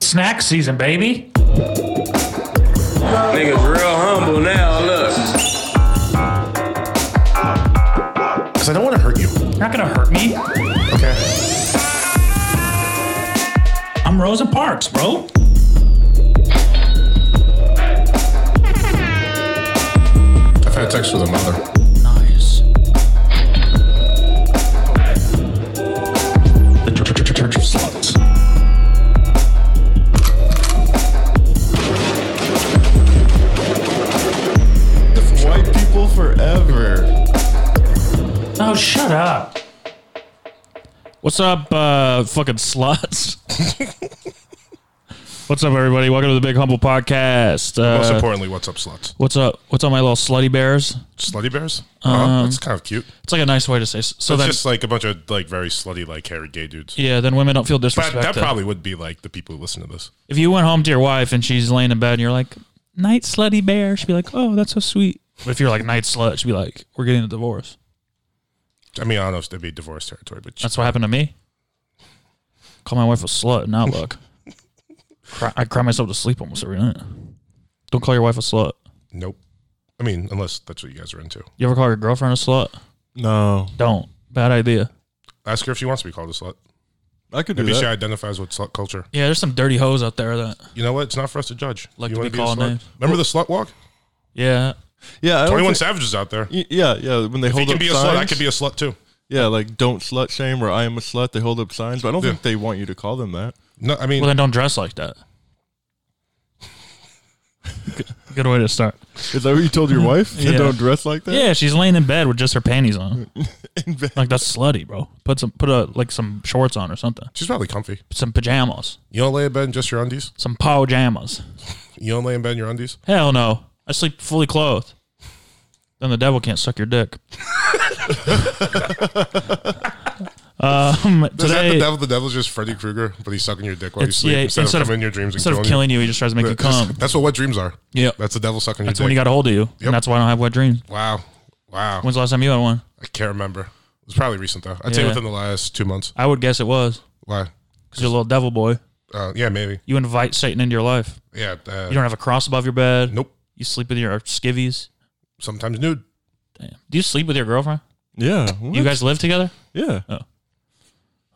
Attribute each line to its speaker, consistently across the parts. Speaker 1: Snack season, baby.
Speaker 2: Niggas real humble now, look.
Speaker 3: Because I don't want to hurt you.
Speaker 1: Not gonna hurt me.
Speaker 3: Okay.
Speaker 1: I'm Rosa Parks, bro.
Speaker 3: I've had sex with a mother.
Speaker 1: Nice. The Church, church, church, church of Sluts.
Speaker 4: White people forever.
Speaker 1: Oh, shut up.
Speaker 5: What's up, uh, fucking sluts? what's up, everybody? Welcome to the Big Humble Podcast.
Speaker 3: Most
Speaker 5: Uh,
Speaker 3: importantly, what's up, sluts?
Speaker 5: what's up? What's up, my little slutty bears?
Speaker 3: Slutty bears? Uh, that's kind of cute.
Speaker 5: It's like a nice way to say. s- So
Speaker 3: it's
Speaker 5: then,
Speaker 3: just like a bunch of like very slutty, like hairy gay dudes.
Speaker 5: yeah, then women don't feel
Speaker 3: But
Speaker 5: disrespected.
Speaker 3: that probably would be like the people who listen to this.
Speaker 5: if you went home to your wife and she's laying in bed and you're like, "Night, slutty bear," she'd be like, "Oh, that's so sweet." But if you're like, "Night, slut," she'd be like, "We're getting a divorce."
Speaker 3: I mean, I don't know if they'd be divorce territory, but
Speaker 5: That's what happened to me. Call my wife a slut. Now look, cry, I cry myself to sleep almost every night. Don't call your wife a slut.
Speaker 3: nope. I mean, unless that's what you guys are into.
Speaker 5: You ever call your girlfriend a slut?
Speaker 4: No,
Speaker 5: Don't. Bad idea.
Speaker 3: Ask her if she wants to be called a slut.
Speaker 4: I could do
Speaker 3: Maybe she
Speaker 4: that.
Speaker 3: identifies with slut culture.
Speaker 5: Yeah, there's some dirty hoes out there that.
Speaker 3: You know what? It's not for us to judge.
Speaker 5: Like
Speaker 3: you
Speaker 5: to
Speaker 3: wanna
Speaker 5: be
Speaker 3: a
Speaker 5: called
Speaker 3: slut?
Speaker 5: names.
Speaker 3: Remember the slut walk?
Speaker 5: Yeah.
Speaker 4: Yeah, I don't
Speaker 3: 21
Speaker 4: think-
Speaker 3: Savage is out there.
Speaker 4: Y- Yeah, yeah. When they
Speaker 3: He
Speaker 4: hold
Speaker 3: can
Speaker 4: up
Speaker 3: be a
Speaker 4: signs,
Speaker 3: slut. I could be a slut too.
Speaker 4: yeah, like don't slut shame or I am a slut. They hold up signs, but I don't
Speaker 3: Yeah.
Speaker 4: think they want you to call them that.
Speaker 3: No, I mean,
Speaker 5: Well, then don't dress like that. Good, good way to start.
Speaker 4: Is that what you told your wife?
Speaker 5: Yeah.
Speaker 4: You Don't dress like that.
Speaker 5: Yeah, she's laying in bed with just her panties on.
Speaker 4: In bed.
Speaker 5: Like that's slutty, bro. Put some, put a like some shorts on or something.
Speaker 3: she's probably comfy.
Speaker 5: Some pajamas,
Speaker 3: You don't lay in bed in just your undies?
Speaker 5: some pajamas.
Speaker 3: You don't lay in bed in your undies?
Speaker 5: Hell no, I sleep fully clothed. Then the devil can't suck your dick. um,
Speaker 3: Is that
Speaker 5: today,
Speaker 3: the devil? The devil's just Freddy Krueger, but he's sucking your dick while you
Speaker 5: It's-
Speaker 3: sleep
Speaker 5: yeah,
Speaker 3: instead, of
Speaker 5: instead of-
Speaker 3: coming in your dreams and
Speaker 5: instead
Speaker 3: killing,
Speaker 5: of killing you, he just tries to make
Speaker 3: you.
Speaker 5: you come.
Speaker 3: That's what wet dreams are.
Speaker 5: Yeah, that's
Speaker 3: That's the devil sucking your
Speaker 5: when he
Speaker 3: dick.
Speaker 5: got a hold of you,
Speaker 3: Yep.
Speaker 5: and that's why I don't have wet dreams.
Speaker 3: wow, wow.
Speaker 5: When's the last time you had one?
Speaker 3: I can't remember. It was probably recent though. I'd say
Speaker 5: Yeah.
Speaker 3: within the last two months.
Speaker 5: I would guess it was
Speaker 3: Why?
Speaker 5: because you're a little devil boy.
Speaker 3: Uh, yeah, maybe.
Speaker 5: You invite Satan into your life.
Speaker 3: Yeah. Uh,
Speaker 5: You don't have a cross above your bed.
Speaker 3: nope.
Speaker 5: You sleep with your skivvies.
Speaker 3: Sometimes nude.
Speaker 5: Damn. Do you sleep with your girlfriend?
Speaker 4: Yeah.
Speaker 5: You guys live together?
Speaker 4: Yeah.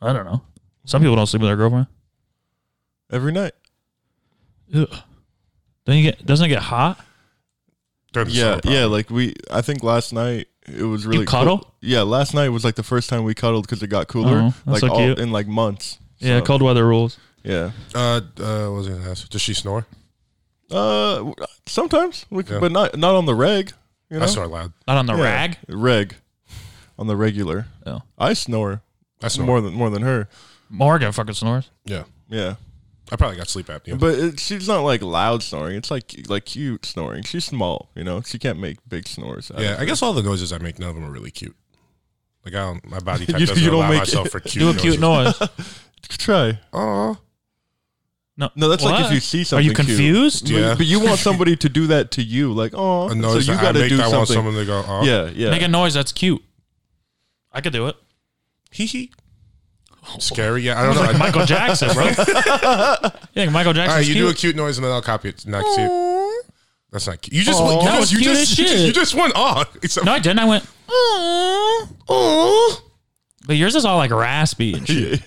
Speaker 5: I don't know. Some people don't sleep with their girlfriend.
Speaker 4: Every night.
Speaker 5: Ugh. Don't you get? Doesn't it get hot?
Speaker 3: During the
Speaker 4: Yeah,
Speaker 3: summer, probably.
Speaker 4: yeah. Like we, I think last night it was really
Speaker 5: you cuddle?
Speaker 4: cool. Yeah, last night was like the first time we cuddled because it got cooler,
Speaker 5: Oh, that's
Speaker 4: like
Speaker 5: so
Speaker 4: all,
Speaker 5: cute.
Speaker 4: in like months.
Speaker 5: Yeah,
Speaker 4: So,
Speaker 5: cold weather rules.
Speaker 4: Yeah.
Speaker 3: Uh, uh, what was I gonna ask? Does she snore?
Speaker 4: Uh, w- sometimes, we, c
Speaker 3: Yeah.
Speaker 4: but not not on the reg. You know?
Speaker 3: I snore loud.
Speaker 5: Not on the
Speaker 4: Yeah,
Speaker 5: rag.
Speaker 4: Reg, on the regular.
Speaker 5: Oh.
Speaker 4: I snore
Speaker 3: I snore.
Speaker 4: more than more than her.
Speaker 5: Morgan fucking snores.
Speaker 3: Yeah.
Speaker 4: Yeah,
Speaker 3: I probably got sleep apnea.
Speaker 4: but it, she's not like loud snoring. It's like like cute snoring. She's small. You know, she can't make big snores. out
Speaker 3: yeah.
Speaker 4: of
Speaker 3: I
Speaker 4: her.
Speaker 3: guess all the noises I make, none of them are really cute. Like I don't, my body type
Speaker 4: You-
Speaker 3: doesn't
Speaker 4: you don't
Speaker 3: allow
Speaker 4: make-
Speaker 3: myself for cute.
Speaker 5: Do a cute noise.
Speaker 4: try.
Speaker 3: Oh,
Speaker 5: No,
Speaker 4: No, that's like
Speaker 5: What?
Speaker 4: if you see
Speaker 5: Are
Speaker 4: something.
Speaker 5: you confused?
Speaker 4: Cute.
Speaker 3: Yeah.
Speaker 4: But you want somebody to do that to you, like oh,
Speaker 3: a noise
Speaker 4: so
Speaker 3: that
Speaker 4: you
Speaker 3: I
Speaker 4: got to
Speaker 3: make.
Speaker 4: do
Speaker 3: I
Speaker 4: something.
Speaker 3: want someone to go. Oh,
Speaker 4: Yeah, yeah.
Speaker 5: Make a noise that's cute. I could do it.
Speaker 3: Hee hee. Scary. Yeah. I don't know. I-
Speaker 5: Michael Jackson, bro. you think Michael
Speaker 3: All
Speaker 5: Jackson's
Speaker 3: right, you
Speaker 5: cute?
Speaker 3: do a cute noise and then I'll copy it. It's Not cute. That's not cute. You just went,
Speaker 5: Aw.
Speaker 3: you,
Speaker 5: That
Speaker 3: just,
Speaker 5: was
Speaker 3: you,
Speaker 5: cute
Speaker 3: just,
Speaker 5: as
Speaker 3: you just
Speaker 5: shit.
Speaker 3: you just went on. It's a,
Speaker 5: no, I didn't. I went.
Speaker 3: oh.
Speaker 5: But yours is all like raspy and shit.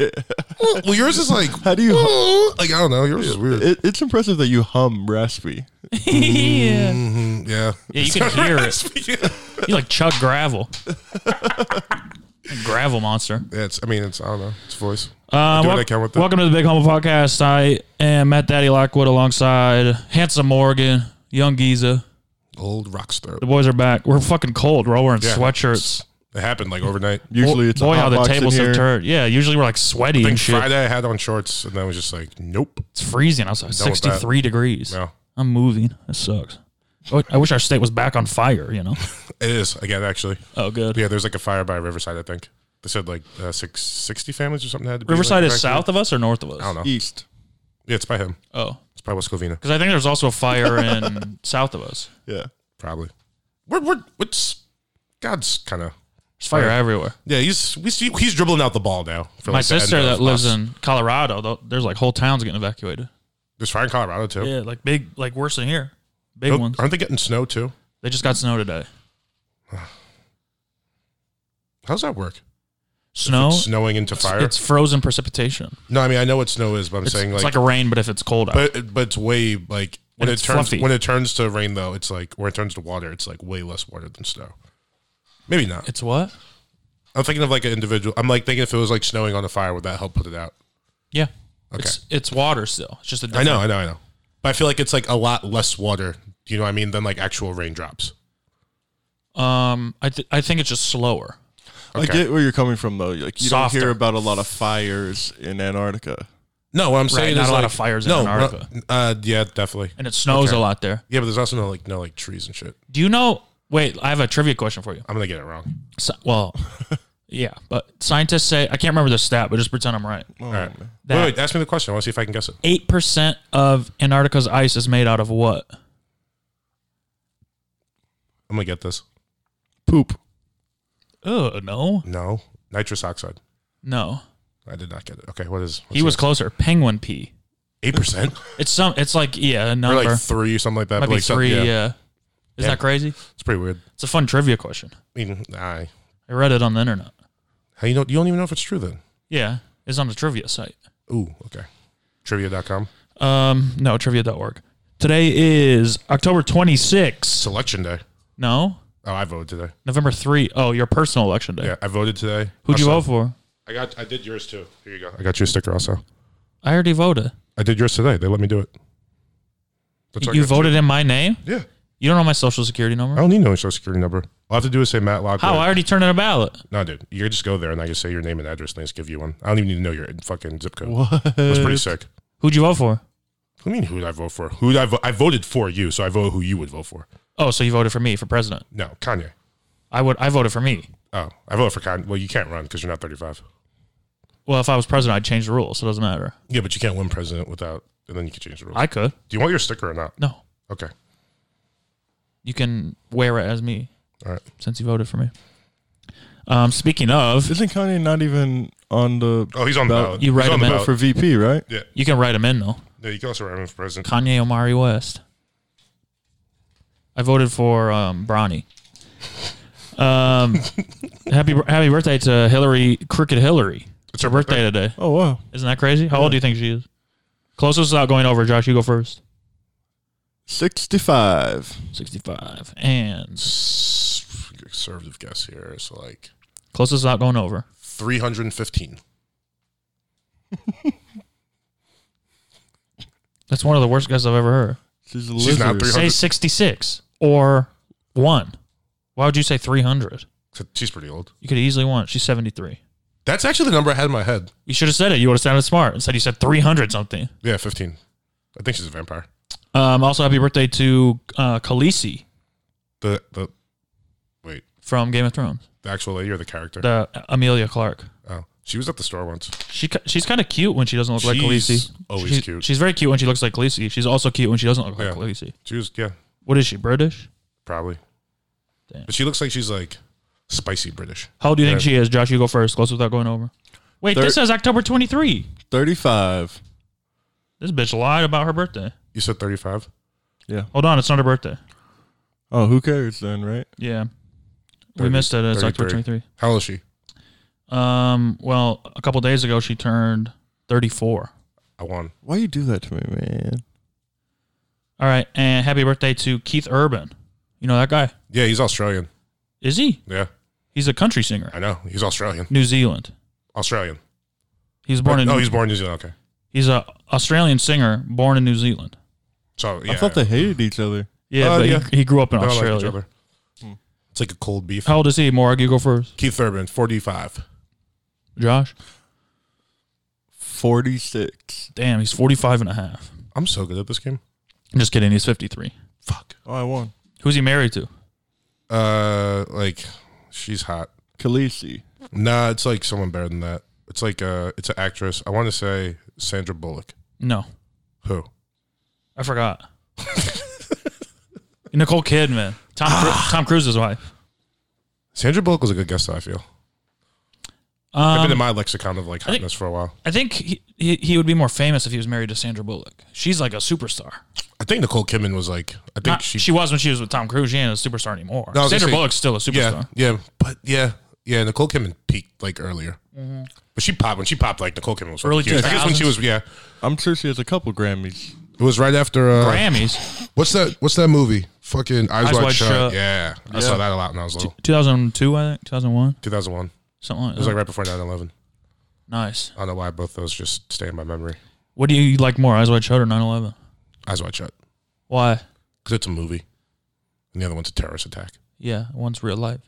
Speaker 3: Well, yours is like
Speaker 4: How do you? hum-
Speaker 3: oh. like I don't know. Yours is weird.
Speaker 4: It, it's impressive that you hum raspy.
Speaker 5: yeah.
Speaker 3: Mm, yeah.
Speaker 5: yeah, you can hear it.
Speaker 3: yeah.
Speaker 5: You like chug gravel. gravel monster.
Speaker 3: It's. I mean, it's. I don't know. It's voice.
Speaker 5: Uh,
Speaker 3: do what
Speaker 5: wel-
Speaker 3: I can with it.
Speaker 5: welcome to the Big Humble Podcast. I am Matt Daddy Lockwood alongside Handsome Morgan, Young Giza.
Speaker 3: Old rock star.
Speaker 5: The boys are back. We're fucking cold. We're all wearing
Speaker 3: Yeah.
Speaker 5: sweatshirts.
Speaker 3: It happened like overnight.
Speaker 4: Usually, it's
Speaker 5: Boy,
Speaker 4: a hot
Speaker 5: how the
Speaker 4: box in
Speaker 5: tables
Speaker 4: here.
Speaker 5: have turned. Yeah, usually we're like sweaty
Speaker 3: I
Speaker 5: and
Speaker 3: think
Speaker 5: shit.
Speaker 3: Friday I had on shorts and then I was just like, nope.
Speaker 5: It's freezing outside,
Speaker 3: Done with that.
Speaker 5: 63 degrees.
Speaker 3: No,
Speaker 5: I'm moving. That sucks. Oh, I wish our state was back on fire, you know?
Speaker 3: it is again actually.
Speaker 5: Oh, good.
Speaker 3: Yeah, there's like a fire by Riverside. I think they said like uh, six, 60 families or something had to be.
Speaker 5: Riverside
Speaker 3: like,
Speaker 5: is south
Speaker 3: evacuated.
Speaker 5: of us or north of us?
Speaker 3: I don't know.
Speaker 4: East.
Speaker 3: Yeah, it's by him.
Speaker 5: Oh.
Speaker 3: It's by West Covina.
Speaker 5: Because I think there's also a fire in south of us.
Speaker 4: Yeah.
Speaker 3: Probably. We're we're it's God's kind of
Speaker 5: There's fire
Speaker 3: Fire.
Speaker 5: everywhere.
Speaker 3: yeah. He's we see- he's dribbling out the ball now. For
Speaker 5: My
Speaker 3: like the end
Speaker 5: sister
Speaker 3: of
Speaker 5: that lives
Speaker 3: us.
Speaker 5: in Colorado, though, there's like whole towns getting evacuated.
Speaker 3: There's fire in Colorado too.
Speaker 5: Yeah, like big, like worse than here. Big
Speaker 3: Don't-
Speaker 5: ones.
Speaker 3: Aren't they getting snow too?
Speaker 5: They just got snow today.
Speaker 3: How does that work?
Speaker 5: Snow.
Speaker 3: It's snowing into fire.
Speaker 5: It's frozen precipitation.
Speaker 3: no, I mean I know what snow is, but I'm
Speaker 5: It's,
Speaker 3: saying
Speaker 5: it's
Speaker 3: like,
Speaker 5: like a rain, but if it's cold out.
Speaker 3: but but it's way like when it
Speaker 5: it's
Speaker 3: turns
Speaker 5: fluffy.
Speaker 3: when it turns to rain though, it's like when it turns to water, it's like way less water than snow. Maybe not.
Speaker 5: It's what?
Speaker 3: I'm thinking of like an individual. I'm like thinking if it was like snowing on a fire, would that help put it out?
Speaker 5: Yeah.
Speaker 3: Okay.
Speaker 5: It's it's water still. It's just a
Speaker 3: I know, I know, I know. But I feel like it's like a lot less water. You know what I mean? Than like actual raindrops.
Speaker 5: know. Um, I th- I think it's just slower.
Speaker 3: Okay.
Speaker 4: I get where you're coming from, though. Like you don't
Speaker 5: Softer.
Speaker 4: hear about a lot of fires in Antarctica.
Speaker 3: No, what I'm saying
Speaker 5: not
Speaker 3: is
Speaker 5: a lot
Speaker 3: like,
Speaker 5: of fires in
Speaker 3: no,
Speaker 5: Antarctica.
Speaker 3: no, Uh, yeah, definitely.
Speaker 5: And it snows
Speaker 3: Okay.
Speaker 5: a lot there.
Speaker 3: Yeah, but there's also no like no like trees and shit.
Speaker 5: Do you know? Wait, I have a trivia question for you.
Speaker 3: I'm gonna get it wrong.
Speaker 5: Sci- well, yeah, but scientists say I can't remember the stat, but just pretend I'm right.
Speaker 4: Oh,
Speaker 3: All right.
Speaker 4: man.
Speaker 5: That-
Speaker 3: Wait, wait, ask me the question. I want to see if I can guess it.
Speaker 5: Eight percent of Antarctica's ice is made out of what?
Speaker 3: I'm gonna get this.
Speaker 4: Poop.
Speaker 5: Oh no,
Speaker 3: No, nitrous oxide.
Speaker 5: no.
Speaker 3: I did not get it. Okay, what is?
Speaker 5: He was closer. Penguin pee.
Speaker 3: eight percent
Speaker 5: It's some. It's like yeah, a
Speaker 3: or
Speaker 5: number.
Speaker 3: like three, something like that.
Speaker 5: Might
Speaker 3: but
Speaker 5: be
Speaker 3: like some-
Speaker 5: three.
Speaker 3: yeah,
Speaker 5: yeah. Isn't
Speaker 3: Yeah.
Speaker 5: that crazy?
Speaker 3: it's pretty weird.
Speaker 5: It's a fun trivia question.
Speaker 3: I mean, I
Speaker 5: I read it on the internet.
Speaker 3: how you know you don't even know if it's true then.
Speaker 5: Yeah, it's on the trivia site.
Speaker 3: Ooh, okay. Trivia.com
Speaker 5: Um, no, trivia.org. Today is October 26th.
Speaker 3: selection day.
Speaker 5: No,
Speaker 3: Oh, I voted today.
Speaker 5: November 3. Oh, your personal election day.
Speaker 3: Yeah, I voted today.
Speaker 5: Who'd you
Speaker 3: Also,
Speaker 5: vote for?
Speaker 3: I got. I did yours too. Here you go. I got your sticker also.
Speaker 5: I already voted.
Speaker 3: I did yours today. They let me do it. That's why I
Speaker 5: you
Speaker 3: got your-
Speaker 5: voted in my name?
Speaker 3: Yeah.
Speaker 5: You don't know my social security
Speaker 3: I
Speaker 5: number?
Speaker 3: don't need no social security number. All I have to do is say Matt Lockwood.
Speaker 5: How? I already turned in a ballot.
Speaker 3: No, dude. You just go there and I just say your name and address and they just give you one. I don't even need to know your fucking zip code. What? It was pretty sick.
Speaker 5: Who'd you vote for?
Speaker 3: What do you mean who'd I vote for? Who'd I vote? I voted for you, so I vote who you would vote for.
Speaker 5: Oh, so you voted for me for president.
Speaker 3: No, Kanye.
Speaker 5: I would I voted for me.
Speaker 3: Oh, I voted for Kanye. Well, you can't run because you're not 35.
Speaker 5: Well, if I was president, I'd change the rules, so it doesn't matter.
Speaker 3: Yeah, but you can't win president without, and then you can change the rules.
Speaker 5: I could.
Speaker 3: do you want your sticker or not?
Speaker 5: No.
Speaker 3: Okay.
Speaker 5: You can wear it as me
Speaker 3: All right.
Speaker 5: since you voted for me. Um, speaking of,
Speaker 4: Isn't Kanye not even on the?
Speaker 3: Oh, he's on the
Speaker 4: ballot
Speaker 3: ballot.
Speaker 5: you
Speaker 3: He's
Speaker 5: write
Speaker 3: on
Speaker 5: him
Speaker 3: the
Speaker 5: in
Speaker 3: ballot.
Speaker 4: for VP, right?
Speaker 5: you can write them in though.
Speaker 3: Yeah, you can also run for president.
Speaker 5: Kanye Omari West. I voted for um, Bronny. Um, happy happy birthday to Hillary Crooked Hillary.
Speaker 3: It's her
Speaker 5: Birthday today.
Speaker 4: Oh wow,
Speaker 5: Isn't that crazy? How old do you think she is? Closest without going over, Josh, you go first.
Speaker 4: sixty-five.
Speaker 5: 65. And
Speaker 3: S- Conservative guess here. So like
Speaker 5: closest without going over,
Speaker 3: 315.
Speaker 5: that's one of the worst guys I've ever heard.
Speaker 4: She's a
Speaker 3: She's not
Speaker 4: lizard.
Speaker 3: three-
Speaker 5: Say 66 or 1. Why would you say 300?
Speaker 3: So She's pretty old.
Speaker 5: You could have easily won. She's 73.
Speaker 3: That's actually the number I had in my head.
Speaker 5: You should have said it. You would have sounded smart. Instead, you said 300 something.
Speaker 3: Yeah, 15. I think she's a vampire.
Speaker 5: Um, also, happy birthday to uh, Khaleesi
Speaker 3: The the wait,
Speaker 5: from Game of Thrones,
Speaker 3: the actual lady or the character?
Speaker 5: the uh, Amelia Clark.
Speaker 3: oh, she was at the store once.
Speaker 5: She ki- she's kind of cute when she doesn't look like
Speaker 3: She's
Speaker 5: Khaleesi.
Speaker 3: always
Speaker 5: She's-
Speaker 3: cute.
Speaker 5: She's very cute when she looks like Khaleesi. She's also cute when she doesn't look
Speaker 3: Yeah.
Speaker 5: like Khaleesi.
Speaker 3: She was yeah,
Speaker 5: What is she? British?
Speaker 3: probably.
Speaker 5: Damn.
Speaker 3: But she looks like she's like spicy British.
Speaker 5: How old do you think
Speaker 3: Yeah.
Speaker 5: she is? Josh, you go first. Close without going over. Wait,
Speaker 4: Thir-
Speaker 5: this says October twenty three.
Speaker 4: Thirty-five.
Speaker 5: This bitch lied about her birthday.
Speaker 3: You said 35?
Speaker 5: Hold on, it's not her birthday.
Speaker 4: Oh, who cares then, right?
Speaker 5: Yeah, we
Speaker 3: Thirty-
Speaker 5: missed it. It's October twenty
Speaker 3: 33.
Speaker 5: three.
Speaker 3: How old is she?
Speaker 5: Um, well, a couple days ago she turned thirty four.
Speaker 3: I won.
Speaker 4: Why you do that to me, man?
Speaker 5: All right, and happy birthday to Keith Urban. You know that guy?
Speaker 3: Yeah, he's Australian.
Speaker 5: Is he?
Speaker 3: Yeah,
Speaker 5: He's a country singer.
Speaker 3: I know. He's Australian.
Speaker 5: New Zealand.
Speaker 3: Australian.
Speaker 5: He was born in.
Speaker 3: oh, he's born in New Zealand. Okay.
Speaker 5: he's a Australian singer born in New Zealand.
Speaker 3: So yeah,
Speaker 4: I thought they hated each other.
Speaker 5: Yeah,
Speaker 3: Uh,
Speaker 5: but
Speaker 3: yeah.
Speaker 5: He, he grew up in
Speaker 3: they don't like each
Speaker 5: Australia.
Speaker 3: other. It's like a cold beef.
Speaker 5: How old is he? Morag, you go first.
Speaker 3: Keith Urban, 45.
Speaker 5: Josh?
Speaker 4: Forty-six.
Speaker 5: Damn, he's 45 and a half.
Speaker 3: I'm so good at this game.
Speaker 5: I'm just kidding. He's 53.
Speaker 3: Fuck.
Speaker 4: Oh, I won.
Speaker 5: Who's he married to?
Speaker 3: Uh, like she's hot.
Speaker 4: Khaleesi.
Speaker 3: Nah, it's like someone better than that. It's like uh, it's an actress. I want to say Sandra Bullock.
Speaker 5: No,
Speaker 3: Who?
Speaker 5: I forgot. Nicole Kidman.
Speaker 3: Ah.
Speaker 5: Tom, Cru- Tom Cruise's wife.
Speaker 3: Sandra Bullock was a good guess, though, I feel. I've been in my lexicon of like hotness for a while.
Speaker 5: Um, I think he, he, he would be more famous if he was married to Sandra Bullock. She's like a superstar.
Speaker 3: I think Nicole Kidman was like, I think
Speaker 5: Not, Ah, she,
Speaker 3: she,
Speaker 5: was when she was with Tom Cruise. She ain't a superstar anymore.
Speaker 3: No, I was
Speaker 5: Sandra
Speaker 3: gonna say-
Speaker 5: Bullock's still a
Speaker 3: yeah,
Speaker 5: superstar.
Speaker 3: yeah, but yeah, yeah. Nicole Kidman peaked like earlier, but she popped when she popped. Like Nicole Kidman was
Speaker 5: Mm-hmm. Early
Speaker 3: early huge. I guess when she
Speaker 5: 2000s?
Speaker 3: was, yeah,
Speaker 4: I'm sure she has a couple Grammys.
Speaker 3: it was right after. Uh,
Speaker 5: Grammys,
Speaker 3: What's that? What's that movie? Fucking Eyes, Wide, Shut. Yeah, I saw that a lot when I was little.
Speaker 5: 2002, I think, 2001,
Speaker 3: 2001. It
Speaker 5: something like that.
Speaker 3: was like right before 9/11.
Speaker 5: nice.
Speaker 3: I don't know why both those just stay in my memory.
Speaker 5: What do you like more, Eyes Wide Shut or 9/11?
Speaker 3: Eyes Wide Shut
Speaker 5: Why?
Speaker 3: because it's a movie, and the other one's a terrorist attack.
Speaker 5: Yeah, one's real life.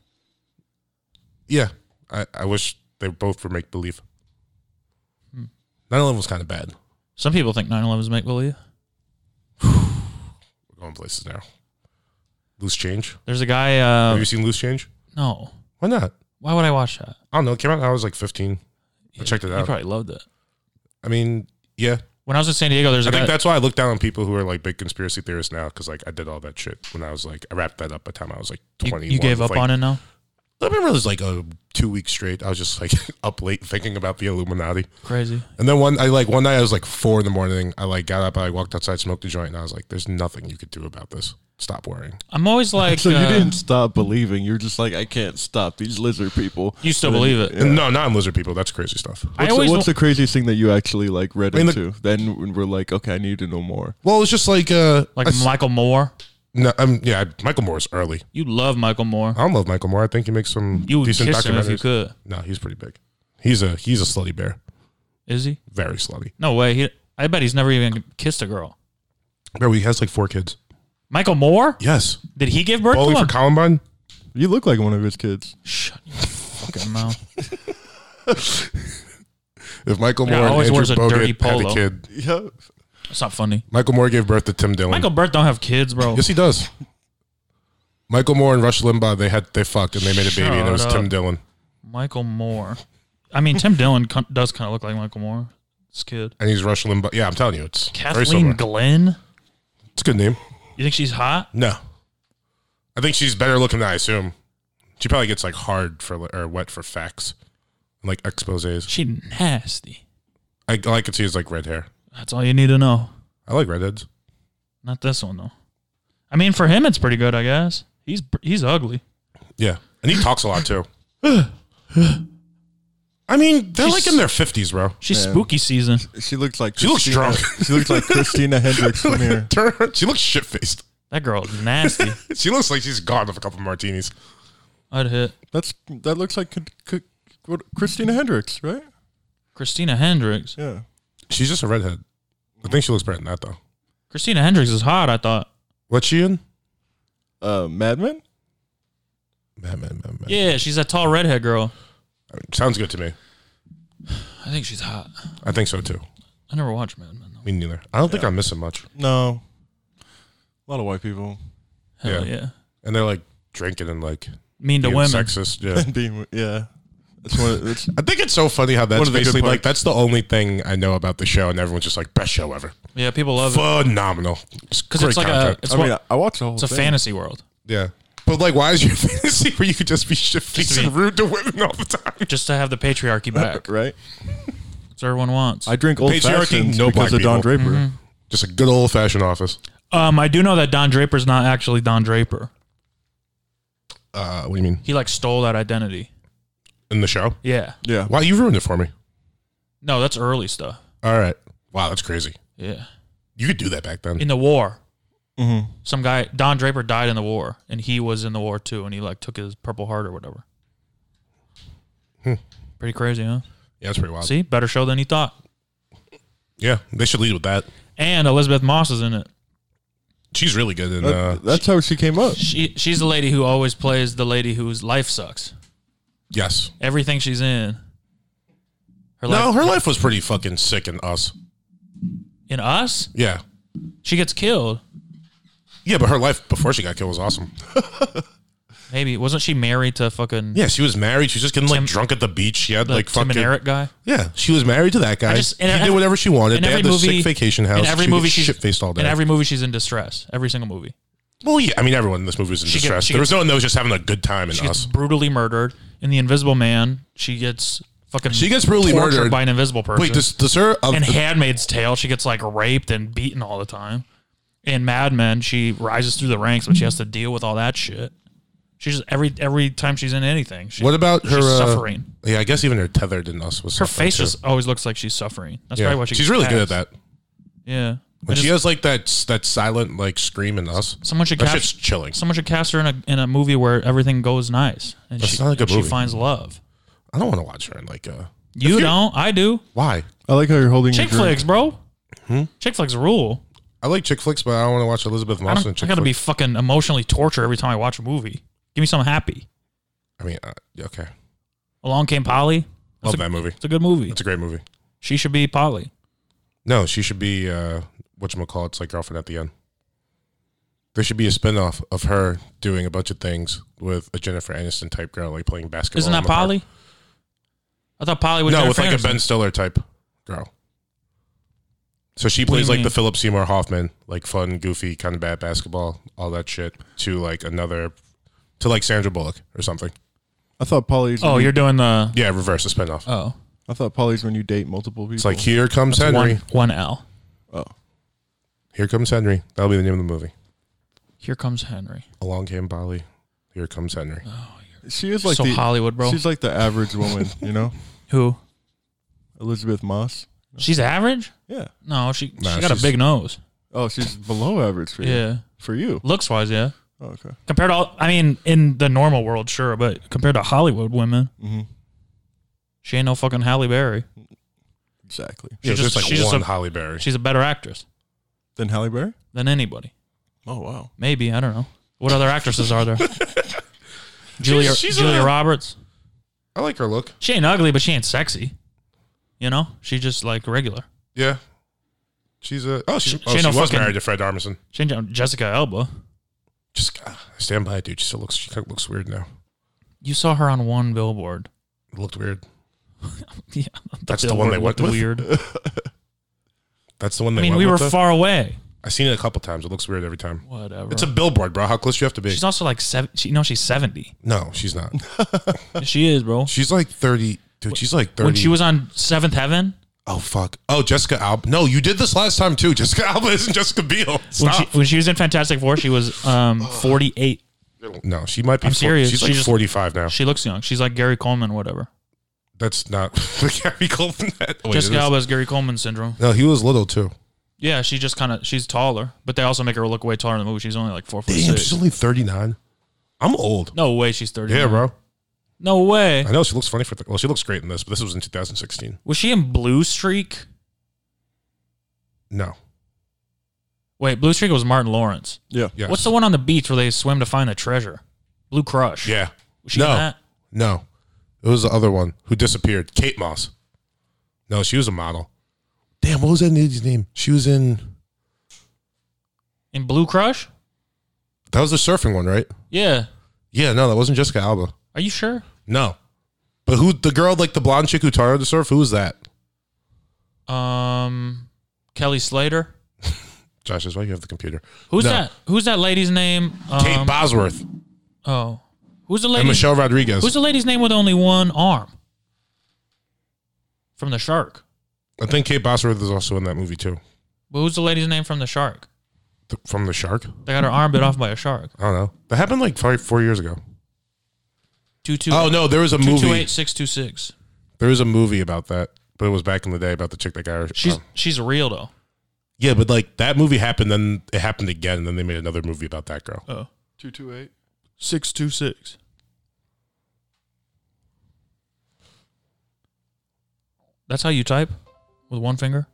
Speaker 3: Yeah, I, I wish they both were make believe. Hmm. 9/11 was kind of bad.
Speaker 5: Some people think 9/11 is make believe.
Speaker 3: We're going places now. Loose Change.
Speaker 5: There's a guy. Uh,
Speaker 3: Have you seen Loose Change?
Speaker 5: no,
Speaker 3: Why not?
Speaker 5: why would I watch that?
Speaker 3: I don't know. It came out when I was like 15. I checked it
Speaker 5: You
Speaker 3: out.
Speaker 5: probably loved it.
Speaker 3: I mean, yeah.
Speaker 5: When I was in San Diego, there's a
Speaker 3: I
Speaker 5: guy.
Speaker 3: think that's why I look down on people who are like big conspiracy theorists now because like I did all that shit when I was like, I wrapped that up by the time I was like
Speaker 5: you,
Speaker 3: 20.
Speaker 5: you gave up on it now.
Speaker 3: I remember it was like a two weeks straight. I was just like up late thinking about the Illuminati.
Speaker 5: Crazy.
Speaker 3: And then one, I like one night I was like four in the morning. I like got up, I walked outside, smoked a joint, and I was like, there's nothing you could do about this. Stop worrying.
Speaker 5: I'm always like.
Speaker 4: So
Speaker 5: uh,
Speaker 4: you didn't stop believing. You're just like, I can't stop these lizard people.
Speaker 5: You still believe it?
Speaker 3: And no, not in lizard people. That's crazy stuff.
Speaker 5: I
Speaker 4: What's, the,
Speaker 5: always
Speaker 4: what's the craziest thing that you actually like read
Speaker 3: mean, the-
Speaker 4: into? then when we're like, okay, I need to know more.
Speaker 3: Well, it's just like, uh,
Speaker 5: like
Speaker 3: I s-
Speaker 5: Michael Moore.
Speaker 3: no, I'm, yeah, I- Michael Moore's early.
Speaker 5: You love Michael Moore.
Speaker 3: I don't love Michael Moore. I think he makes some
Speaker 5: You would
Speaker 3: Uh, decent
Speaker 5: kiss him
Speaker 3: documentaries.
Speaker 5: if you could.
Speaker 3: No, he's pretty big. He's a he's a slutty bear.
Speaker 5: Is he?
Speaker 3: Very slutty.
Speaker 5: No way. He, I bet he's never even kissed a girl.
Speaker 3: Bro, he has like four kids.
Speaker 5: Michael Moore?
Speaker 3: Yes.
Speaker 5: Did he give birth
Speaker 3: Only
Speaker 5: to
Speaker 3: for
Speaker 5: him?
Speaker 3: Columbine?
Speaker 4: You look like one of his kids.
Speaker 5: Shut your fucking mouth.
Speaker 3: If Michael
Speaker 5: Yeah,
Speaker 3: Moore and
Speaker 5: always
Speaker 3: Andrew
Speaker 5: wears a dirty
Speaker 3: Bogut had a
Speaker 5: polo.
Speaker 3: kid,
Speaker 4: Yeah.
Speaker 5: That's not funny.
Speaker 3: Michael Moore gave birth to Tim Dillon.
Speaker 5: Michael Burt don't have kids, bro.
Speaker 3: Yes, he does. Michael Moore and Rush Limbaugh, they had they fucked and they made a baby, and it was
Speaker 5: Shut
Speaker 3: Tim
Speaker 5: up.
Speaker 3: Dillon.
Speaker 5: Michael Moore. I mean, Tim Dillon con- does kind of look like Michael Moore. This kid.
Speaker 3: And he's Rush Limbaugh. Yeah, I'm telling you, it's very
Speaker 5: Kathleen
Speaker 3: similar.
Speaker 5: Glenn.
Speaker 3: It's a good name.
Speaker 5: You think she's hot?
Speaker 3: No, I think she's better looking than I assume. She probably gets like hard for li- or wet for facts, like exposés.
Speaker 5: She nasty.
Speaker 3: I all I could see is like red hair.
Speaker 5: That's all you need to know.
Speaker 3: I like redheads.
Speaker 5: Not this one though. I mean, for him, it's pretty good, I guess. He's he's ugly.
Speaker 3: Yeah, and he talks a lot too. I mean, they're
Speaker 5: She's-
Speaker 3: like in their fifties, bro.
Speaker 5: She's spooky season.
Speaker 4: She looks like
Speaker 3: She looks
Speaker 4: Christina-
Speaker 3: drunk.
Speaker 4: she looks like Christina Hendricks from here.
Speaker 3: Turn her- she looks shit faced.
Speaker 5: That girl is nasty.
Speaker 3: She looks like she's gone with a couple martinis.
Speaker 5: I'd hit
Speaker 4: That's that looks like c- c- what- Christina Hendricks, right?
Speaker 5: Christina Hendricks.
Speaker 4: Yeah.
Speaker 3: She's just a redhead. I think she looks better than that though.
Speaker 5: Christina Hendricks is hot. I thought.
Speaker 3: What's she in?
Speaker 4: Uh, Mad Men.
Speaker 3: Man, man, man, man.
Speaker 5: Yeah, she's that tall redhead girl.
Speaker 3: Sounds good to me.
Speaker 5: I think she's hot.
Speaker 3: I think so too.
Speaker 5: I never watched Mad Men.
Speaker 3: Me neither. I don't think I'm missing much.
Speaker 4: No. A lot of white people
Speaker 5: Though. Hell yeah.
Speaker 3: Yeah. And they're like drinking and like
Speaker 5: Mean to
Speaker 3: being
Speaker 5: women.
Speaker 3: sexist. Yeah.
Speaker 4: being yeah. That's one. Of, that's
Speaker 3: I think it's so funny how that's
Speaker 4: of the good
Speaker 3: basically like that's
Speaker 4: parts.
Speaker 3: the only thing I know about the show, and everyone's just like best show ever,
Speaker 5: Yeah, people love it
Speaker 3: phenomenal.
Speaker 5: because it's like a it's,
Speaker 4: I
Speaker 5: what,
Speaker 4: mean, I, I watched the whole.
Speaker 5: it's a
Speaker 4: thing.
Speaker 5: fantasy world.
Speaker 3: yeah. But like, why is your fantasy where you could just be shit
Speaker 5: Just
Speaker 3: faced
Speaker 5: to be-
Speaker 3: and rude to women all the time?
Speaker 5: Just to have the patriarchy back.
Speaker 4: right?
Speaker 5: That's what everyone wants.
Speaker 4: I drink old
Speaker 3: Patriarchy,
Speaker 4: fashions
Speaker 3: no black
Speaker 4: because of Don
Speaker 3: people.
Speaker 4: Draper.
Speaker 5: Mm-hmm.
Speaker 3: Just a good old fashioned office.
Speaker 5: um, I do know that Don Draper's not actually Don Draper.
Speaker 3: Uh, what do you mean
Speaker 5: He like stole that identity.
Speaker 3: in the show?
Speaker 5: Yeah.
Speaker 4: Yeah.
Speaker 3: Wow, you ruined it for me.
Speaker 5: No, that's early stuff.
Speaker 3: All right. Wow, that's crazy.
Speaker 5: Yeah.
Speaker 3: You could do that back then.
Speaker 5: In the war,
Speaker 3: Mm-hmm.
Speaker 4: Mhm.
Speaker 5: some guy Don Draper died in the war, and he was in the war too, and he like took his Purple Heart or whatever.
Speaker 3: Hmm.
Speaker 5: Pretty crazy, huh?
Speaker 3: Yeah, that's pretty wild.
Speaker 5: See, better show than he thought.
Speaker 3: Yeah, they should lead with that.
Speaker 5: And Elizabeth Moss is in it.
Speaker 3: She's really good in.
Speaker 4: That-
Speaker 3: Uh,
Speaker 4: that's how she came up.
Speaker 5: She she's the lady who always plays the lady whose life sucks.
Speaker 3: yes.
Speaker 5: Everything she's in. Her
Speaker 3: No,
Speaker 5: life
Speaker 3: her life was pretty fucking sick in Us.
Speaker 5: in us,
Speaker 3: Yeah.
Speaker 5: she gets killed.
Speaker 3: Yeah, but her life before she got killed was awesome.
Speaker 5: Maybe wasn't she married to fucking
Speaker 3: Yeah, she was married. She was just getting like
Speaker 5: Tim-
Speaker 3: drunk at the beach. She had
Speaker 5: the
Speaker 3: like
Speaker 5: Tim
Speaker 3: fucking.
Speaker 5: and Eric guy?
Speaker 3: Yeah, she was married to that guy.
Speaker 5: I just-
Speaker 3: he
Speaker 5: in every-
Speaker 3: did whatever she wanted.
Speaker 5: in
Speaker 3: They
Speaker 5: every
Speaker 3: had this
Speaker 5: movie-
Speaker 3: sick vacation house.
Speaker 5: in every
Speaker 3: she
Speaker 5: movie she's
Speaker 3: shit faced all day.
Speaker 5: In every movie, she's in distress. Every single movie,
Speaker 3: well, yeah, I mean, everyone in this movie was in
Speaker 5: She gets-
Speaker 3: distress.
Speaker 5: she
Speaker 3: there
Speaker 5: gets-
Speaker 3: was no one that was just having a good time in
Speaker 5: she gets
Speaker 3: Us.
Speaker 5: brutally murdered. In The Invisible Man, she gets fucking
Speaker 3: She gets brutally
Speaker 5: tortured
Speaker 3: murdered.
Speaker 5: by an invisible person.
Speaker 3: Wait, does um, does her of
Speaker 5: in Handmaid's Tale, she gets like raped and beaten all the time. In Mad Men, she rises through the ranks, but she has to deal with all that shit. She's every every time she's in anything. She,
Speaker 3: what about her
Speaker 5: she's
Speaker 3: uh,
Speaker 5: suffering?
Speaker 3: Yeah, I guess even her tethered and us was
Speaker 5: Her
Speaker 3: suffering,
Speaker 5: face
Speaker 3: too.
Speaker 5: just always looks like she's suffering. That's
Speaker 3: Yeah.
Speaker 5: probably why she.
Speaker 3: she's
Speaker 5: gets
Speaker 3: really good at
Speaker 5: cast.
Speaker 3: that.
Speaker 5: Yeah. I
Speaker 3: When she
Speaker 5: just-
Speaker 3: has like that that silent like scream in us,
Speaker 5: someone should
Speaker 3: that
Speaker 5: cast
Speaker 3: shit's chilling.
Speaker 5: someone should cast her in a in a movie where everything goes nice and
Speaker 3: That's
Speaker 5: she
Speaker 3: not a good
Speaker 5: and she
Speaker 3: movie.
Speaker 5: finds love.
Speaker 3: I don't want to watch her in like uh
Speaker 5: You don't. I do.
Speaker 3: why?
Speaker 4: I like how you're holding
Speaker 5: Chick
Speaker 4: your drink.
Speaker 5: flicks, bro.
Speaker 3: Hmm?
Speaker 5: Chick flicks rule.
Speaker 3: I like chick flicks, but I don't want to watch Elizabeth
Speaker 5: I,
Speaker 3: Moss in
Speaker 5: don't, I
Speaker 3: chick
Speaker 5: gotta be
Speaker 3: flicks.
Speaker 5: fucking emotionally tortured every time I watch a movie. Give me something happy.
Speaker 3: I mean, uh, okay,
Speaker 5: Along Came Polly.
Speaker 3: love
Speaker 5: a-
Speaker 3: that movie.
Speaker 5: It's a good movie.
Speaker 3: It's a great movie.
Speaker 5: She should be Polly.
Speaker 3: No, she should be uh whatchamacallit, it's like girlfriend at the end. There should be a spinoff of her doing a bunch of things with a Jennifer Aniston type girl, like playing basketball.
Speaker 5: Isn't
Speaker 3: in
Speaker 5: that
Speaker 3: the park.
Speaker 5: Polly? I thought Polly was
Speaker 3: no,
Speaker 5: Jennifer
Speaker 3: with like a
Speaker 5: Aniston.
Speaker 3: Ben Stiller type girl. So she
Speaker 5: What do you
Speaker 3: plays like
Speaker 5: mean?
Speaker 3: the Philip Seymour Hoffman, like fun, goofy, kind of bad basketball, all that shit, to like another, to like Sandra Bullock or something.
Speaker 4: I thought Polly's.
Speaker 5: Oh,
Speaker 4: when you-
Speaker 5: you're doing the
Speaker 3: Yeah, reverse a spinoff.
Speaker 5: oh.
Speaker 4: I thought Polly's when you date multiple people.
Speaker 3: it's like here comes
Speaker 5: It's
Speaker 3: Henry,
Speaker 5: One one L.
Speaker 3: here comes Henry. That'll be the name of the movie.
Speaker 5: Here comes Henry.
Speaker 3: Along came Polly, here comes Henry.
Speaker 4: she is like
Speaker 5: so
Speaker 4: the
Speaker 5: Hollywood, bro.
Speaker 4: she's like the average woman, you know,
Speaker 5: Who?
Speaker 4: Elizabeth Moss.
Speaker 5: She's average?
Speaker 4: Yeah.
Speaker 5: No, she
Speaker 3: Nah,
Speaker 5: she got a
Speaker 3: she's-
Speaker 5: big nose.
Speaker 4: Oh, she's below average for you.
Speaker 5: Yeah. Mm-hmm.
Speaker 4: For you.
Speaker 5: Looks wise, yeah.
Speaker 4: Oh, okay.
Speaker 5: Compared to all I mean, in the normal world, sure, but compared to Hollywood women,
Speaker 3: Mm-hmm.
Speaker 4: Mhm.
Speaker 5: she ain't no fucking Halle Berry.
Speaker 4: Exactly.
Speaker 5: She's
Speaker 3: She's just,
Speaker 5: just-
Speaker 3: like
Speaker 5: she's just
Speaker 3: one
Speaker 5: a-
Speaker 3: Holly Berry.
Speaker 5: She's a better actress
Speaker 4: Then Halle Berry.
Speaker 5: than anybody.
Speaker 4: Oh wow.
Speaker 5: Maybe, I don't know. What other actresses are there? Julia
Speaker 3: she's
Speaker 5: Julia
Speaker 3: a-
Speaker 5: Roberts.
Speaker 3: I like her look.
Speaker 5: She ain't ugly, but she ain't sexy. You know? She just like regular.
Speaker 3: Yeah. She's a oh she's,
Speaker 5: She-
Speaker 3: oh,
Speaker 5: she
Speaker 3: she,
Speaker 5: ain't no
Speaker 3: was
Speaker 5: fucking-
Speaker 3: married to Fred Armisen.
Speaker 5: She ain't Je- Jessica Elba.
Speaker 3: Just uh, stand by, it, dude. She still looks she kinda looks weird now.
Speaker 5: You saw her on one billboard.
Speaker 3: It looked weird.
Speaker 5: Yeah,
Speaker 3: That's the one they
Speaker 5: billboard
Speaker 3: went with.
Speaker 5: looked Weird.
Speaker 3: That's the one. They
Speaker 5: I mean,
Speaker 3: went
Speaker 5: we were
Speaker 3: with, though.
Speaker 5: far away.
Speaker 3: I've seen it a couple times. It looks weird every time.
Speaker 5: Whatever.
Speaker 3: It's a billboard, bro. How close do you have to be?
Speaker 5: she's also like seven. She, no, she's seventy.
Speaker 3: no, she's not.
Speaker 5: she is, bro.
Speaker 3: She's like thirty, dude. She's like thirty.
Speaker 5: When she was on Seventh Heaven,
Speaker 3: oh fuck. Oh, Jessica Alba. No, you did this last time too. Jessica Alba isn't Jessica Biel.
Speaker 5: when she,
Speaker 3: Stop.
Speaker 5: when she was in Fantastic Four, she was um forty eight.
Speaker 3: no, she might be.
Speaker 5: I'm
Speaker 3: four-
Speaker 5: serious.
Speaker 3: She's
Speaker 5: She
Speaker 3: like
Speaker 5: just-
Speaker 3: forty-five now.
Speaker 5: She looks young. She's like Gary Coleman, whatever.
Speaker 3: That's not Gary Coleman. Wait, it
Speaker 5: Jessica
Speaker 3: is.
Speaker 5: Alba is Gary Coleman syndrome.
Speaker 3: No, he was little too.
Speaker 5: Yeah, she just kind of she's taller, but they also make her look way taller in the movie. She's only like four foot
Speaker 3: Damn,
Speaker 5: six.
Speaker 3: she's only 39. I'm old.
Speaker 5: No way, she's thirty.
Speaker 3: Yeah, bro.
Speaker 5: No way.
Speaker 3: I know she looks funny for. Th- well, she looks great in this, but this was in 2016.
Speaker 5: Was she in Blue Streak?
Speaker 3: No.
Speaker 5: Wait, Blue Streak was Martin Lawrence.
Speaker 4: Yeah.
Speaker 3: Yes.
Speaker 5: What's the one on the beach where they swim to find the treasure? Blue Crush.
Speaker 3: Yeah.
Speaker 5: Was she
Speaker 3: no.
Speaker 5: in that?
Speaker 3: No. It was the other one who disappeared. Kate Moss. No, she was a model. Damn, what was that lady's name? She was in.
Speaker 5: In Blue Crush?
Speaker 3: That was the surfing one, right?
Speaker 5: Yeah.
Speaker 3: Yeah. No, that wasn't Jessica Alba.
Speaker 5: Are you sure?
Speaker 3: No. But who the girl like the blonde chick who taught her to surf? Who was that?
Speaker 5: Um, Kelly Slater.
Speaker 3: Josh, that's why you have the computer.
Speaker 5: Who's
Speaker 3: No.
Speaker 5: that? Who's that lady's name? Um,
Speaker 3: Kate Bosworth
Speaker 5: oh, who's the
Speaker 3: and
Speaker 5: lady?
Speaker 3: Michelle Rodriguez.
Speaker 5: Who's the lady's name with only one arm? From the shark.
Speaker 3: I think Kate Bosworth is also in that movie too.
Speaker 5: But who's the lady's name from the shark?
Speaker 3: Th- from the shark.
Speaker 5: They got her arm bit off by a shark.
Speaker 3: I don't know. That happened like five, four years ago.
Speaker 5: Two two.
Speaker 3: Oh no, there was a
Speaker 5: Two two
Speaker 3: movie.
Speaker 5: eight six two six.
Speaker 3: There was a movie about that, but it was back in the day about the chick that got her.
Speaker 5: She's
Speaker 3: oh.
Speaker 5: she's real though.
Speaker 3: yeah, but like that movie happened, then it happened again, and then they made another movie about that girl.
Speaker 5: Oh.
Speaker 4: Two two eight.
Speaker 5: Six two six. That's how you type? With one finger?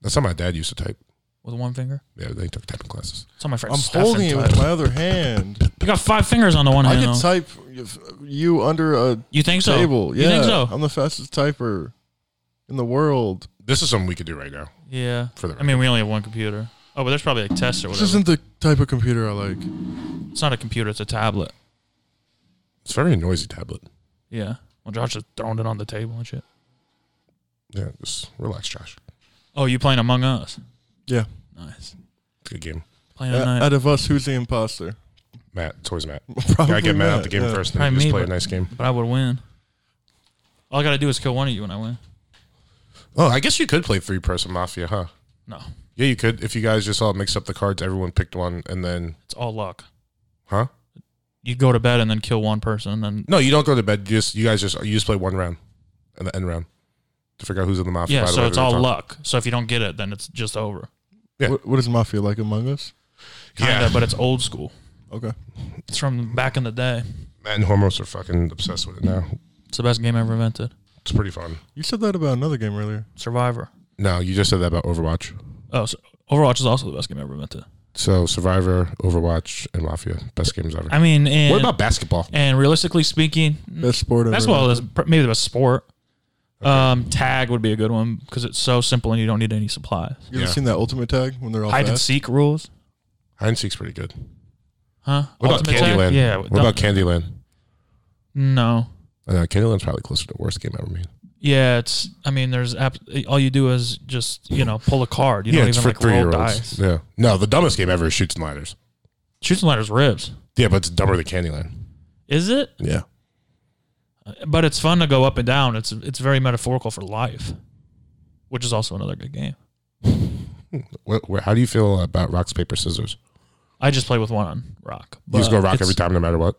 Speaker 3: That's how my dad used to type.
Speaker 5: With one finger?
Speaker 3: Yeah, they took typing classes.
Speaker 5: That's how my friend
Speaker 4: I'm
Speaker 5: Stefan
Speaker 4: holding it with
Speaker 5: types.
Speaker 4: my other hand.
Speaker 5: You got five fingers on the one
Speaker 4: I
Speaker 5: hand.
Speaker 4: can
Speaker 5: though.
Speaker 4: type if- you under a
Speaker 5: you think so?
Speaker 4: table. Yeah.
Speaker 5: You think so?
Speaker 4: I'm the fastest typer in the world.
Speaker 3: This is something we could do right now.
Speaker 5: yeah.
Speaker 3: For the
Speaker 5: I mean, we only have one computer. Oh, but there's probably like tests or
Speaker 4: This
Speaker 5: whatever.
Speaker 4: isn't the type of computer I like.
Speaker 5: it's not a computer. It's a tablet.
Speaker 3: It's a very noisy tablet.
Speaker 5: Yeah. Well, Josh just throwing it on the table and shit.
Speaker 3: Yeah, just relax, Josh.
Speaker 5: Oh, you playing Among Us?
Speaker 4: Yeah.
Speaker 5: Nice.
Speaker 3: It's a Good game,
Speaker 5: Playing at
Speaker 4: Uh,
Speaker 5: night.
Speaker 4: out of us, who's the imposter?
Speaker 3: Matt. It's always Matt.
Speaker 4: Probably
Speaker 3: Gotta get Matt out
Speaker 4: Matt,
Speaker 3: the game
Speaker 4: yeah.
Speaker 3: first, and
Speaker 5: Probably
Speaker 3: just
Speaker 5: me,
Speaker 3: play a
Speaker 5: but-
Speaker 3: nice game.
Speaker 5: But I would win. All I gotta do is kill one of you and I win.
Speaker 3: Oh, I guess you could play three person mafia, huh?
Speaker 5: No,
Speaker 3: Yeah, you could. If you guys just all mixed up the cards, everyone picked one, and then,
Speaker 5: it's all luck.
Speaker 3: huh?
Speaker 5: You go to bed and then kill one person, and then
Speaker 3: No, you don't go to bed. You just you guys just you just play one round, and the end round to figure out who's in the mafia.
Speaker 5: yeah,
Speaker 3: by the
Speaker 5: so
Speaker 3: way
Speaker 5: it's
Speaker 3: we were
Speaker 5: all
Speaker 3: talking.
Speaker 5: luck. So if you don't get it, then it's just over.
Speaker 3: Yeah.
Speaker 4: What, what is mafia like among us?
Speaker 5: Kinda,
Speaker 3: Yeah,
Speaker 5: but it's old school.
Speaker 4: Okay.
Speaker 5: It's from back in the day.
Speaker 3: Matt and Hormos are fucking obsessed with it now.
Speaker 5: It's the best game ever invented.
Speaker 3: It's pretty fun.
Speaker 4: You said that about another game earlier.
Speaker 5: Survivor.
Speaker 3: No, you just said that about Overwatch.
Speaker 5: Oh, so Overwatch is also the best game ever invented.
Speaker 3: So Survivor, Overwatch, and Mafia, best games ever.
Speaker 5: I mean, and,
Speaker 3: what about basketball?
Speaker 5: and realistically speaking,
Speaker 4: Best sport ever.
Speaker 5: that's well as maybe the best sport. Um, tag would be a good one because it's so simple and you don't need any supplies.
Speaker 4: You ever
Speaker 3: Yeah.
Speaker 4: seen that ultimate tag when they're all
Speaker 5: Hide and
Speaker 4: fast?
Speaker 5: seek rules,
Speaker 3: Hide and seek's pretty good.
Speaker 5: huh?
Speaker 3: What
Speaker 5: Ultimate
Speaker 3: about
Speaker 5: Tag?
Speaker 3: Candyland?
Speaker 5: Yeah.
Speaker 3: What
Speaker 5: don't-
Speaker 3: about Candyland?
Speaker 5: no?
Speaker 3: Uh, Candyland's probably closer to worst game ever made.
Speaker 5: Yeah, it's. I mean, there's app, all you do is just you know pull a card. You
Speaker 3: yeah,
Speaker 5: don't
Speaker 3: it's for
Speaker 5: even like
Speaker 3: three
Speaker 5: roll
Speaker 3: year olds.
Speaker 5: dice.
Speaker 3: Yeah. No, the dumbest game ever is Shoots and Ladders.
Speaker 5: Shooting ladders ribs.
Speaker 3: Yeah, but it's dumber than Candyland.
Speaker 5: Is it?
Speaker 3: Yeah.
Speaker 5: But it's fun to go up and down. It's it's very metaphorical for life, which is also another good game.
Speaker 3: What, where, how do you feel about rocks, paper, scissors?
Speaker 5: I just play with one on rock.
Speaker 3: You just go
Speaker 5: but
Speaker 3: rock
Speaker 5: it's-
Speaker 3: every time, no matter what.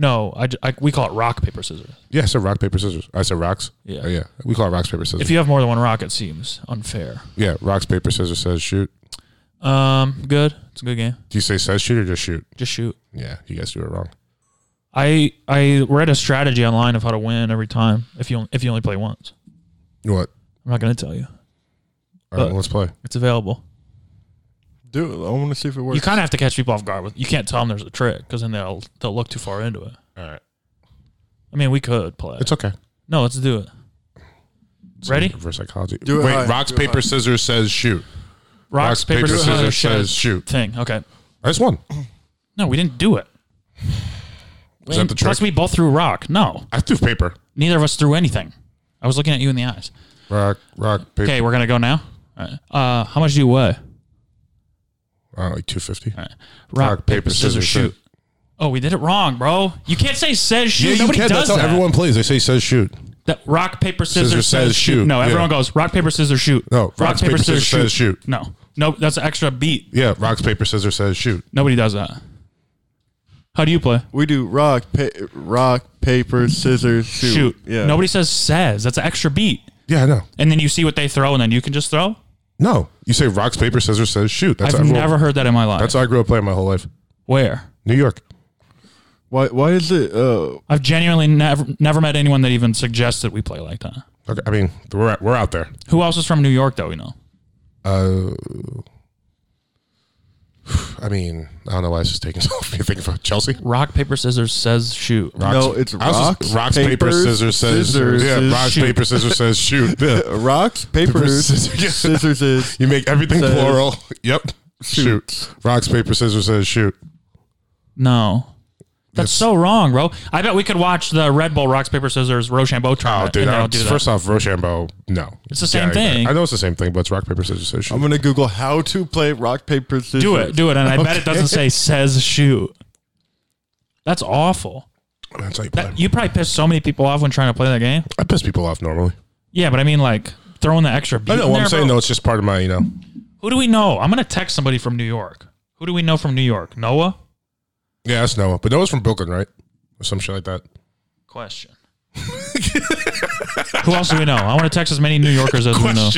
Speaker 5: No, I, ju- I- we call it rock paper scissors.
Speaker 3: Yeah, so rock, paper, scissors. I said rocks.
Speaker 5: Yeah.
Speaker 3: Oh, yeah. We call it rocks, paper, scissors.
Speaker 5: If you have more than one rock, it seems unfair.
Speaker 3: yeah, rocks, paper, scissors says shoot.
Speaker 5: Um, good. It's a good game.
Speaker 3: Do you say says shoot or just shoot?
Speaker 5: Just shoot.
Speaker 3: Yeah, you guys do it wrong.
Speaker 5: I I read a strategy online of how to win every time if you if you only play once.
Speaker 3: You know what?
Speaker 5: I'm not gonna tell you.
Speaker 3: All right,
Speaker 5: But-
Speaker 3: let's play.
Speaker 5: It's available.
Speaker 4: Do it. I want to see if it works.
Speaker 5: You kind of have to catch people off guard with. You can't tell them there's a trick because then they'll they'll look too far into it.
Speaker 3: All right.
Speaker 5: I mean, we could play.
Speaker 3: It's okay.
Speaker 5: no, let's do it. Ready?
Speaker 3: For psychology.
Speaker 4: Do it
Speaker 3: Wait,
Speaker 4: high,
Speaker 3: rocks,
Speaker 4: do it
Speaker 3: paper,
Speaker 4: high.
Speaker 3: scissors says shoot.
Speaker 5: Rocks, paper, scissors,
Speaker 3: says
Speaker 5: shoot.
Speaker 3: shoot.
Speaker 5: Thing. Okay.
Speaker 3: I just won.
Speaker 5: No, we didn't do it.
Speaker 3: Is that the trick?
Speaker 5: Plus, we both threw rock. No,
Speaker 3: I threw paper.
Speaker 5: neither of us threw anything. I was looking at you in the eyes.
Speaker 3: Rock, rock, paper.
Speaker 5: Okay, we're gonna go now. All right. Uh, how much do you weigh?
Speaker 3: Uh, like 250.
Speaker 5: All right. Rock, paper, scissors, shoot. Oh, we did it wrong, bro. You can't say says shoot.
Speaker 3: Yeah, you
Speaker 5: Nobody
Speaker 3: can.
Speaker 5: does
Speaker 3: That's how
Speaker 5: that.
Speaker 3: everyone plays. They say says shoot.
Speaker 5: That rock paper scissors,
Speaker 3: Scissors
Speaker 5: says,
Speaker 3: says
Speaker 5: shoot.
Speaker 3: shoot.
Speaker 5: No,
Speaker 3: Yeah.
Speaker 5: everyone goes rock paper scissors shoot.
Speaker 3: No, rocks, paper, scissors says shoot.
Speaker 5: No, no, that's an extra beat.
Speaker 3: Yeah, rocks, paper, scissors says shoot.
Speaker 5: Nobody does that. How do you play?
Speaker 4: we do rock, pa- rock, paper, scissors, shoot.
Speaker 5: Shoot.
Speaker 4: Yeah.
Speaker 5: Nobody says says. That's an extra beat.
Speaker 3: Yeah, I know.
Speaker 5: And then you see what they throw, and then you can just throw.
Speaker 3: No, you say rocks, paper, scissors says shoot. That's
Speaker 5: I've
Speaker 3: how everyone-
Speaker 5: never heard that in my life.
Speaker 3: That's how I grew up playing my whole life.
Speaker 5: Where?
Speaker 3: New York.
Speaker 4: Why? Why is it? Uh,
Speaker 5: I've genuinely never never met anyone that even suggested we play like that.
Speaker 3: Okay, I mean, we're out, we're out there.
Speaker 5: Who else is from New York that we know?
Speaker 3: Uh, I mean, I don't know why it's just taking so long for me to think about Chelsea.
Speaker 5: Rock paper scissors says shoot.
Speaker 3: Rocks,
Speaker 4: No, it's
Speaker 3: I was just-
Speaker 4: rocks,
Speaker 3: rocks, paper,
Speaker 4: papers,
Speaker 3: scissors says
Speaker 4: scissors
Speaker 3: yeah,
Speaker 4: is
Speaker 3: rocks,
Speaker 5: shoot.
Speaker 3: paper, scissors says shoot. Yeah.
Speaker 4: rocks, papers,
Speaker 3: scissors. Yeah.
Speaker 4: scissors is
Speaker 3: You make everything
Speaker 4: Says-
Speaker 3: plural. Yep. Shoot. Rocks, paper, scissors says shoot.
Speaker 5: No. That's
Speaker 3: Yes.
Speaker 5: so wrong, bro. I bet we could watch the Red Bull Rocks Paper Scissors Rochambeau
Speaker 3: Oh,
Speaker 5: tournament.
Speaker 3: dude.
Speaker 5: and they
Speaker 3: I
Speaker 5: don't do that.
Speaker 3: first off, Rochambeau. No,
Speaker 5: It's the same
Speaker 3: I-
Speaker 5: thing.
Speaker 3: I know it's the same thing, but it's rock, paper, scissors says shoot.
Speaker 4: I'm gonna Google how to play rock, paper, scissors.
Speaker 5: do it, do it, and I bet it doesn't say says shoot. That's awful.
Speaker 3: That's how you play.
Speaker 5: That, you probably pissed so many people off when trying to play that game.
Speaker 3: I piss people off normally.
Speaker 5: Yeah, but I mean, like throwing the extra beat.
Speaker 3: I know what
Speaker 5: in
Speaker 3: I'm
Speaker 5: there,
Speaker 3: saying
Speaker 5: bro.
Speaker 3: though. It's just part of my, you know.
Speaker 5: Who do we know? I'm gonna text somebody from New York. Who do we know from New York? Noah?
Speaker 3: Yeah, that's Noah, but Noah's from Brooklyn, right? Or some shit like that.
Speaker 5: Question. Who else do we know? I want to text as many New Yorkers as we know.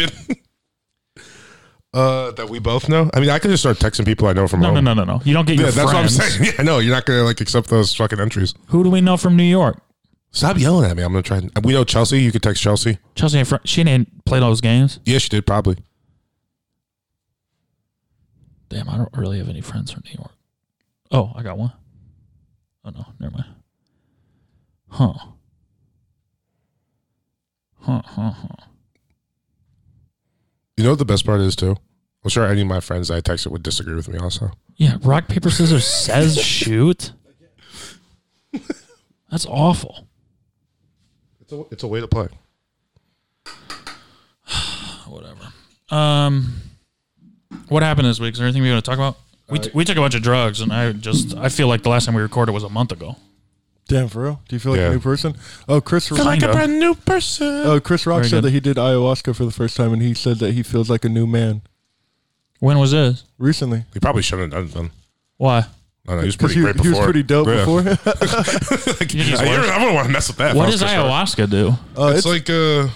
Speaker 3: uh, that we both know. I mean, I could just start texting people I know from
Speaker 5: No,
Speaker 3: home.
Speaker 5: no, no, no, no. You don't get your
Speaker 3: Yeah, that's
Speaker 5: friends.
Speaker 3: what I'm saying. Yeah, no, you're not gonna like accept those fucking entries.
Speaker 5: Who do we know from New York?
Speaker 3: Stop yelling at me. I'm gonna try. And, we know Chelsea. You could text Chelsea.
Speaker 5: Chelsea ain't fr- she didn't play those games.
Speaker 3: Yeah, she did probably.
Speaker 5: Damn, I don't really have any friends from New York. Oh, I got one. Oh no, never mind. Huh. Huh, huh, huh.
Speaker 3: You know what the best part is too. I'm sure any of my friends that I texted would disagree with me. Also,
Speaker 5: Yeah, rock, paper, scissors says shoot. That's awful.
Speaker 3: it's a, it's a way to play.
Speaker 5: Whatever. Um what happened this week? Is there anything we
Speaker 3: Uh,
Speaker 5: want to talk about? We, t- we took a bunch of drugs, and I just I feel like the last time we recorded was a month ago.
Speaker 4: Damn, for real? Do you feel like
Speaker 3: Yeah.
Speaker 4: a new person? Oh, Chris.
Speaker 3: Feel like a
Speaker 5: Kinda.
Speaker 3: brand new person.
Speaker 4: Oh, Chris Rock
Speaker 5: Very
Speaker 4: said
Speaker 5: good.
Speaker 4: that he did ayahuasca for the first time, and he said that he feels like a new man
Speaker 5: When was this?
Speaker 4: recently.
Speaker 3: He probably shouldn't have done it.
Speaker 5: Why?
Speaker 3: I don't know, he was
Speaker 4: Because
Speaker 3: pretty
Speaker 4: he,
Speaker 3: great
Speaker 4: he
Speaker 3: before.
Speaker 4: was pretty dope
Speaker 3: Yeah.
Speaker 4: before. Uh,
Speaker 3: like,
Speaker 5: You're just
Speaker 3: I,
Speaker 5: worse.
Speaker 3: I wouldn't want to mess with that. if I
Speaker 5: What
Speaker 3: was
Speaker 5: does
Speaker 3: Chris Rock.
Speaker 5: ayahuasca do?
Speaker 4: Uh,
Speaker 3: it's, like uh,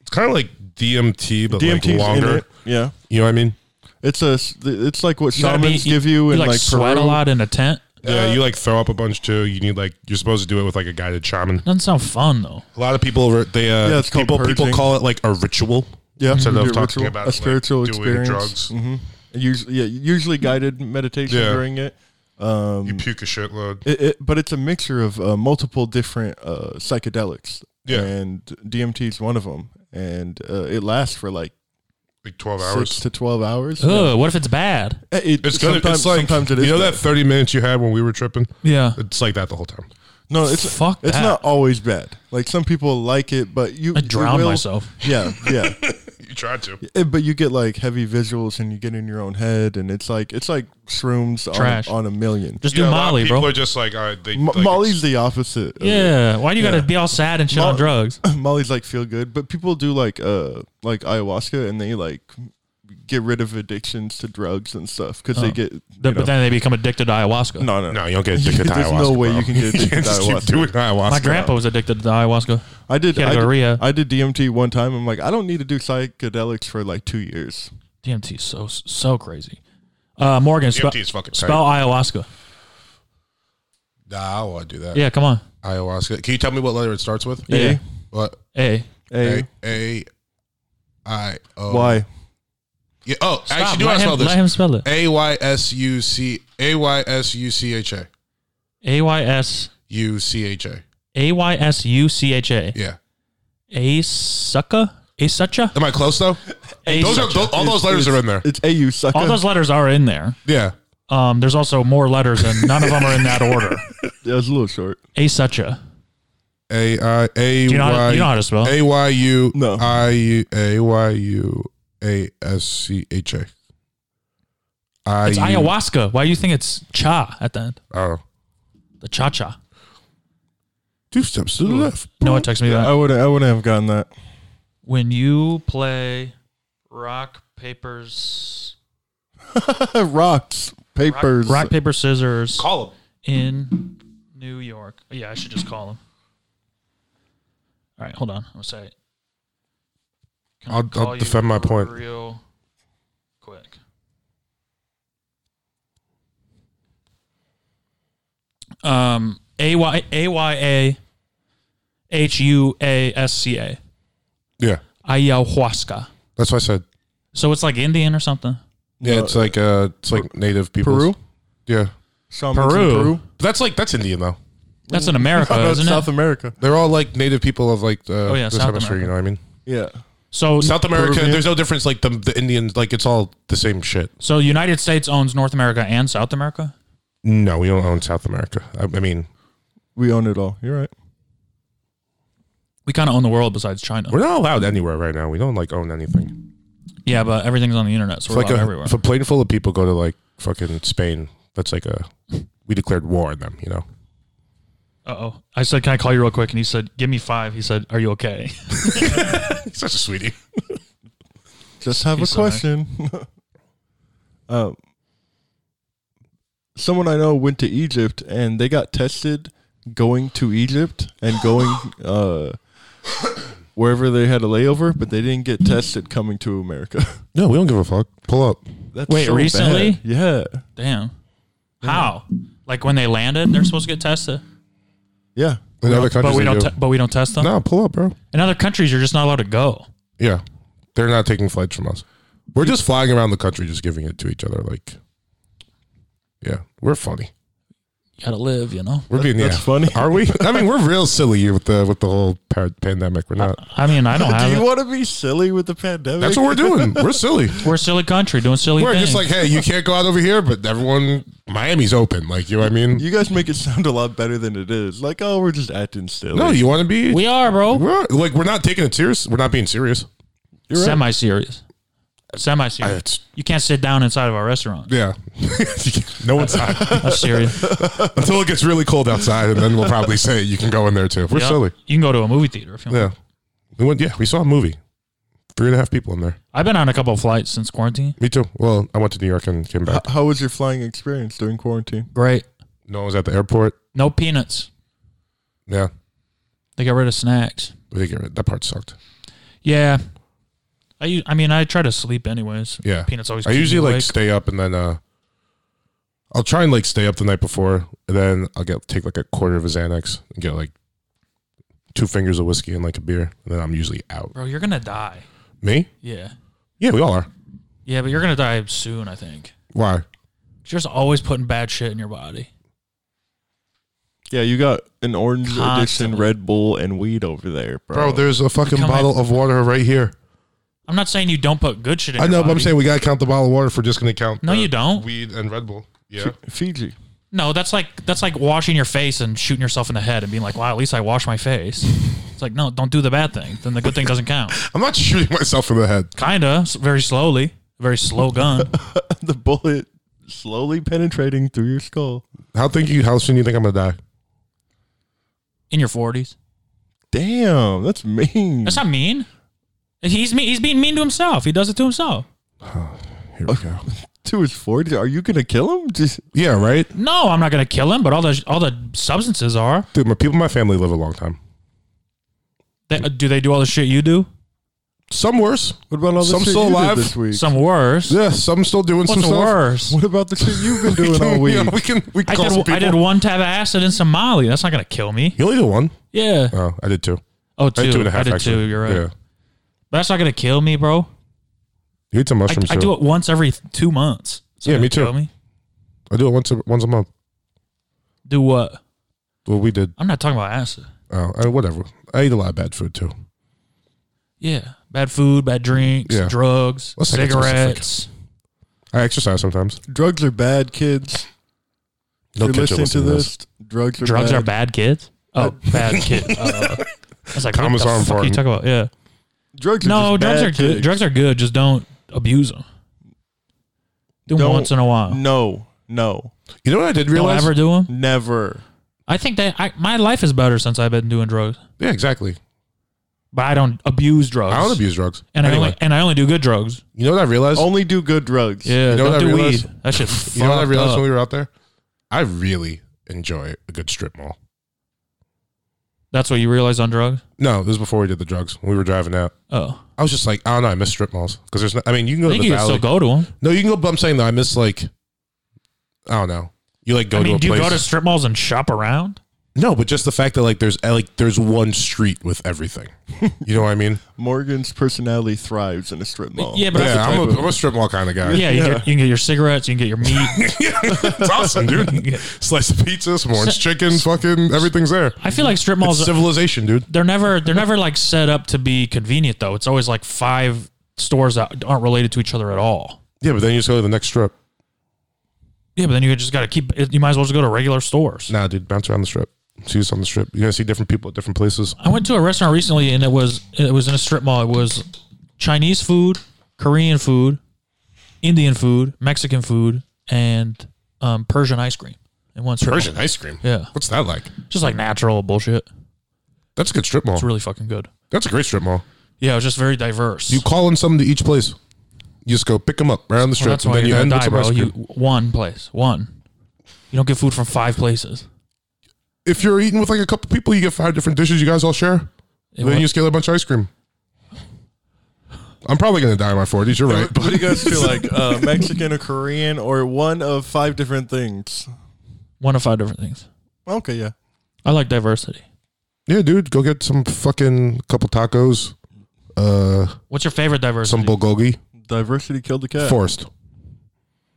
Speaker 3: it's kind of like DMT, but
Speaker 4: DMT's
Speaker 3: like
Speaker 4: in
Speaker 3: longer.
Speaker 4: it. Yeah,
Speaker 3: You know what I mean?
Speaker 4: it's a s- it's like what
Speaker 5: gotta
Speaker 4: shamans give you,
Speaker 5: you
Speaker 4: and
Speaker 5: like,
Speaker 4: like
Speaker 5: sweat
Speaker 4: Peru.
Speaker 5: a lot in a tent.
Speaker 4: Uh,
Speaker 3: Yeah, you like throw up a bunch too. You need like you're supposed to do it with like a guided shaman.
Speaker 5: Doesn't sound fun though.
Speaker 3: A lot of people re- they uh,
Speaker 4: Yeah, it's called
Speaker 3: people people
Speaker 4: purging.
Speaker 3: call it like a ritual
Speaker 4: Yeah,
Speaker 3: instead
Speaker 4: you
Speaker 3: of
Speaker 4: do
Speaker 3: talking
Speaker 4: ritual,
Speaker 3: about
Speaker 4: a spiritual
Speaker 3: like, doing
Speaker 4: experience.
Speaker 3: drugs. Mm-hmm.
Speaker 4: Usually, yeah, usually guided meditation
Speaker 3: Yeah.
Speaker 4: during it.
Speaker 3: You puke a shitload.
Speaker 4: It, it, but it's a mixture of uh, multiple different uh, psychedelics.
Speaker 3: Yeah.
Speaker 4: And DMT is one of them. And uh, it lasts for like
Speaker 3: like twelve
Speaker 4: six
Speaker 3: hours.
Speaker 4: to 12 hours.
Speaker 5: Ugh, what if it's bad?
Speaker 4: Yeah. It-
Speaker 3: It's gonna.
Speaker 4: sometimes,
Speaker 3: It's like
Speaker 4: sometimes it is.
Speaker 3: you know
Speaker 4: bad.
Speaker 3: that thirty minutes you had when we were tripping.
Speaker 5: Yeah.
Speaker 3: It's like that the whole time.
Speaker 4: No, it's
Speaker 5: Fuck
Speaker 4: It's
Speaker 5: that.
Speaker 4: not always bad. Like some people like it, but you.
Speaker 5: I
Speaker 4: you
Speaker 5: drowned
Speaker 4: will-
Speaker 5: myself.
Speaker 4: Yeah, yeah.
Speaker 3: You tried to.
Speaker 4: Eh, but you get like heavy visuals, and you get in your own head, and it's like it's like shrooms
Speaker 5: Trash.
Speaker 4: on, on a million.
Speaker 5: Just
Speaker 3: Yeah, a
Speaker 5: do
Speaker 3: lot of
Speaker 5: Molly,
Speaker 3: people
Speaker 5: bro.
Speaker 3: are just like, all right, they,
Speaker 4: M-
Speaker 3: like,
Speaker 4: Molly's the opposite. of it.
Speaker 5: yeah. Why do you gotta be all sad and shit
Speaker 4: Mo-
Speaker 5: on drugs?
Speaker 4: Molly's like feel good, but people do like uh like ayahuasca and they like get rid of addictions to drugs and stuff because they get.
Speaker 5: Th-
Speaker 4: you know-
Speaker 5: but then they become addicted to ayahuasca.
Speaker 4: no, no,
Speaker 3: No, you don't get addicted to
Speaker 4: There's
Speaker 3: ayahuasca.
Speaker 4: no way
Speaker 3: bro.
Speaker 4: you can get addicted
Speaker 3: can't
Speaker 4: to
Speaker 3: just keep
Speaker 4: ayahuasca.
Speaker 3: doing ayahuasca.
Speaker 5: My grandpa was addicted to ayahuasca.
Speaker 4: I did.
Speaker 5: Gotta
Speaker 4: I
Speaker 5: go
Speaker 4: did,
Speaker 5: rehab.
Speaker 4: I did DMT one time. I'm like, I don't need to do psychedelics for like two years.
Speaker 5: DMT is so so crazy. Uh, Morgan, spell,
Speaker 3: DMT is fucking tight.
Speaker 5: spell ayahuasca.
Speaker 3: Nah, I don't want to do that.
Speaker 5: Yeah, come on.
Speaker 3: Ayahuasca. Can you tell me what letter it starts with?
Speaker 5: Yeah.
Speaker 3: What?
Speaker 5: A.
Speaker 4: Hey,
Speaker 3: A. I. O.
Speaker 4: why?
Speaker 3: Yeah, oh, I actually, do want to
Speaker 5: let, him,
Speaker 3: spell
Speaker 5: let
Speaker 3: this?
Speaker 5: him spell it.
Speaker 3: A Y S U C A Y S U C H A
Speaker 5: A Y S
Speaker 3: U C H A.
Speaker 5: A Y S U C H A.
Speaker 3: Yeah.
Speaker 5: A sucka? A sucha?
Speaker 3: Am I close though?
Speaker 5: A
Speaker 3: Those are
Speaker 5: sucha.
Speaker 3: those, all those
Speaker 4: It's-
Speaker 3: letters are
Speaker 4: it's-
Speaker 3: in there.
Speaker 4: It's AU sucker.
Speaker 5: All those letters are in there.
Speaker 3: Yeah.
Speaker 5: Um, there's also more letters, and none of them are in that order.
Speaker 4: yeah, it's a little short.
Speaker 5: A sucha.
Speaker 3: A I A
Speaker 5: Do you know how to, you know how
Speaker 3: Y
Speaker 5: to spell?
Speaker 3: A Y U
Speaker 4: No.
Speaker 3: I U A Y U A S C H A. I
Speaker 5: It's
Speaker 3: U-
Speaker 5: ayahuasca. Why do you think it's cha at the end?
Speaker 3: Oh.
Speaker 5: The cha cha.
Speaker 3: Two steps to the left.
Speaker 5: No one texted me that.
Speaker 4: I would I wouldn't have gotten that.
Speaker 5: When you play rock, papers,
Speaker 4: Rocks, papers.
Speaker 5: rock, paper, scissors
Speaker 3: Call him.
Speaker 5: in New York. Yeah, I should just call him. All right, hold on. I'm going to say it. Can
Speaker 3: I'll- I'll
Speaker 5: call you
Speaker 3: defend my point.
Speaker 5: Real quick. Um, A Y A Y A H U A S C A.
Speaker 3: Yeah.
Speaker 5: Ayahuasca.
Speaker 3: That's what I said.
Speaker 5: So it's like Indian or something.
Speaker 3: Yeah, it's like uh it's like native people.
Speaker 4: Peru.
Speaker 3: Yeah.
Speaker 4: Shamans in
Speaker 5: Peru.
Speaker 4: Peru.
Speaker 3: But that's like that's Indian though.
Speaker 5: That's in America,
Speaker 4: No, it's
Speaker 5: isn't
Speaker 4: South
Speaker 5: it?
Speaker 4: America.
Speaker 3: They're all like native people of like uh,
Speaker 5: yeah,
Speaker 3: this
Speaker 5: South
Speaker 3: hemisphere. You know what I mean?
Speaker 4: Yeah.
Speaker 5: So
Speaker 3: South America.
Speaker 4: Peruvian?
Speaker 3: There's no difference. Like the the Indians. Like it's all the same shit.
Speaker 5: So United States owns North America and South America.
Speaker 3: No, we don't own South America. I, I mean,
Speaker 4: We own it all. You're right.
Speaker 5: We kind of own the world besides China.
Speaker 3: we're not allowed anywhere right now. We don't like own anything.
Speaker 5: yeah, but everything's on the internet, so
Speaker 3: It's
Speaker 5: we're
Speaker 3: like
Speaker 5: allowed
Speaker 3: a,
Speaker 5: everywhere.
Speaker 3: if a plane full of people go to like fucking Spain, that's like a we declared war on them. You know.
Speaker 5: Uh oh. I said, "Can I call you real quick?" And he said, "Give me five. He said, "Are you okay?"
Speaker 3: He's such a sweetie.
Speaker 4: Just have
Speaker 5: He's
Speaker 4: a
Speaker 5: so nice.
Speaker 4: question. um, someone I know went to Egypt and they got tested going to Egypt and going uh, wherever they had a layover, but they didn't get tested coming to America.
Speaker 3: No, we don't give a fuck. Pull up.
Speaker 4: That's
Speaker 5: Wait,
Speaker 4: bad.
Speaker 5: recently?
Speaker 4: Yeah,
Speaker 5: Damn. How? Like when they landed, they're supposed to get tested,
Speaker 4: yeah.
Speaker 3: In other countries,
Speaker 5: but we
Speaker 3: they
Speaker 5: don't.
Speaker 3: do.
Speaker 5: Te- but we don't test them.
Speaker 3: no, pull up, bro.
Speaker 5: In other countries, you're just not allowed to go.
Speaker 3: Yeah, they're not taking flights from us. We're just flying around the country, just giving it to each other. Like, yeah, we're funny.
Speaker 5: You gotta live, you know.
Speaker 3: We're being
Speaker 4: that's
Speaker 3: yeah.
Speaker 4: funny.
Speaker 3: Are we? I mean, we're real silly with the with the whole par- pandemic. We're not.
Speaker 5: I mean, I don't
Speaker 4: Do
Speaker 5: have
Speaker 4: you
Speaker 5: it.
Speaker 4: want to be silly with the pandemic?
Speaker 3: That's what we're doing. We're silly.
Speaker 5: We're a silly country doing silly
Speaker 3: We're
Speaker 5: things.
Speaker 3: just like, hey, you can't go out over here, but everyone, Miami's open. Like, you know what I mean?
Speaker 4: you guys make it sound a lot better than it is. Like, oh, we're just acting silly.
Speaker 3: No, you want to be.
Speaker 5: we are, bro.
Speaker 3: We're, like, we're not taking it serious. We're not being serious.
Speaker 5: Semi-serious. semi serious.
Speaker 3: It's-
Speaker 5: You can't sit down inside of our restaurant.
Speaker 3: Yeah. no one's
Speaker 5: That's serious.
Speaker 3: Until it gets really cold outside, and then we'll probably say you can go in there too. We're
Speaker 5: Yep.
Speaker 3: silly.
Speaker 5: You can go to a movie theater if you want.
Speaker 3: Yeah. We went, yeah, we saw a movie. Three and a half people in there.
Speaker 5: I've been on a couple of flights since quarantine.
Speaker 3: Me too. Well, I went to New York and came back.
Speaker 4: H- how was your flying experience during quarantine?
Speaker 5: Great.
Speaker 3: No one was at the airport.
Speaker 5: No peanuts.
Speaker 3: Yeah.
Speaker 5: They got rid of snacks.
Speaker 3: We did get rid- That part sucked.
Speaker 5: Yeah. I, u- I mean, I try to sleep anyways.
Speaker 3: Yeah.
Speaker 5: Peanuts always
Speaker 3: I
Speaker 5: keep me
Speaker 3: usually like
Speaker 5: awake.
Speaker 3: stay up and then uh I'll try and like stay up the night before and then I'll get take like a quarter of a Xanax and get like two fingers of whiskey and like a beer and then I'm usually out.
Speaker 5: Bro, you're going to die.
Speaker 3: Me?
Speaker 5: Yeah.
Speaker 3: Yeah, we all are.
Speaker 5: Yeah, but you're going to die soon, I think.
Speaker 3: Why?
Speaker 5: You're just always putting bad shit in your body.
Speaker 4: Yeah, you got an orange
Speaker 5: Constantly.
Speaker 4: edition Red Bull and weed over there,
Speaker 3: Bro,
Speaker 4: bro.
Speaker 3: there's a fucking
Speaker 5: Come
Speaker 3: bottle
Speaker 5: in.
Speaker 3: of water right here.
Speaker 5: I'm not saying you don't put good shit in
Speaker 3: I
Speaker 5: your
Speaker 3: know, but I'm
Speaker 5: body.
Speaker 3: saying we gotta count the bottle of water if we're just gonna count.
Speaker 5: No,
Speaker 3: the
Speaker 5: you don't.
Speaker 3: Weed and Red Bull. Yeah.
Speaker 4: Fiji.
Speaker 5: No, that's like that's like washing your face and shooting yourself in the head and being like, "Wow, at least I wash my face." It's like, no, don't do the bad thing. Then the good thing doesn't count.
Speaker 3: I'm not shooting myself in the head.
Speaker 5: Kinda, s- very slowly, very slow gun.
Speaker 4: The bullet slowly penetrating through your skull.
Speaker 3: How think you? How soon do you think I'm gonna die?
Speaker 5: In your forties,
Speaker 4: Damn, that's mean.
Speaker 5: that's not mean. He's mean. He's being mean to himself. He does it to himself.
Speaker 3: Here we go.
Speaker 4: to his 40s. Are you going to kill him? Just
Speaker 3: Yeah, right,
Speaker 5: No, I'm not gonna kill him, but all the all the substances are.
Speaker 3: dude. My people, in my family live a long time.
Speaker 5: They, uh, do they do all the shit you do?
Speaker 3: Some worse.
Speaker 4: What about all the
Speaker 3: Some
Speaker 4: shit
Speaker 3: still
Speaker 4: you did
Speaker 3: alive.
Speaker 4: Oh, this week?
Speaker 5: Some worse.
Speaker 3: Yeah, some still doing
Speaker 5: What's
Speaker 3: some stuff.
Speaker 5: worse?
Speaker 4: what about the shit you've been
Speaker 3: We
Speaker 4: doing all
Speaker 3: can-
Speaker 4: week?
Speaker 3: yeah, we can. We can
Speaker 5: I
Speaker 3: call some
Speaker 5: did,
Speaker 3: people.
Speaker 5: I did one tab of acid in Somali. That's not gonna kill me.
Speaker 3: You only did one.
Speaker 5: Yeah.
Speaker 3: Oh, I did two.
Speaker 5: Oh,
Speaker 3: I
Speaker 5: two.
Speaker 3: did two and a half.
Speaker 5: I did
Speaker 3: actually.
Speaker 5: two. You're right.
Speaker 3: Yeah.
Speaker 5: But that's not gonna kill me, bro.
Speaker 3: You eat some
Speaker 5: I,
Speaker 3: mushrooms.
Speaker 5: I
Speaker 3: too.
Speaker 5: do it once every th- two months. So
Speaker 3: Yeah, me
Speaker 5: you
Speaker 3: too.
Speaker 5: feel Me?
Speaker 3: I do it once a, once a month.
Speaker 5: Do what?
Speaker 3: Well, we did.
Speaker 5: I'm not talking about acid.
Speaker 3: Oh, uh, whatever. I eat a lot of bad food too.
Speaker 5: Yeah, bad food, bad drinks,
Speaker 3: Yeah.
Speaker 5: drugs,
Speaker 3: Let's not get
Speaker 5: cigarettes.
Speaker 3: I exercise sometimes.
Speaker 4: drugs are bad, kids. If
Speaker 3: No
Speaker 4: you're
Speaker 3: kids are
Speaker 4: listening to this, drugs are
Speaker 5: Drugs
Speaker 4: bad.
Speaker 5: are bad kids. Oh, bad kid. Uh, I was like, what
Speaker 3: Commas
Speaker 5: the
Speaker 3: are
Speaker 5: fuck you
Speaker 3: important.
Speaker 5: talking about? Yeah.
Speaker 4: Drugs are
Speaker 5: No,
Speaker 4: just
Speaker 5: drugs
Speaker 4: bad
Speaker 5: are good.
Speaker 4: kids.
Speaker 5: Drugs are good. Just don't abuse them. Do 'em
Speaker 4: Don't-
Speaker 5: once in a while.
Speaker 4: No, no,
Speaker 3: You know what I did
Speaker 5: don't
Speaker 3: realize?
Speaker 5: ever do them.
Speaker 4: never.
Speaker 5: I think that I, my life is better since I've been doing drugs,
Speaker 3: yeah, exactly.
Speaker 5: but I don't abuse drugs.
Speaker 3: I don't abuse drugs.
Speaker 5: And
Speaker 3: anyway,
Speaker 5: I only and I only do good drugs.
Speaker 3: you know what I realized?
Speaker 4: Only do good drugs.
Speaker 5: Yeah,
Speaker 3: You know
Speaker 5: don't
Speaker 3: what I
Speaker 5: do
Speaker 3: realized?
Speaker 5: weed. That shit's
Speaker 3: You know what I
Speaker 5: fucked
Speaker 3: realized
Speaker 5: up.
Speaker 3: when we were out there? I really enjoy a good strip mall.
Speaker 5: That's what you realize on drugs?
Speaker 3: No, this is before we did the drugs. When we were driving out,
Speaker 5: Oh.
Speaker 3: I was just like, I don't know. I miss strip malls because there's. No, I mean, you can go
Speaker 5: I
Speaker 3: to
Speaker 5: think
Speaker 3: the
Speaker 5: you can
Speaker 3: valley.
Speaker 5: still go to them.
Speaker 3: no, you can go. But I'm saying though, I miss like, I don't know. You like go
Speaker 5: I mean,
Speaker 3: to
Speaker 5: do
Speaker 3: a
Speaker 5: you
Speaker 3: place.
Speaker 5: go to strip malls and shop around?
Speaker 3: no, but just the fact that like there's like there's one street with everything. you know what I mean?
Speaker 4: Morgan's personality thrives in a strip mall.
Speaker 5: Yeah, but
Speaker 3: yeah,
Speaker 5: I,
Speaker 3: I'm a, I'm a strip mall kind of guy.
Speaker 5: yeah, you, Get, you can get your cigarettes, you can get your meat.
Speaker 3: it's awesome, dude. Slice of pizza, some orange chicken, fucking everything's there.
Speaker 5: I feel like strip
Speaker 3: It's
Speaker 5: malls
Speaker 3: civilization, dude.
Speaker 5: they're never they're never like set up to be convenient though. It's always like five stores that aren't related to each other at all.
Speaker 3: Yeah, but then you just go to the next strip.
Speaker 5: Yeah, but then you just got to keep. You might as well just go to regular stores.
Speaker 3: Nah, dude, bounce around the strip. See what's on the strip. You're gonna see different people at different places.
Speaker 5: I went to a restaurant recently and it was it was in a strip mall. It was Chinese food, Korean food, Indian food, Mexican food, and um, Persian ice cream. In one strip mall.
Speaker 3: Persian ice cream.
Speaker 5: Yeah.
Speaker 3: What's that like?
Speaker 5: just like natural bullshit.
Speaker 3: That's a good strip mall.
Speaker 5: It's really fucking good.
Speaker 3: That's a great strip mall.
Speaker 5: Yeah, it was just very diverse.
Speaker 3: You call in something to each place. You just go pick them up right on the
Speaker 5: Well,
Speaker 3: strip,
Speaker 5: that's
Speaker 3: and
Speaker 5: why
Speaker 3: then
Speaker 5: you're
Speaker 3: you
Speaker 5: gonna
Speaker 3: end with
Speaker 5: die,
Speaker 3: some
Speaker 5: bro.
Speaker 3: ice
Speaker 5: You
Speaker 3: cream.
Speaker 5: one place, one. You don't get food from five places.
Speaker 3: if you're eating with like a couple people, you get five different dishes. You guys all share.
Speaker 5: It
Speaker 3: then
Speaker 5: wa-
Speaker 3: you just get a bunch of ice cream. I'm probably gonna die in my 40s. You're right.
Speaker 4: What do you guys feel like? Uh, Mexican or Korean or one of five different things?
Speaker 5: one of five different things.
Speaker 4: Okay, yeah.
Speaker 5: I like diversity.
Speaker 3: yeah, dude, go get some fucking couple tacos, uh,
Speaker 5: What's your favorite diversity?
Speaker 3: some bulgogi.
Speaker 4: Diversity killed the cat.
Speaker 3: Forced,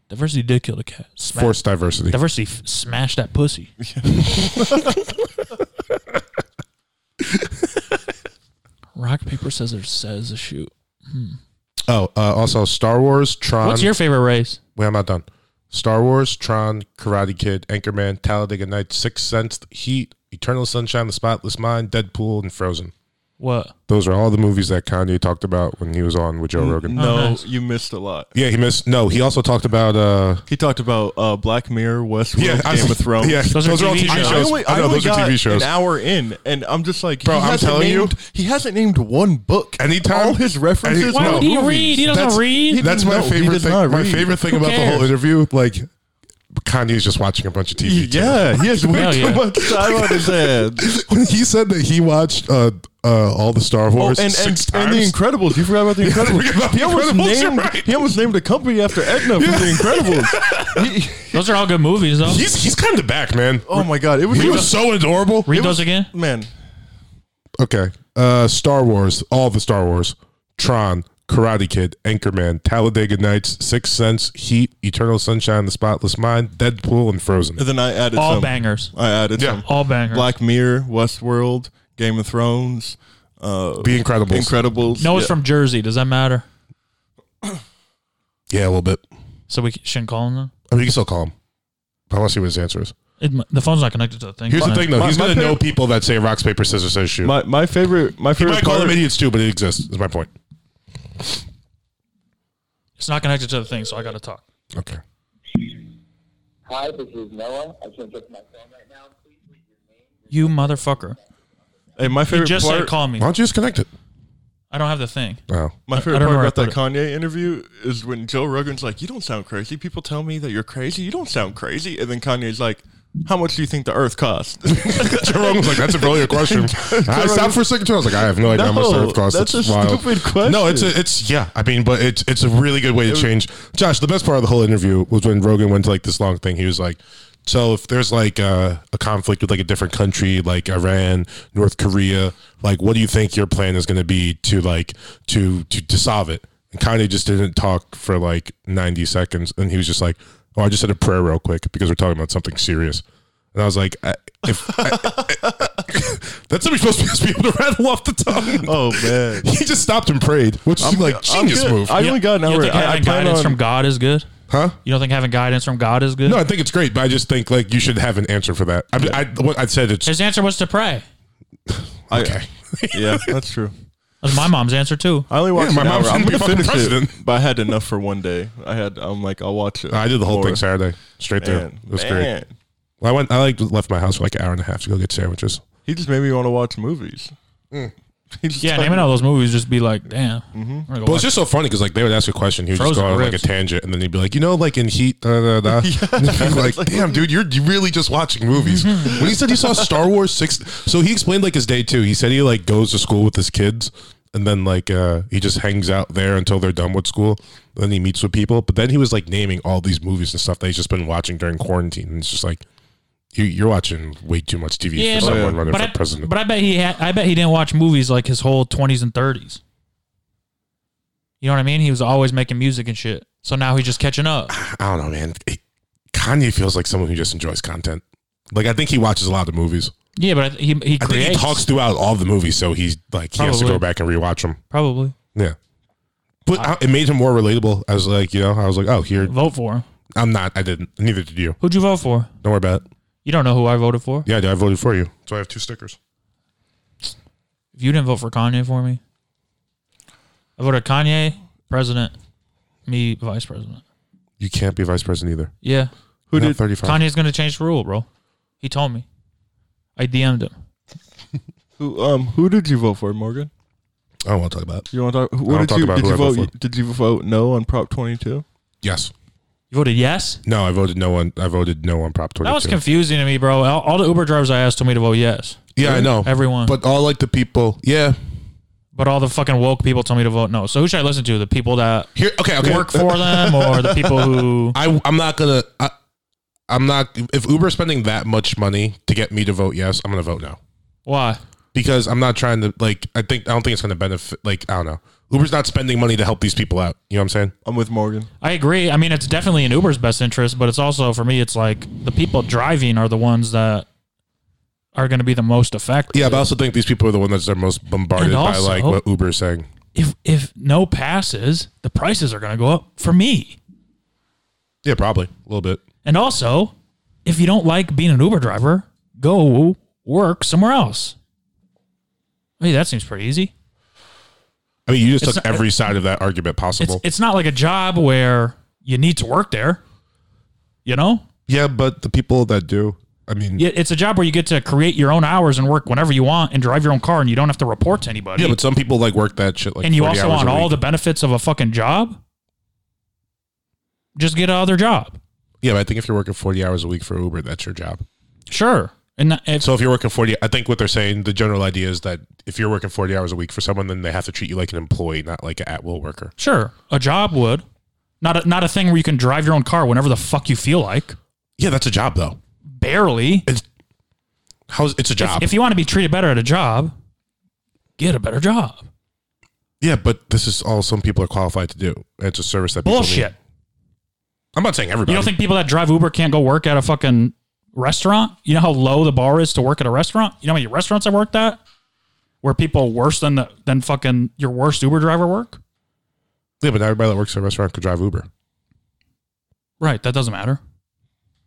Speaker 5: diversity did kill the cat. Sma-
Speaker 3: forced diversity.
Speaker 5: Diversity f- smashed that pussy. Rock paper scissors says a shoot.
Speaker 3: Oh, uh, also Star Wars, Tron.
Speaker 4: Um,
Speaker 5: What's your favorite race?
Speaker 3: Wait, I'm not done. Star Wars, Tron, Karate Kid, Anchorman, Talladega Nights, Sixth Sense, Heat, Eternal Sunshine, of The Spotless Mind, Deadpool, and Frozen.
Speaker 5: What?
Speaker 3: Those are all the movies that Kanye talked about when he was on with Joe Rogan.
Speaker 4: No,
Speaker 5: Oh, nice.
Speaker 4: you missed a lot.
Speaker 3: Yeah, he missed. No, he also talked about. uh
Speaker 4: He talked about uh, Black Mirror, Westworld,
Speaker 3: Yeah, I was-
Speaker 4: Game of Thrones.
Speaker 3: Yeah,
Speaker 5: Those are TV
Speaker 4: I
Speaker 5: shows.
Speaker 4: only, I
Speaker 3: I know
Speaker 4: only
Speaker 3: those are
Speaker 4: got
Speaker 3: TV shows.
Speaker 4: an hour in, and I'm just like,
Speaker 3: Bro,
Speaker 4: he
Speaker 3: I'm
Speaker 4: hasn't
Speaker 3: telling you-
Speaker 4: named, he hasn't named one book.
Speaker 3: Anytime-
Speaker 4: all his references.
Speaker 3: Any-
Speaker 4: were
Speaker 5: Why
Speaker 3: No,
Speaker 5: would he
Speaker 4: movies.
Speaker 5: read? He doesn't
Speaker 3: That's-
Speaker 5: read.
Speaker 4: He-
Speaker 3: That's my
Speaker 4: No, he
Speaker 3: favorite
Speaker 4: does
Speaker 3: thing.
Speaker 4: not
Speaker 3: My
Speaker 4: read.
Speaker 3: favorite thing
Speaker 5: Who
Speaker 3: about the whole
Speaker 5: cares?
Speaker 3: interview, like Kanye's just watching a bunch of TV. channels.
Speaker 4: Yeah, he has way
Speaker 5: Hell
Speaker 4: too
Speaker 5: Oh, yeah.
Speaker 4: much time on his hands.
Speaker 3: When he said that he watched uh, uh, all the Star
Speaker 4: Oh,
Speaker 3: Wars
Speaker 4: and, and,
Speaker 3: six
Speaker 4: and the
Speaker 3: times.
Speaker 4: Incredibles. You forgot about the
Speaker 3: forget about
Speaker 4: Incredibles. He
Speaker 3: The
Speaker 4: almost
Speaker 3: Incredibles, you're
Speaker 4: named
Speaker 3: right.
Speaker 4: he almost named a company after Edna for the Incredibles. He-
Speaker 5: Those are all good movies, though.
Speaker 3: he's he's kind of back, man.
Speaker 4: oh my god, it was,
Speaker 3: he was so adorable.
Speaker 5: Read those again.
Speaker 4: man.
Speaker 3: Okay. Uh, Star Wars, all the Star Wars, Tron, Karate Kid, Anchorman, Talladega Nights, Sixth Sense, Heat, Eternal Sunshine, of The Spotless Mind, Deadpool, and Frozen.
Speaker 4: And then I added
Speaker 5: All
Speaker 4: some.
Speaker 5: bangers.
Speaker 4: I added
Speaker 3: Yeah.
Speaker 4: some.
Speaker 5: All bangers.
Speaker 4: um, Black Mirror, Westworld, Game of Thrones, uh,
Speaker 3: The Incredibles.
Speaker 4: Incredibles.
Speaker 5: Noah's
Speaker 4: Yeah.
Speaker 5: from Jersey. Does that matter?
Speaker 3: yeah, a little bit.
Speaker 5: So we shouldn't call him. Then?
Speaker 3: I mean, you can still call him. I want to see what his answer is.
Speaker 5: It, m- the phone's not connected to the thing.
Speaker 3: Here's the
Speaker 5: Man.
Speaker 3: thing, though.
Speaker 4: my-
Speaker 3: He's
Speaker 4: my
Speaker 3: going to know
Speaker 4: favorite-
Speaker 3: people that say rock, paper, scissors, says shoot.
Speaker 4: My my favorite my
Speaker 3: he
Speaker 4: favorite
Speaker 3: might call
Speaker 4: part,
Speaker 3: them idiots, too, but it exists, is my point.
Speaker 5: It's not connected to the thing, so I got to talk.
Speaker 3: Okay.
Speaker 6: Hi, this is Noah. I can't get to my phone right now. Please leave your name.
Speaker 5: You motherfucker.
Speaker 4: hey, my
Speaker 5: You
Speaker 4: favorite
Speaker 5: just
Speaker 4: part,
Speaker 5: said call me.
Speaker 3: Why don't you just connect it?
Speaker 5: I don't have the thing.
Speaker 3: Oh.
Speaker 4: my
Speaker 5: I don't
Speaker 4: favorite
Speaker 5: know
Speaker 4: part
Speaker 5: where I
Speaker 4: about that Kanye interview is when Joe Rogan's like, "You don't sound crazy. People tell me that you're crazy. You don't sound crazy." And then Kanye's like, "How much do you think the Earth cost?"
Speaker 3: Jerome was like, "That's a brilliant question." I stopped for a second too. I was like, "I have no idea how much the
Speaker 4: No,
Speaker 3: Earth costs."
Speaker 4: that's a stupid question.
Speaker 3: No, it's a, it's yeah. I mean, but it's it's a really good way to change. Josh, the best part of the whole interview was when Rogan went to like this long thing. He was like, "So if there's like uh, a, a conflict with like a different country, like Iran, North Korea, like what do you think your plan is going to be to like to to to solve it?" And Kanye just didn't talk for like 90 seconds, and he was just like, "Oh, I just said a prayer real quick because we're talking about something serious." And I was like, I, if, that's something you're supposed to be able to rattle off the tongue.
Speaker 4: oh man,
Speaker 3: He just stopped and prayed, which is like
Speaker 4: I'm
Speaker 3: genius
Speaker 4: good.
Speaker 3: move.
Speaker 4: I
Speaker 5: You-
Speaker 4: only got an
Speaker 5: You
Speaker 4: hour.
Speaker 5: think
Speaker 4: I, I
Speaker 5: having
Speaker 4: plan
Speaker 5: guidance
Speaker 4: on,
Speaker 5: from God is good?
Speaker 3: huh?
Speaker 5: You don't think having guidance from God is good?
Speaker 3: No, I think it's great, but I just think like you should have an answer for that. I mean, I, what I said it's
Speaker 5: His answer was to pray.
Speaker 4: I-
Speaker 3: okay.
Speaker 4: yeah, that's true.
Speaker 5: That's my mom's answer too.
Speaker 4: I only watched
Speaker 3: my
Speaker 4: an
Speaker 3: mom's
Speaker 4: hour.
Speaker 3: gonna
Speaker 4: I'm
Speaker 3: be
Speaker 4: gonna
Speaker 3: fucking
Speaker 4: finish
Speaker 3: president.
Speaker 4: it, but I had enough for one day. I had. I'm like, I'll watch it.
Speaker 3: I did the whole
Speaker 4: more.
Speaker 3: thing Saturday, straight there.
Speaker 4: Man,
Speaker 3: it was
Speaker 4: man.
Speaker 3: great. Well, I went. I like left my house for like an hour and a half to go get sandwiches.
Speaker 4: He just made me want to watch movies. He just
Speaker 5: Yeah,
Speaker 4: told
Speaker 5: naming
Speaker 4: me-
Speaker 5: all those movies just be like, damn.
Speaker 4: Mm-hmm.
Speaker 5: I'm gonna go
Speaker 3: But
Speaker 5: watch
Speaker 3: it's just so funny because like they would ask a question, he would just
Speaker 5: Frozen
Speaker 3: go on like a
Speaker 5: ribs.
Speaker 3: tangent, and then he'd be like, you know, like in Heat, da da da. And you'd be like, damn, dude, you're you really just watching movies. when he said he saw Star Wars six, so he explained like his day too. He said he like goes to school with his kids, and then like uh, he just hangs out there until they're done with school. Then he meets with people, but then he was like naming all these movies and stuff that he's just been watching during quarantine, and it's just like. You, you're watching way too much TV
Speaker 5: Yeah,
Speaker 3: for
Speaker 5: but-
Speaker 3: someone running
Speaker 5: But
Speaker 3: for
Speaker 5: I,
Speaker 3: president.
Speaker 5: but I bet he had, I bet he didn't watch movies like his whole 20s and 30s. You know what I mean? He was always making music and shit. So now he's just catching up.
Speaker 3: I don't know, man. It- Kanye feels like someone who just enjoys content. Like I think he watches a lot of movies.
Speaker 5: Yeah, but I th- he he
Speaker 3: I think
Speaker 5: creates
Speaker 3: he talks throughout all the movies, so he's like he has to
Speaker 5: Probably.
Speaker 3: go back and rewatch them.
Speaker 5: probably.
Speaker 3: Yeah, but I, it made him more relatable. I was like, you know, I was like, oh, here
Speaker 5: Vote for him.
Speaker 3: I'm not. I didn't. Neither did you.
Speaker 5: Who'd you vote for?
Speaker 3: Don't worry about it.
Speaker 5: You don't know who I voted for.
Speaker 3: Yeah, I did. I voted for you, so I have two stickers.
Speaker 5: If you didn't vote for Kanye for me, I voted Kanye president, me vice president.
Speaker 3: You can't be vice president either.
Speaker 5: Yeah,
Speaker 4: Who
Speaker 3: You're not
Speaker 4: did?
Speaker 3: 35?
Speaker 5: Kanye's gonna change the rule, bro. He told me. I DM'd him.
Speaker 4: Who, um, who did you vote for, Morgan?
Speaker 3: I don't want to Oh, talk about. it.
Speaker 4: You want to talk? who-
Speaker 3: I'll
Speaker 4: What did
Speaker 3: talk
Speaker 4: you
Speaker 3: about
Speaker 4: did
Speaker 3: who
Speaker 4: you
Speaker 3: I vote
Speaker 4: vote?
Speaker 3: for.
Speaker 4: Did you vote no on Prop 22?
Speaker 3: Yes.
Speaker 5: You voted yes.
Speaker 3: No, I voted no on. I voted no on Prop 22.
Speaker 5: That was confusing to me, bro. All, all the Uber drivers I asked told me to vote yes,
Speaker 3: Yeah, I know.
Speaker 5: Everyone.
Speaker 3: but all like the people. Yeah.
Speaker 5: but all the fucking woke people told me to vote no. So who should I listen to? The people that
Speaker 3: Here. Okay. Okay.
Speaker 5: work for them, or the people who?
Speaker 3: I I'm not gonna I, I'm not if Uber's spending that much money to get me to vote yes, I'm gonna vote no
Speaker 5: Why?
Speaker 3: because I'm not trying to like I think I don't think it's gonna benefit like I don't know Uber's not spending money to help these people out. You know what I'm saying?
Speaker 4: I'm with Morgan.
Speaker 5: I agree. I mean, it's definitely in Uber's best interest, but it's also for me, it's like the people driving are the ones that are going to be the most affected.
Speaker 3: Yeah, but I also think these people are the ones that are most bombarded
Speaker 5: And
Speaker 3: by like
Speaker 5: also-
Speaker 3: what Uber's saying.
Speaker 5: If if no passes, the prices are going to go up for me.
Speaker 3: Yeah, probably a little bit.
Speaker 5: And also, if you don't like being an Uber driver, go work somewhere else. Hey, that seems pretty easy.
Speaker 3: I mean, you just
Speaker 5: It's
Speaker 3: took
Speaker 5: not-
Speaker 3: every side of that argument
Speaker 5: It's
Speaker 3: possible.
Speaker 5: it's not like a job where you need to work there. You know,
Speaker 3: yeah, but the people that do, I mean,
Speaker 5: Yeah, it's a job where you get to create your own hours and work whenever you want and drive your own car and you don't have to report to anybody.
Speaker 3: yeah, but some people like work that shit like.
Speaker 5: and you
Speaker 3: 40
Speaker 5: also
Speaker 3: hours
Speaker 5: want
Speaker 3: a
Speaker 5: all
Speaker 3: week.
Speaker 5: the benefits of a fucking job. Just get another job.
Speaker 3: Yeah, but I think if you're working 40 hours a week for Uber, that's your job.
Speaker 5: Sure. And that- it's
Speaker 3: So if you're working 40, I think what they're saying, the general idea is that if you're working 40 hours a week for someone, then they have to treat you like an employee, not like an at will worker.
Speaker 5: sure a job would not a, not a thing where you can drive your own car whenever the fuck you feel like.
Speaker 3: Yeah, that's a job though.
Speaker 5: Barely.
Speaker 3: It's how's it's a job.
Speaker 5: If, if you want to be treated better at a job, get a better job.
Speaker 3: yeah, but this is all some people are qualified to do. It's a service that people
Speaker 5: Bullshit.
Speaker 3: need. I'm not saying everybody.
Speaker 5: You don't think people that drive Uber can't go work at a fucking restaurant? You know how low the bar is to work at a restaurant? You know how many restaurants I worked at? Where people are worse than the, than fucking your worst Uber driver work?
Speaker 3: yeah, but not everybody that works at a restaurant could drive Uber.
Speaker 5: Right, that doesn't matter.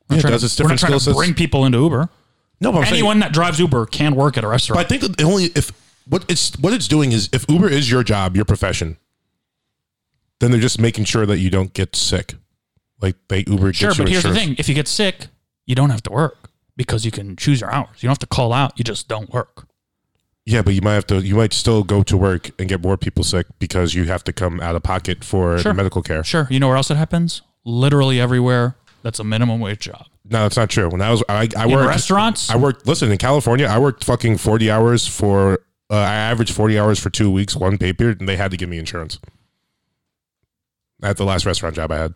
Speaker 3: Yeah,
Speaker 5: We're
Speaker 3: it
Speaker 5: trying
Speaker 3: does.
Speaker 5: to-
Speaker 3: It's
Speaker 5: we're not
Speaker 3: different
Speaker 5: trying
Speaker 3: skill
Speaker 5: to
Speaker 3: sets.
Speaker 5: bring people into Uber.
Speaker 4: Oh,
Speaker 3: no, but I'm saying-
Speaker 5: Anyone that drives Uber can work at a
Speaker 3: but I
Speaker 5: restaurant.
Speaker 3: think that the only if what it's what it's doing is if Uber is your job, your profession, then they're just making sure that you don't get sick. Like they Uber.
Speaker 5: Sure,
Speaker 3: gets you
Speaker 5: but here's the
Speaker 3: insurance.
Speaker 5: thing: if you get sick, you don't have to work because you can choose your hours. You don't have to call out. You just don't work.
Speaker 3: Yeah, but you might have to. You might still go to work and get more people sick because you have to come out of pocket for
Speaker 5: Sure.
Speaker 3: medical care.
Speaker 5: Sure. You know where else it happens? Literally everywhere. That's a minimum wage job.
Speaker 3: No, that's not true. When I was, I, I
Speaker 5: In
Speaker 3: worked
Speaker 5: restaurants?
Speaker 3: I worked. Listen, in California, I worked fucking forty hours for. Uh, I averaged forty hours for two weeks, one pay period, and they had to give me insurance. At the last restaurant job I had,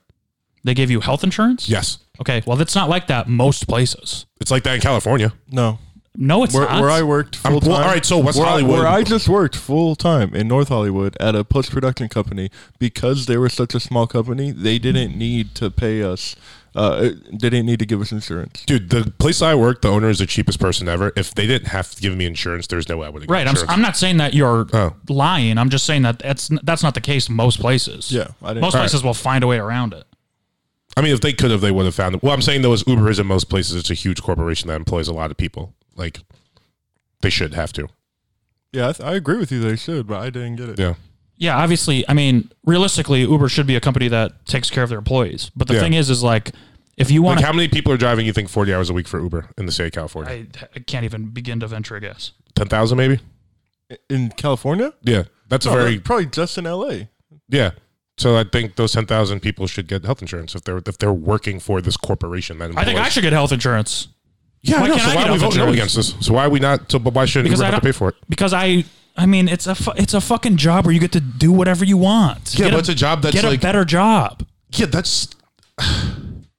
Speaker 5: They give you health insurance?
Speaker 3: yes,
Speaker 5: Okay. Well, that's not like that most places.
Speaker 3: it's like that in California.
Speaker 4: No,
Speaker 5: No, it's
Speaker 4: where,
Speaker 5: not.
Speaker 4: where I worked
Speaker 3: I'm-
Speaker 4: full time.
Speaker 3: well, all right, so West
Speaker 4: where I-
Speaker 3: Hollywood-
Speaker 4: where I just worked full time in North Hollywood at a post production company because they were such a small company, they didn't need to pay us. Uh, they didn't need to give us insurance.
Speaker 3: Dude, the place I work, the owner is the cheapest person ever. If they didn't have to give me insurance, there's no way I would. have got
Speaker 5: right. I'm,
Speaker 3: insurance.
Speaker 5: I'm not saying that you're
Speaker 3: Oh.
Speaker 5: lying. I'm just saying that that's that's not the case most places.
Speaker 4: Yeah, I didn't-
Speaker 5: Most
Speaker 4: All right.
Speaker 5: places will find a way around it.
Speaker 3: I mean, if they could have, they would have found it. Well, I'm saying though, is Uber is in most places, it's a huge corporation that employs a lot of people. Like, they should have to.
Speaker 4: Yeah, I, th- I agree with you. They should, but I didn't get it.
Speaker 3: Yeah.
Speaker 5: Yeah, obviously. I mean, realistically, Uber should be a company that takes care of their employees. But the
Speaker 3: Yeah.
Speaker 5: thing is, is like, if you want
Speaker 3: Like,
Speaker 5: to,
Speaker 3: how many people are driving? You think 40 hours a week for Uber in the state of California?
Speaker 5: I, I can't even begin to venture a guess.
Speaker 3: Ten thousand, maybe.
Speaker 4: In California,
Speaker 3: Yeah, that's
Speaker 5: Oh,
Speaker 4: No,
Speaker 3: a very
Speaker 4: probably just in L.A.
Speaker 3: yeah. So I think those ten thousand people should get health insurance if they're if they're working for this corporation. That
Speaker 5: I think I
Speaker 3: employs-
Speaker 5: should get health insurance
Speaker 3: Yeah,
Speaker 5: Why
Speaker 3: I know.
Speaker 5: can't
Speaker 3: So
Speaker 5: I
Speaker 3: why
Speaker 5: get
Speaker 3: are we
Speaker 5: health
Speaker 3: voting no
Speaker 5: insurance?
Speaker 3: against this? So why are we not? So but why shouldn't
Speaker 5: Because
Speaker 3: Uber
Speaker 5: I
Speaker 3: have to
Speaker 5: don't-
Speaker 3: pay for it?
Speaker 5: because I. I mean, it's a fu- it's a fucking job where you get to do whatever you want.
Speaker 3: Yeah,
Speaker 5: Get
Speaker 3: but it's a job that's
Speaker 5: get
Speaker 3: like-
Speaker 5: a better job.
Speaker 3: Yeah, that's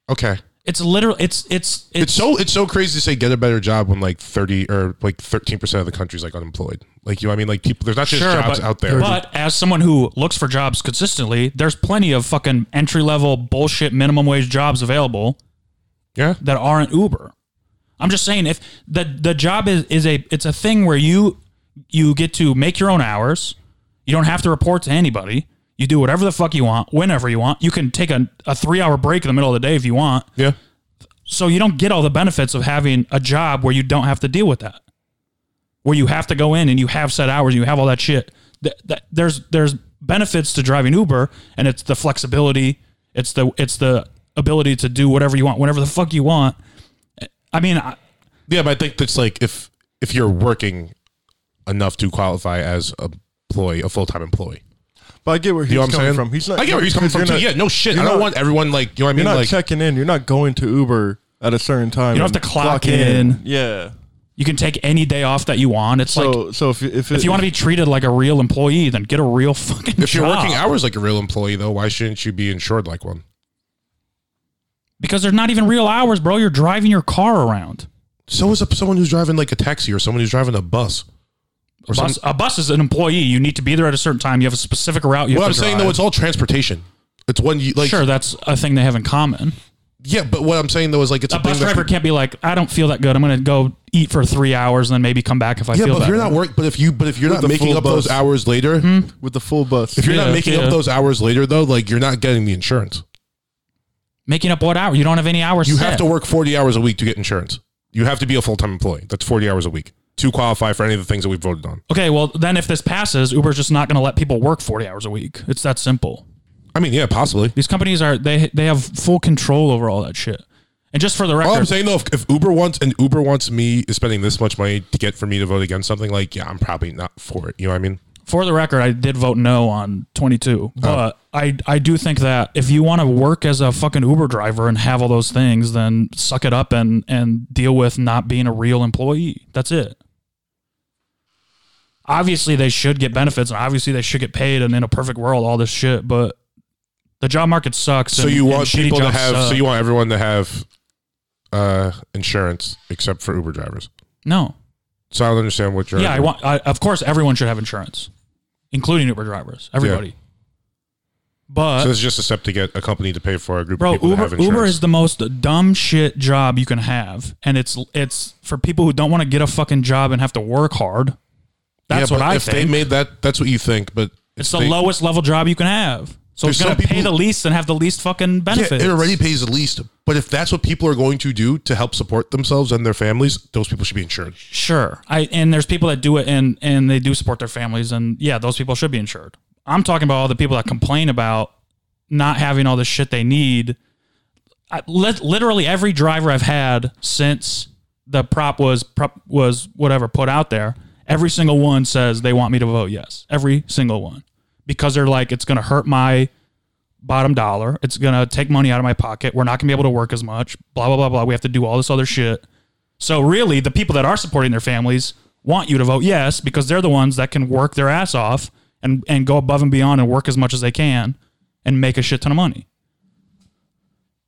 Speaker 3: okay.
Speaker 5: It's literally it's it's
Speaker 3: It's so it's so crazy to say get a better job when like thirty or like thirteen percent of the country's like unemployed. Like you, know what I mean, like people. There's not just jobs
Speaker 5: but,
Speaker 3: out there.
Speaker 5: But as someone who looks for jobs consistently, there's plenty of fucking entry level bullshit minimum wage jobs available
Speaker 3: yeah,
Speaker 5: that aren't Uber. I'm just saying if the the job is is a it's a thing where you you get to make your own hours. You don't have to report to anybody. You do whatever the fuck you want, whenever you want. You can take a, a three hour break in the middle of the day if you want.
Speaker 3: yeah.
Speaker 5: So you don't get all the benefits of having a job where you don't have to deal with that, where you have to go in and you have set hours, you have all that shit. Th- th- there's there's benefits to driving Uber, and it's the flexibility, it's the it's the ability to do whatever you want, whenever the fuck you want. I mean, I,
Speaker 3: Yeah, but I think that's like if if you're working enough to qualify as a employee, a full time employee.
Speaker 4: But I get where he's
Speaker 3: You know what I'm
Speaker 4: coming
Speaker 3: saying?
Speaker 4: from. He's not.
Speaker 3: I get where he's coming from
Speaker 4: you're
Speaker 3: too.
Speaker 4: not-
Speaker 3: yeah, no shit.
Speaker 4: you're
Speaker 3: I don't
Speaker 4: not-
Speaker 3: want everyone like you know what I
Speaker 4: You're
Speaker 3: mean.
Speaker 4: not
Speaker 3: Like
Speaker 4: checking in. You're not going to Uber at a certain time.
Speaker 5: You don't have
Speaker 4: and
Speaker 5: to clock in.
Speaker 4: Yeah.
Speaker 5: you can take any day off that you want. It's
Speaker 4: So
Speaker 5: like
Speaker 4: so if if,
Speaker 5: if you want to be treated like a real employee, then get a real fucking
Speaker 3: if you're
Speaker 5: job.
Speaker 3: working hours like a real employee though, why shouldn't you be insured like one?
Speaker 5: because they're not even real hours, bro. You're driving your car around.
Speaker 3: So is a, someone who's driving like a taxi or someone who's driving a bus. Or some-
Speaker 5: Bus, a bus is an employee. You need to be there at a certain time. You have a specific route. You
Speaker 3: what
Speaker 5: have
Speaker 3: I'm
Speaker 5: to
Speaker 3: saying
Speaker 5: drive.
Speaker 3: though, it's all transportation. It's one you like.
Speaker 5: sure, that's a thing they have in common.
Speaker 3: Yeah, but what I'm saying though is like it's a,
Speaker 5: A bus
Speaker 3: thing that
Speaker 5: driver
Speaker 3: people-
Speaker 5: can't be like, I don't feel that good. I'm going to go eat for three hours and then maybe come back if I
Speaker 3: Yeah, but
Speaker 5: feel
Speaker 3: if
Speaker 5: better.
Speaker 3: you're not work, but if you but if you're
Speaker 4: With
Speaker 3: not
Speaker 4: the
Speaker 3: making
Speaker 4: full
Speaker 3: up those
Speaker 4: bus.
Speaker 3: hours later,
Speaker 4: with the full bus,
Speaker 3: if you're not
Speaker 5: Hmm? Yeah,
Speaker 3: making
Speaker 5: yeah.
Speaker 3: up those hours later though, like you're not getting the insurance.
Speaker 5: Making up what hour? You don't have any hours.
Speaker 3: You
Speaker 5: set.
Speaker 3: have to work 40 hours a week to get insurance. You have to be a full time employee. That's 40 hours a week. to qualify for any of the things that we voted on.
Speaker 5: Okay, well then if this passes, Uber's just not going to let people work 40 hours a week. It's that simple.
Speaker 3: I mean, yeah, possibly.
Speaker 5: These companies are they they have full control over all that shit. And just for the record,
Speaker 3: All I'm saying though, if, if Uber wants and Uber wants me is spending this much money to get for me to vote against something, like yeah, I'm probably not for it. You know what I mean?
Speaker 5: for the record, I did vote no on 22,
Speaker 3: Oh.
Speaker 5: but I I do think that if you want to work as a fucking Uber driver and have all those things, then suck it up and and deal with not being a real employee. That's it. Obviously, they should get benefits, and obviously, they should get paid. And in a perfect world, all this shit, but the job market sucks.
Speaker 3: So
Speaker 5: and-
Speaker 3: you
Speaker 5: and
Speaker 3: want
Speaker 5: shitty
Speaker 3: people to
Speaker 5: jobs
Speaker 3: have?
Speaker 5: suck.
Speaker 3: So you want everyone to have uh insurance except for Uber drivers?
Speaker 5: no?
Speaker 3: So I don't understand what you're.
Speaker 5: Yeah, I want. I, of course, everyone should have insurance, including Uber drivers. Everybody. But
Speaker 3: So it's just a step to get a company to pay for a group
Speaker 5: uh, Bro,
Speaker 3: of people to have
Speaker 5: Uber,
Speaker 3: insurance.
Speaker 5: Uber is the most dumb shit job you can have, and it's it's for people who don't want to get a fucking job and have to work hard. That's
Speaker 3: yeah,
Speaker 5: what
Speaker 3: but
Speaker 5: I
Speaker 3: if
Speaker 5: think.
Speaker 3: they made that, that's what you think. But
Speaker 5: it's
Speaker 3: if
Speaker 5: the
Speaker 3: they-
Speaker 5: lowest level job you can have, so it's
Speaker 3: There's
Speaker 5: gonna
Speaker 3: some
Speaker 5: pay
Speaker 3: people-
Speaker 5: the least and have the least fucking
Speaker 3: Yeah,
Speaker 5: benefits.
Speaker 3: it already pays the least. But if that's what people are going to do to help support themselves and their families, those people should be insured.
Speaker 5: sure. I and there's people that do it and and they do support their families, and yeah, those people should be insured. I'm talking about all the people that complain about not having all the shit they need. I, lit literally every driver I've had since the prop was prop was whatever put out there, every single one says they want me to vote yes. Every single one because they're like it's going to hurt my bottom dollar. It's going to take money out of my pocket. We're not going to be able to work as much. Blah blah blah blah. We have to do all this other shit. So really, the people that are supporting their families want you to vote yes because they're the ones that can work their ass off and and go above and beyond and work as much as they can and make a shit ton of money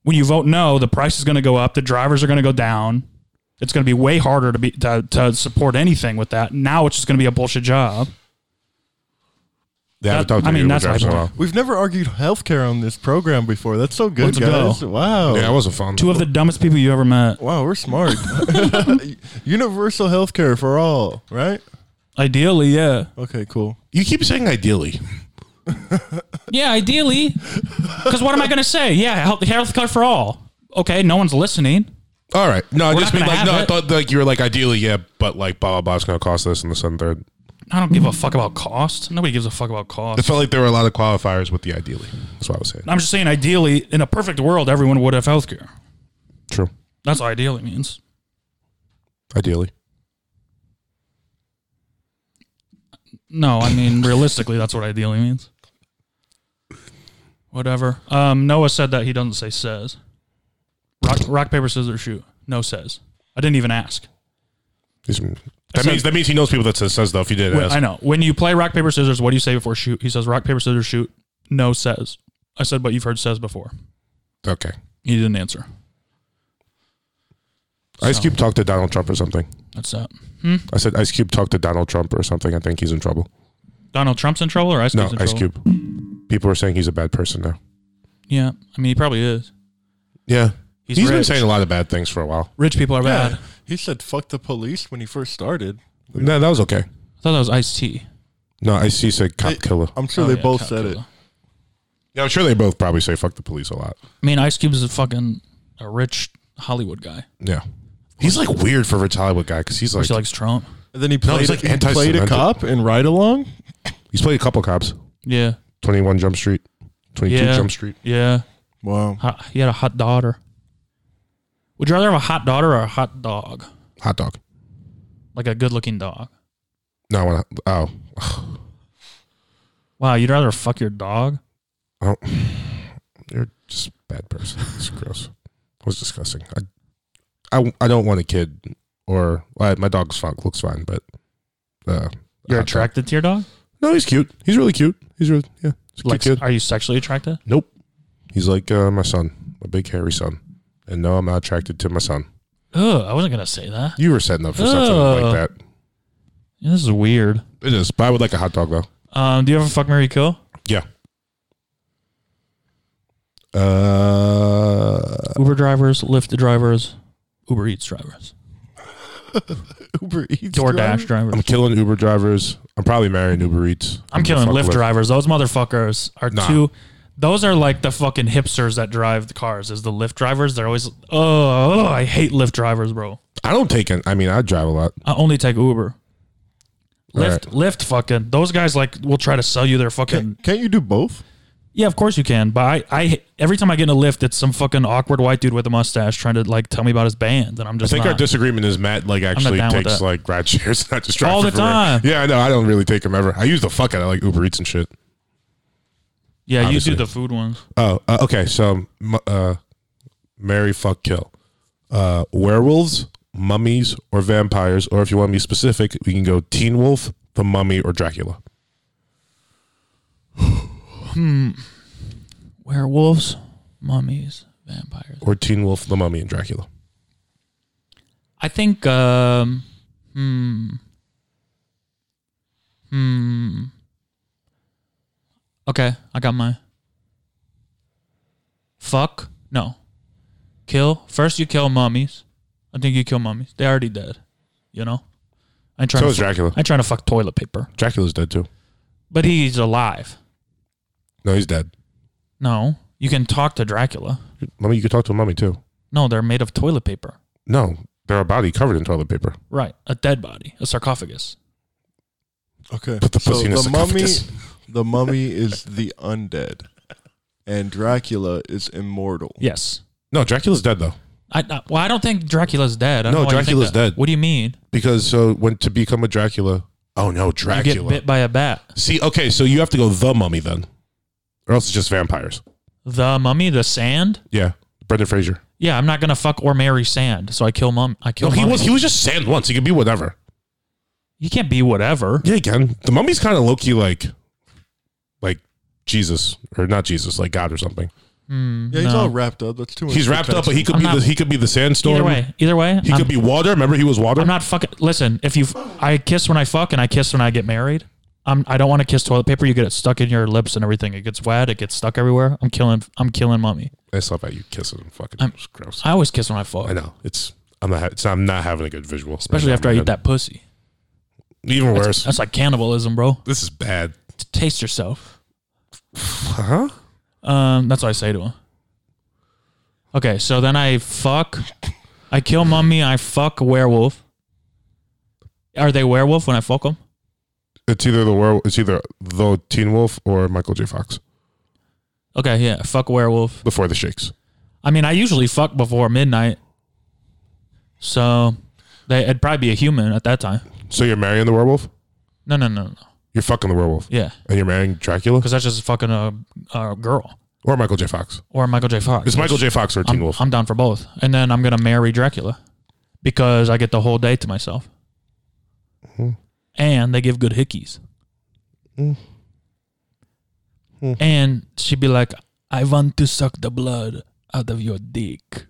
Speaker 5: when you vote no, the price is going to go up, the drivers are going to go down. It's going to be way harder to be to, to support anything with that. Now it's just going to be a bullshit job.
Speaker 3: They haven't
Speaker 5: That-
Speaker 3: talked to
Speaker 5: I mean,
Speaker 3: Uber
Speaker 5: that's
Speaker 3: drivers in a
Speaker 5: my
Speaker 3: while.
Speaker 4: We've never argued healthcare on this program before. That's so good,
Speaker 5: Let's
Speaker 4: guys.
Speaker 5: go.
Speaker 4: Wow.
Speaker 3: uh, Yeah, that wasn't fun.
Speaker 5: Two of the dumbest people you ever met.
Speaker 4: Wow, we're smart. Universal healthcare for all, right?
Speaker 5: Ideally, yeah,
Speaker 4: Okay, cool.
Speaker 3: you keep saying ideally.
Speaker 5: yeah, ideally. Because what am I going to say? Yeah, health, health care for all. Okay, no one's listening.
Speaker 3: All right. No, I
Speaker 5: We're
Speaker 3: just
Speaker 5: not
Speaker 3: mean
Speaker 5: gonna
Speaker 3: like, no,
Speaker 5: have
Speaker 3: I
Speaker 5: it.
Speaker 3: thought like you were like, ideally, yeah, but like, blah, blah, blah, it's going to cost this and this and third.
Speaker 5: I don't give a fuck about cost. Nobody gives a fuck about
Speaker 3: It
Speaker 5: cost.
Speaker 3: felt like there were a lot of qualifiers with the ideally. That's what I was saying.
Speaker 5: I'm just saying, ideally, in a perfect world, everyone would have health care.
Speaker 3: True.
Speaker 5: That's what ideally means.
Speaker 3: Ideally.
Speaker 5: No, I mean realistically, that's what ideally means. Whatever. Um, Noah said that he doesn't say says. Rock, rock paper, scissors, shoot. No says. I didn't even ask.
Speaker 3: He's- That
Speaker 5: So-
Speaker 3: means that means he knows people that says, says stuff. He did
Speaker 5: When-
Speaker 3: ask.
Speaker 5: I know. When you play rock paper scissors, what do you say before shoot? He says rock paper scissors shoot. No says. I said, but you've heard says before.
Speaker 3: Okay.
Speaker 5: He didn't answer.
Speaker 3: Ice
Speaker 5: So-
Speaker 3: Cube talked to Donald Trump or something.
Speaker 5: That's that.
Speaker 3: I said Ice Cube talked to Donald Trump or something. I think he's in trouble.
Speaker 5: Donald Trump's in trouble or Ice
Speaker 3: No,
Speaker 5: Cube's in
Speaker 3: Ice
Speaker 5: trouble?
Speaker 3: Cube. People are saying he's a bad person now.
Speaker 5: Yeah, I mean he probably is.
Speaker 3: Yeah.
Speaker 5: He's
Speaker 3: he's been
Speaker 5: rich.
Speaker 3: saying a lot of bad things for a while.
Speaker 5: Rich people are bad.
Speaker 4: Yeah. He said fuck the police when he first started.
Speaker 3: No, that was okay.
Speaker 5: I thought that was Ice T.
Speaker 3: No, I see. Said cop killer.
Speaker 4: I'm sure
Speaker 5: Oh,
Speaker 4: they
Speaker 5: yeah,
Speaker 4: both
Speaker 5: cop
Speaker 4: said it.
Speaker 5: killer.
Speaker 3: Yeah, I'm sure they both probably say fuck the police a lot.
Speaker 5: I mean, Ice Cube is a fucking a rich Hollywood guy.
Speaker 3: Yeah, he's like weird for rich Hollywood guy because he's like
Speaker 5: She likes Trump.
Speaker 4: And then he
Speaker 3: No,
Speaker 4: played,
Speaker 3: he's like
Speaker 4: he played
Speaker 3: anti-Semitic.
Speaker 4: a cop in Ride Along.
Speaker 3: he's played a couple cops.
Speaker 5: Yeah.
Speaker 3: Twenty one Jump Street, twenty two
Speaker 5: Yeah.
Speaker 3: Jump Street.
Speaker 5: Yeah.
Speaker 4: Wow.
Speaker 5: Hot, he had a hot daughter. Would you rather have a hot daughter or a hot dog?
Speaker 3: Hot dog.
Speaker 5: Like a good looking dog.
Speaker 3: No, I wanna, oh,
Speaker 5: Wow, you'd rather fuck your dog?
Speaker 3: oh, you're just a bad person. It's gross. It was disgusting. I, I, I don't want a kid or I, my dog's fine, looks fine, but uh,
Speaker 5: You're
Speaker 3: hot dog.
Speaker 5: attracted to your dog?
Speaker 3: No, he's cute. He's really cute. He's really yeah. He's a
Speaker 5: Like,
Speaker 3: cute kid.
Speaker 5: are you sexually attracted?
Speaker 3: Nope. He's like uh, my son, my big hairy son. And no, I'm not attracted to my son.
Speaker 5: Ugh, I wasn't going to say that.
Speaker 3: You were setting up for something like
Speaker 5: Ugh.
Speaker 3: that.
Speaker 5: Yeah, This is weird.
Speaker 3: It is. But I would like a hot dog though.
Speaker 5: Um, do you ever fuck Mary Kill?
Speaker 3: Yeah. Uh,
Speaker 5: Uber drivers, Lyft drivers, Uber Eats drivers,
Speaker 4: Uber Eats.
Speaker 5: DoorDash
Speaker 4: driver?
Speaker 5: drivers.
Speaker 3: I'm killing Uber drivers. I'm probably marrying Uber Eats.
Speaker 5: I'm
Speaker 3: gonna
Speaker 5: killing
Speaker 3: fuck
Speaker 5: Lyft
Speaker 3: with-
Speaker 5: drivers. Those motherfuckers are
Speaker 3: Nah.
Speaker 5: too. Those are like the fucking hipsters that drive the cars. Is the Lyft drivers? They're always oh, oh I hate Lyft drivers, bro.
Speaker 3: I don't take it. I mean, I drive a lot.
Speaker 5: I only take Uber.
Speaker 3: Right.
Speaker 5: Lyft, Lyft, fucking those guys like will try to sell you their fucking.
Speaker 4: Can't you do both?
Speaker 5: Yeah, of course you can, but I, I every time I get in a Lyft, it's some fucking awkward white dude with a mustache trying to like tell me about his band, and I'm
Speaker 3: I
Speaker 5: just
Speaker 3: think our
Speaker 5: not.
Speaker 3: disagreement is Matt like actually
Speaker 5: down with
Speaker 3: takes
Speaker 5: that.
Speaker 3: like ride shares, not just drives
Speaker 5: All the
Speaker 3: for free.
Speaker 5: time.
Speaker 3: Yeah, I know. I don't really take them ever. I use the fuck out of like Uber Eats and shit.
Speaker 5: yeah,
Speaker 3: obviously.
Speaker 5: you do the food ones.
Speaker 3: Oh, uh, okay. So, m- uh, Mary fuck kill. Uh, werewolves, mummies, or vampires, or if you want to be specific, we can go Teen Wolf, The Mummy, or Dracula.
Speaker 5: Werewolves, mummies, vampires.
Speaker 3: Or Teen Wolf, The Mummy, and Dracula.
Speaker 5: I think. Um, hmm. Hmm. Okay, I got mine. Fuck no. Kill first. You kill mummies. I think you kill mummies. They already dead. You know. I trying
Speaker 3: So
Speaker 5: to
Speaker 3: is
Speaker 5: fuck-
Speaker 3: Dracula.
Speaker 5: I'm trying to fuck toilet paper,
Speaker 3: Dracula's dead too.
Speaker 5: but he's alive.
Speaker 3: No, he's dead.
Speaker 5: No, you can talk to Dracula.
Speaker 3: Mummy, you could talk to a mummy too.
Speaker 5: No, they're made of toilet paper.
Speaker 3: No, they're a body covered in toilet paper.
Speaker 5: Right, a dead body, a sarcophagus.
Speaker 4: Okay.
Speaker 3: Put the pussy in a
Speaker 4: mummy,
Speaker 3: sarcophagus.
Speaker 4: the mummy is the undead, and Dracula is immortal.
Speaker 5: Yes.
Speaker 3: No, Dracula's dead though.
Speaker 5: I, I- well, I don't think Dracula's dead. I don't
Speaker 3: No,
Speaker 5: know why you think
Speaker 3: Dracula's
Speaker 5: that.
Speaker 3: dead.
Speaker 5: What do you mean?
Speaker 3: Because so when to become a Dracula, oh no,
Speaker 5: You
Speaker 3: Dracula.
Speaker 5: get bit by a bat.
Speaker 3: See, okay, so you have to go the mummy then, or else it's just vampires.
Speaker 5: The mummy, the sand.
Speaker 3: Yeah, Brendan Fraser.
Speaker 5: Yeah, I'm not gonna fuck or marry sand, so I kill mum. I
Speaker 3: No,
Speaker 5: kill.
Speaker 3: he
Speaker 5: mummy.
Speaker 3: was he was just sand once. He could be whatever.
Speaker 5: You can't be whatever.
Speaker 3: Yeah, again, the mummy's kind of low key like, like Jesus or not Jesus, like God or something.
Speaker 4: Yeah, he's
Speaker 5: Mm-hmm. No.
Speaker 4: all wrapped up. That's too much.
Speaker 3: He's wrapped up, but he could
Speaker 5: I'm
Speaker 3: be
Speaker 5: not-
Speaker 3: the he could be the sandstorm.
Speaker 5: Either way, either way,
Speaker 3: he
Speaker 5: I'm,
Speaker 3: could be water. Remember, he was water.
Speaker 5: I'm not fucking. Listen, if you, I kiss when I fuck and I kiss when I get married. I'm. I don't want to kiss toilet paper. You get it stuck in your lips and everything. It gets wet. It gets stuck everywhere. I'm killing. I'm killing mummy.
Speaker 3: I saw about you kissing and fucking.
Speaker 5: I'm-
Speaker 3: it's gross.
Speaker 5: I always kiss when I fuck,
Speaker 3: I know it's. I'm not. ha- It's, I'm not having a good visual,
Speaker 5: especially after I eat that pussy.
Speaker 3: Even worse.
Speaker 5: That's like cannibalism, bro.
Speaker 3: this is bad.
Speaker 5: T- Taste yourself.
Speaker 3: Huh?
Speaker 5: Um, that's what I say to him. Okay, so then I fuck, I kill mummy, I fuck a werewolf. Are they werewolf when I fuck them?
Speaker 3: It's either the werewolf. It's either the Teen Wolf or Michael J. Fox
Speaker 5: Okay, yeah, I fuck a werewolf.
Speaker 3: before the shakes.
Speaker 5: I mean, I usually fuck before midnight, so they, it'd probably be a human at that time.
Speaker 3: So you're marrying the werewolf.
Speaker 5: No, no, no, no.
Speaker 3: You're fucking the werewolf,
Speaker 5: Yeah,
Speaker 3: and you're marrying Dracula
Speaker 5: because that's just fucking a, a girl
Speaker 3: or Michael J. Fox.
Speaker 5: or Michael J. Fox.
Speaker 3: It's Michael J. Fox or Teen
Speaker 5: I'm,
Speaker 3: Wolf.
Speaker 5: I'm down for both. And then I'm going to marry Dracula because I get the whole day to myself.
Speaker 3: Hmm.
Speaker 5: And they give good hickeys.
Speaker 3: Hmm.
Speaker 5: And she'd be like, I want to suck the blood out of your dick.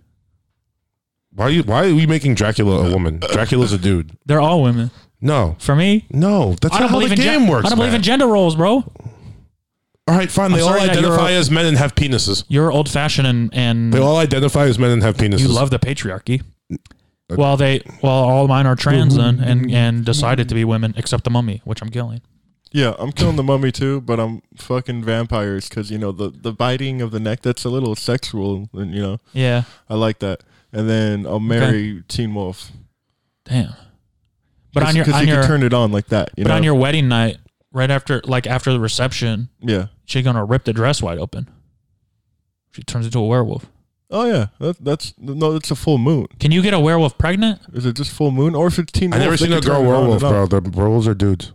Speaker 3: why are you? Why are we making Dracula a woman? Dracula's a dude.
Speaker 5: They're all women.
Speaker 3: No,
Speaker 5: For me,
Speaker 3: no, that's not
Speaker 5: I don't
Speaker 3: how
Speaker 5: believe
Speaker 3: the
Speaker 5: in
Speaker 3: game
Speaker 5: gen-
Speaker 3: works.
Speaker 5: I don't believe in
Speaker 3: man.
Speaker 5: gender roles, bro.
Speaker 3: all right, fine. They all
Speaker 5: sorry that you're
Speaker 3: identify
Speaker 5: a-
Speaker 3: as men and have penises.
Speaker 5: You're old fashioned and, and
Speaker 3: They all identify as men and have penises.
Speaker 5: you love the patriarchy. Well, they well, all mine are trans then, and and decided to be women, except the mummy, which I'm killing.
Speaker 4: Yeah, I'm killing the mummy too, but I'm fucking vampires because you know the the biting of the neck. That's a little sexual, and you know
Speaker 5: Yeah,
Speaker 4: I like that. And then I'll marry Teen Wolf.
Speaker 5: damn. But
Speaker 4: It's
Speaker 5: on your
Speaker 4: 'cause
Speaker 5: on
Speaker 4: you
Speaker 5: your
Speaker 4: can turn it on like that. You
Speaker 5: But
Speaker 4: know,
Speaker 5: on your wedding night, right after, like after the reception,
Speaker 4: yeah.
Speaker 5: she's gonna rip the dress wide open. She turns into a werewolf.
Speaker 4: Oh yeah, that, that's no, that's a full moon.
Speaker 5: Can you get a werewolf pregnant?
Speaker 4: Is it just full moon or if it's Teen
Speaker 3: I
Speaker 4: Wolf?
Speaker 3: never
Speaker 4: they
Speaker 3: seen
Speaker 4: can
Speaker 3: a girl
Speaker 4: turn it on
Speaker 3: werewolf,
Speaker 4: and
Speaker 3: bro.
Speaker 4: off.
Speaker 3: The werewolves are dudes.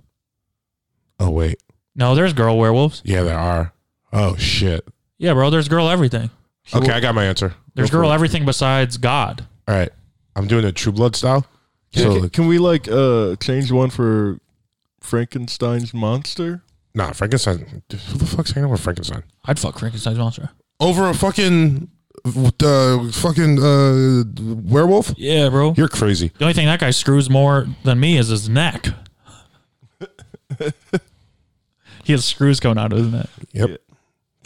Speaker 3: Oh wait,
Speaker 5: No, there's girl werewolves.
Speaker 3: yeah, there are. Oh shit.
Speaker 5: Yeah, bro, there's girl everything.
Speaker 3: Okay, I got my answer.
Speaker 5: There's girl everything besides God.
Speaker 3: All right, I'm doing a True Blood style.
Speaker 4: Can,
Speaker 3: So
Speaker 4: can, we like uh change one for Frankenstein's monster?
Speaker 3: nah, Frankenstein. dude, Who the fuck's hanging out with Frankenstein?
Speaker 5: I'd fuck Frankenstein's monster.
Speaker 3: Over a fucking, uh, fucking uh, werewolf.
Speaker 5: Yeah, bro.
Speaker 3: You're crazy.
Speaker 5: the only thing that guy screws more than me is his neck. he has screws coming out of his neck.
Speaker 3: Yep.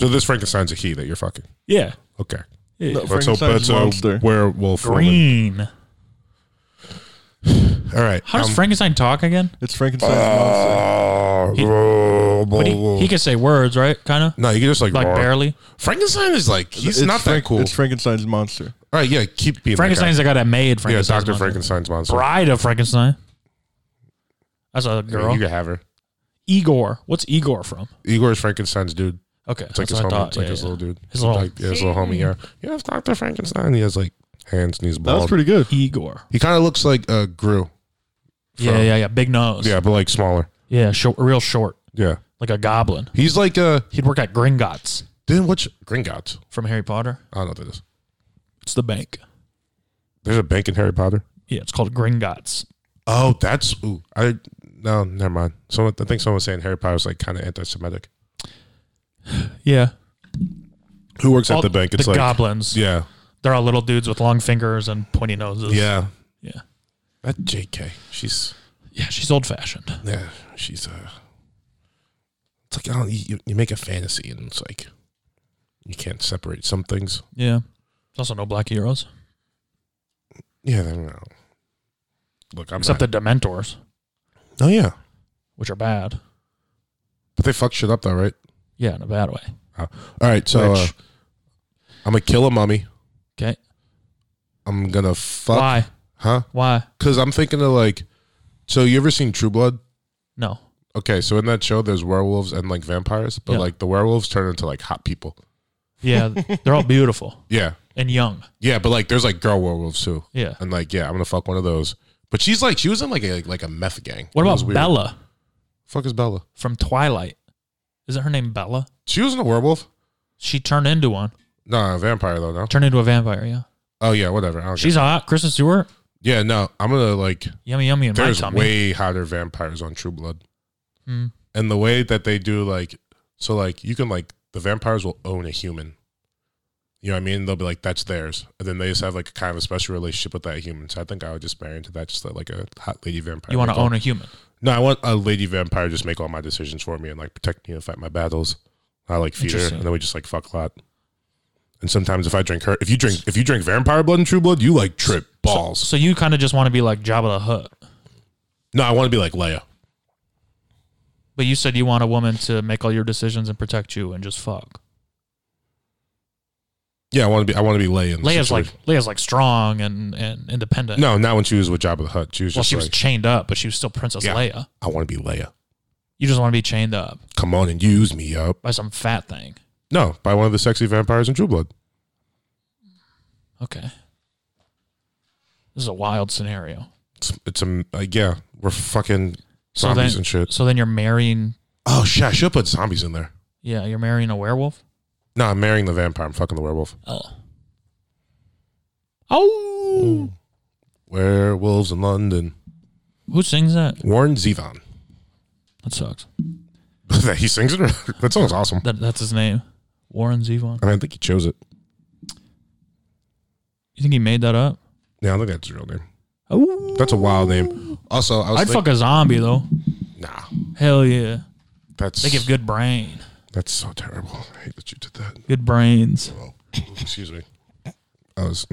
Speaker 3: So this Frankenstein's a he that you're fucking.
Speaker 5: Yeah.
Speaker 3: Okay.
Speaker 4: No,
Speaker 3: Let's hope
Speaker 4: Frankenstein's
Speaker 3: that's a
Speaker 4: monster.
Speaker 3: werewolf. woman.
Speaker 5: Green.
Speaker 3: All right.
Speaker 5: How does
Speaker 3: um,
Speaker 5: Frankenstein talk again?
Speaker 4: It's Frankenstein's monster.
Speaker 3: uh,
Speaker 5: But he, he can say words, right? Kind of
Speaker 3: no, you can just like,
Speaker 5: like
Speaker 3: roar.
Speaker 5: barely.
Speaker 3: Frankenstein is like he's
Speaker 4: It's
Speaker 3: not that
Speaker 4: Frank-
Speaker 3: cool.
Speaker 4: It's Frankenstein's monster.
Speaker 3: All right, yeah, keep being that
Speaker 5: Frankenstein's the guy that made
Speaker 3: guy. Yeah,
Speaker 5: Frankenstein.
Speaker 3: Doctor Frankenstein's monster.
Speaker 5: Bride of Frankenstein. That's a
Speaker 3: Yeah,
Speaker 5: girl.
Speaker 3: You can have her.
Speaker 5: Igor. What's Igor from?
Speaker 3: Igor's Frankenstein's dude.
Speaker 5: Okay,
Speaker 3: It's like
Speaker 5: that's
Speaker 3: his
Speaker 5: what I
Speaker 3: homie.
Speaker 5: thought,
Speaker 3: It's like
Speaker 5: yeah,
Speaker 3: his
Speaker 5: yeah.
Speaker 3: little dude.
Speaker 5: His little-
Speaker 3: like, yeah, his little homie. Yeah, yeah, it's Doctor Frankenstein. He has like hands and he's
Speaker 4: That was
Speaker 3: bald.
Speaker 4: pretty good.
Speaker 5: Igor.
Speaker 3: he kind of looks like uh, Gru.
Speaker 5: Yeah, yeah, yeah. Big nose.
Speaker 3: Yeah, but like smaller.
Speaker 5: yeah. Short, real short,
Speaker 3: Yeah,
Speaker 5: like a goblin.
Speaker 3: he's like uh.
Speaker 5: He'd work at Gringotts
Speaker 3: Then what's Gringotts?
Speaker 5: from Harry Potter.
Speaker 3: I don't know what that is.
Speaker 5: It's the bank.
Speaker 3: There's a bank in Harry Potter.
Speaker 5: Yeah, it's called Gringotts.
Speaker 3: Oh, that's ooh. I no, never mind. Someone, I think someone was saying Harry Potter's like kind of anti-Semitic.
Speaker 5: Yeah,
Speaker 3: Who works
Speaker 5: All
Speaker 3: at the bank? It's
Speaker 5: the
Speaker 3: like
Speaker 5: goblins.
Speaker 3: yeah,
Speaker 5: They're all little dudes with long fingers and pointy noses.
Speaker 3: yeah.
Speaker 5: yeah,
Speaker 3: That J.K. She's
Speaker 5: yeah. She's old fashioned.
Speaker 3: yeah, she's uh. It's like I don't, you, you make a fantasy and it's like you can't separate some things.
Speaker 5: Yeah. There's also no black heroes
Speaker 3: Yeah, I don't know. Look, I'm
Speaker 5: except
Speaker 3: not,
Speaker 5: the Dementors,
Speaker 3: oh yeah,
Speaker 5: which are bad.
Speaker 3: but they fuck shit up though, right?
Speaker 5: Yeah, in a bad way.
Speaker 3: All right, so uh,
Speaker 5: Which-
Speaker 3: I'm gonna kill a mummy.
Speaker 5: Okay.
Speaker 3: I'm gonna fuck,
Speaker 5: Why?
Speaker 3: huh?
Speaker 5: Why?
Speaker 3: Because I'm thinking of like, so you ever seen True Blood?
Speaker 5: No.
Speaker 3: Okay, so in that show, there's werewolves and like vampires, but
Speaker 5: Yeah.
Speaker 3: like the werewolves turn into like hot people.
Speaker 5: Yeah, they're all beautiful
Speaker 3: Yeah,
Speaker 5: and young.
Speaker 3: yeah, but like there's like girl werewolves too,
Speaker 5: Yeah.
Speaker 3: and like yeah, I'm gonna fuck one of those. But she's like she was in like a like a meth gang.
Speaker 5: What
Speaker 3: It was
Speaker 5: about
Speaker 3: weird.
Speaker 5: Bella
Speaker 3: Fuck is Bella?
Speaker 5: from Twilight? Isn't her name Bella?
Speaker 3: She wasn't a werewolf.
Speaker 5: She turned into one.
Speaker 3: Nah, a vampire though. No.
Speaker 5: Turned into a vampire. Yeah.
Speaker 3: Oh yeah, whatever. I don't
Speaker 5: She's hot. Kristen Stewart.
Speaker 3: care. yeah. No, I'm gonna like.
Speaker 5: Yummy, yummy in
Speaker 3: There's
Speaker 5: my tummy.
Speaker 3: way hotter vampires on True Blood,
Speaker 5: Hmm.
Speaker 3: and the way that they do like so like you can like the vampires will own a human. You know what I mean? They'll be like, "That's theirs," and then they just have like kind of a special relationship with that human. So I think I would just marry into that, just like a hot lady vampire.
Speaker 5: you want to
Speaker 3: Like, all-
Speaker 5: own a human?
Speaker 3: No, I want a lady vampire to just make all my decisions for me and like protect me and fight my battles. I like feed her,
Speaker 5: Interesting.
Speaker 3: and then we just like fuck a lot. And sometimes if I drink her, if you drink if you drink vampire blood and True Blood, you like trip balls.
Speaker 5: So you kind of just want to be like Jabba the Hutt.
Speaker 3: no, I want to be like Leia.
Speaker 5: But you said you want a woman to make all your decisions and protect you and just fuck.
Speaker 3: Yeah, I want to be. I want to be Leia. in the
Speaker 5: Leia's
Speaker 3: situation.
Speaker 5: like Leia's like strong and, and independent.
Speaker 3: No, not when she was with Jabba the Hutt. She was
Speaker 5: well,
Speaker 3: just
Speaker 5: she
Speaker 3: like,
Speaker 5: was chained up, but she was still Princess
Speaker 3: Yeah.
Speaker 5: Leia.
Speaker 3: I want to be Leia.
Speaker 5: You just want to be chained up
Speaker 3: Come on and use me up.
Speaker 5: by some fat thing.
Speaker 3: No, by one of the sexy vampires in True Blood.
Speaker 5: Okay. This is a wild scenario.
Speaker 3: It's, it's a like, yeah. We're fucking
Speaker 5: So
Speaker 3: zombies
Speaker 5: then,
Speaker 3: and shit.
Speaker 5: so then you're marrying.
Speaker 3: Oh shit! I should put zombies in there.
Speaker 5: Yeah, you're marrying a werewolf.
Speaker 3: No, I'm marrying the vampire. I'm fucking the werewolf.
Speaker 5: Oh. Oh.
Speaker 3: Werewolves in London.
Speaker 5: Who sings that?
Speaker 3: Warren Zevon.
Speaker 5: That sucks.
Speaker 3: he sings it. that song's awesome.
Speaker 5: That that's his name. Warren Zevon.
Speaker 3: I mean, I think he chose it.
Speaker 5: You think he made that up?
Speaker 3: Yeah, I think that's his real name.
Speaker 5: Oh.
Speaker 3: That's a wild name. Also, I was
Speaker 5: I'd
Speaker 3: think-
Speaker 5: fuck a zombie though.
Speaker 3: nah.
Speaker 5: Hell yeah.
Speaker 3: That's
Speaker 5: They give good brain.
Speaker 3: that's so terrible. I hate that you did that.
Speaker 5: Good brains.
Speaker 3: Oh, excuse me. I was.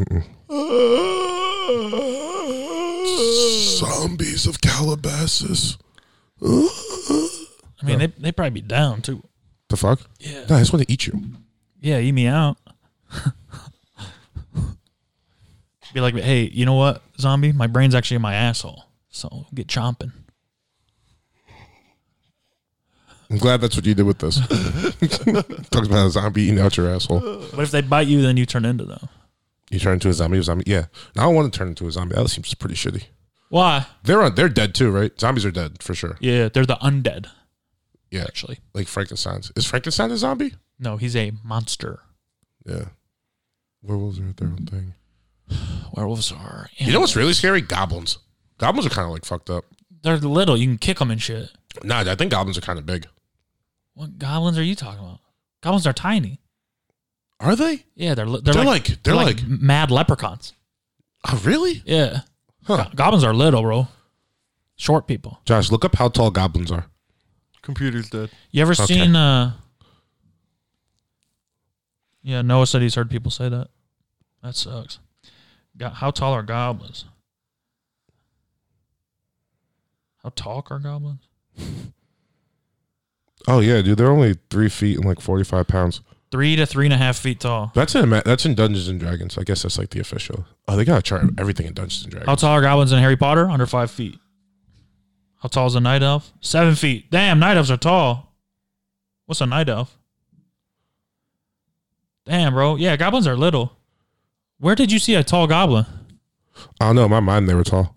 Speaker 3: Zombies of Calabasas.
Speaker 5: I mean, they they probably be down too.
Speaker 3: The fuck?
Speaker 5: Yeah.
Speaker 3: No, I just want to eat you.
Speaker 5: Yeah, eat me out. Be like, hey, you know what, zombie? My brain's actually in my asshole, so get chomping.
Speaker 3: I'm glad that's what you did with this. Talking about a zombie eating out your asshole.
Speaker 5: What if they bite you, then you turn into them?
Speaker 3: You turn into a zombie. A zombie. Yeah. Now I don't want to turn into a zombie. That seems pretty shitty.
Speaker 5: Why?
Speaker 3: They're on, they're dead too, right? Zombies are dead for sure.
Speaker 5: Yeah, they're the undead.
Speaker 3: Yeah.
Speaker 5: Actually,
Speaker 3: Like Frankenstein's. Is Frankenstein a zombie?
Speaker 5: no, he's a monster.
Speaker 3: Yeah. Werewolves are their own thing.
Speaker 5: Werewolves are.
Speaker 3: You know what's really scary? Goblins. Goblins are kind of like fucked up.
Speaker 5: They're little. You can kick them and shit.
Speaker 3: Nah, I think goblins are kind of big.
Speaker 5: What goblins are you talking about? Goblins are tiny.
Speaker 3: Are they?
Speaker 5: Yeah, they're li- they're,
Speaker 3: They're
Speaker 5: like,
Speaker 3: like- they're like-
Speaker 5: mad leprechauns.
Speaker 3: Oh, really?
Speaker 5: Yeah,
Speaker 3: Huh.
Speaker 5: Go- goblins are little, bro. Short people.
Speaker 3: Josh, look up how tall goblins are.
Speaker 4: Computer's dead.
Speaker 5: You ever
Speaker 3: Okay.
Speaker 5: seen? uh Yeah, Noah said he's heard people say that. That sucks. Go- How tall are goblins? How tall are goblins?
Speaker 3: Oh yeah, dude, they're only three feet and like forty-five pounds.
Speaker 5: Three to three and a half feet tall.
Speaker 3: That's in that's in Dungeons and Dragons. I guess that's like the official. Oh, they gotta chart everything in Dungeons and Dragons.
Speaker 5: How tall are goblins in Harry Potter? Under five feet. How tall is a night elf? Seven feet. Damn, night elves are tall. What's a night elf? Damn, bro. Yeah, goblins are little. Where did you see a tall goblin?
Speaker 3: I don't know. In my mind, they were tall.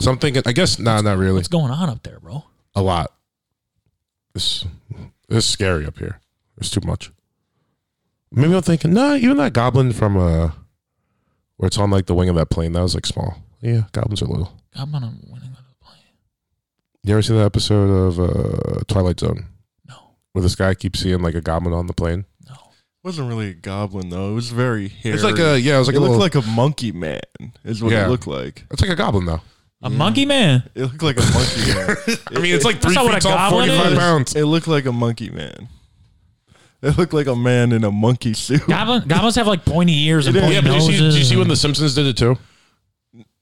Speaker 3: So I'm thinking. I guess nah, not really.
Speaker 5: What's going on up there, bro?
Speaker 3: A lot. It's it's scary up here. It's too much. Maybe I'm thinking. Nah, even that goblin from uh, where it's on like the wing of that plane. That was like small. Yeah, goblins are little.
Speaker 5: Goblin on winning on the plane.
Speaker 3: You ever see that episode of uh, Twilight Zone
Speaker 5: No,
Speaker 3: where this guy keeps seeing like a goblin on the plane?
Speaker 5: no.
Speaker 4: wasn't really a goblin though. It was very hairy.
Speaker 3: It's like a yeah. It was like
Speaker 4: it
Speaker 3: a
Speaker 4: looked
Speaker 3: little,
Speaker 4: like a monkey man. Is what
Speaker 3: Yeah.
Speaker 4: it looked like.
Speaker 3: it's like a goblin though.
Speaker 5: A monkey man.
Speaker 4: It looked like a monkey man.
Speaker 3: I mean, it's like three
Speaker 5: not what
Speaker 3: feet
Speaker 5: a
Speaker 3: tall,
Speaker 5: goblin
Speaker 3: forty five
Speaker 5: is.
Speaker 3: pounds.
Speaker 4: It looked like a monkey man. It looked like a man in a monkey suit.
Speaker 5: Goblin, goblins have like pointy ears and
Speaker 4: It is.
Speaker 5: pointy
Speaker 3: Yeah, but do you,
Speaker 5: noses.
Speaker 3: see, do you see when
Speaker 5: and-
Speaker 3: the Simpsons did it too?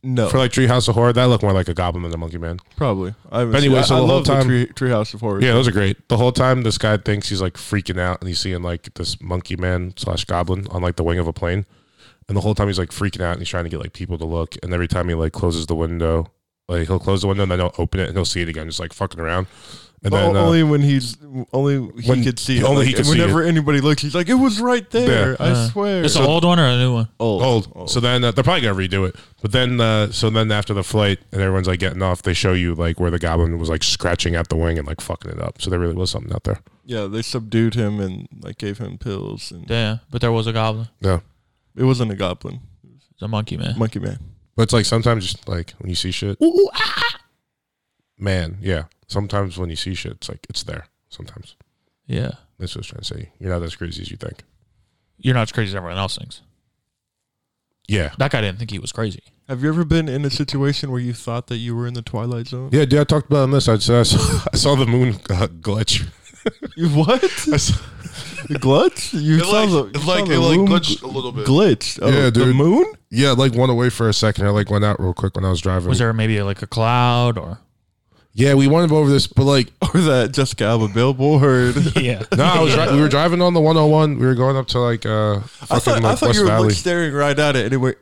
Speaker 4: No,
Speaker 3: For like Treehouse of Horror, that looked more like a goblin than a monkey man.
Speaker 4: probably. I haven't
Speaker 3: But anyway,
Speaker 4: seen- I-
Speaker 3: so
Speaker 4: I
Speaker 3: the whole
Speaker 4: love the
Speaker 3: time-
Speaker 4: tree, Treehouse of Horrors.
Speaker 3: Yeah, those are great. The whole time, this guy thinks he's like freaking out, and he's seeing like this monkey man slash goblin on like the wing of a plane, and the whole time he's like freaking out, and he's trying to get like people to look, and every time he like closes the window, like he'll close the window and then he'll open it and he'll see it again, just like fucking around, and
Speaker 4: But
Speaker 3: then uh,
Speaker 4: only when he's only he
Speaker 3: when-
Speaker 4: could see. It.
Speaker 3: only
Speaker 4: Like,
Speaker 3: he could see
Speaker 4: whenever anybody looks, he's like, "It was right there." I
Speaker 5: Uh,
Speaker 4: swear.
Speaker 5: It's an old one or a new one?
Speaker 4: old.
Speaker 3: old. So then uh, they're probably gonna redo it. But then, uh, so then after the flight and everyone's like getting off, they show you like where the goblin was like scratching at the wing and like fucking it up. So there really was something out there.
Speaker 4: Yeah, they subdued him and like gave him pills, and
Speaker 5: Yeah, but there was a goblin.
Speaker 3: Yeah,
Speaker 4: it wasn't a goblin,
Speaker 5: It's a monkey man.
Speaker 4: monkey man.
Speaker 3: but it's like sometimes just like when you see shit, man. Yeah, sometimes when you see shit, it's like it's there. Sometimes
Speaker 5: Yeah,
Speaker 3: that's what I was trying to say. You're not as crazy as you think.
Speaker 5: you're not as crazy as everyone else thinks.
Speaker 3: Yeah,
Speaker 5: That guy didn't think he was crazy.
Speaker 4: Have you ever been in a situation where you thought that you were in the twilight zone?
Speaker 3: yeah, dude. I talked about it on this. I saw, I saw, I saw the moon uh, glitch.
Speaker 4: You what?
Speaker 3: I saw-
Speaker 4: glitch? You saw the you saw the moon
Speaker 7: a little bit.
Speaker 4: glitch. Oh,
Speaker 3: Yeah,
Speaker 4: The
Speaker 3: dude.
Speaker 4: moon?
Speaker 3: yeah, like went away for a second. I like went out real quick when I was driving.
Speaker 5: Was there maybe like a cloud or?
Speaker 3: yeah, we went over this, but like
Speaker 4: Or that Jessica Alba billboard?
Speaker 5: Yeah.
Speaker 3: No, I was dri- we were driving on the 101. We were going up to like uh fucking
Speaker 4: I thought,
Speaker 3: like
Speaker 4: I thought
Speaker 3: West
Speaker 4: you were
Speaker 3: Valley.
Speaker 4: like staring right at it. Anyway,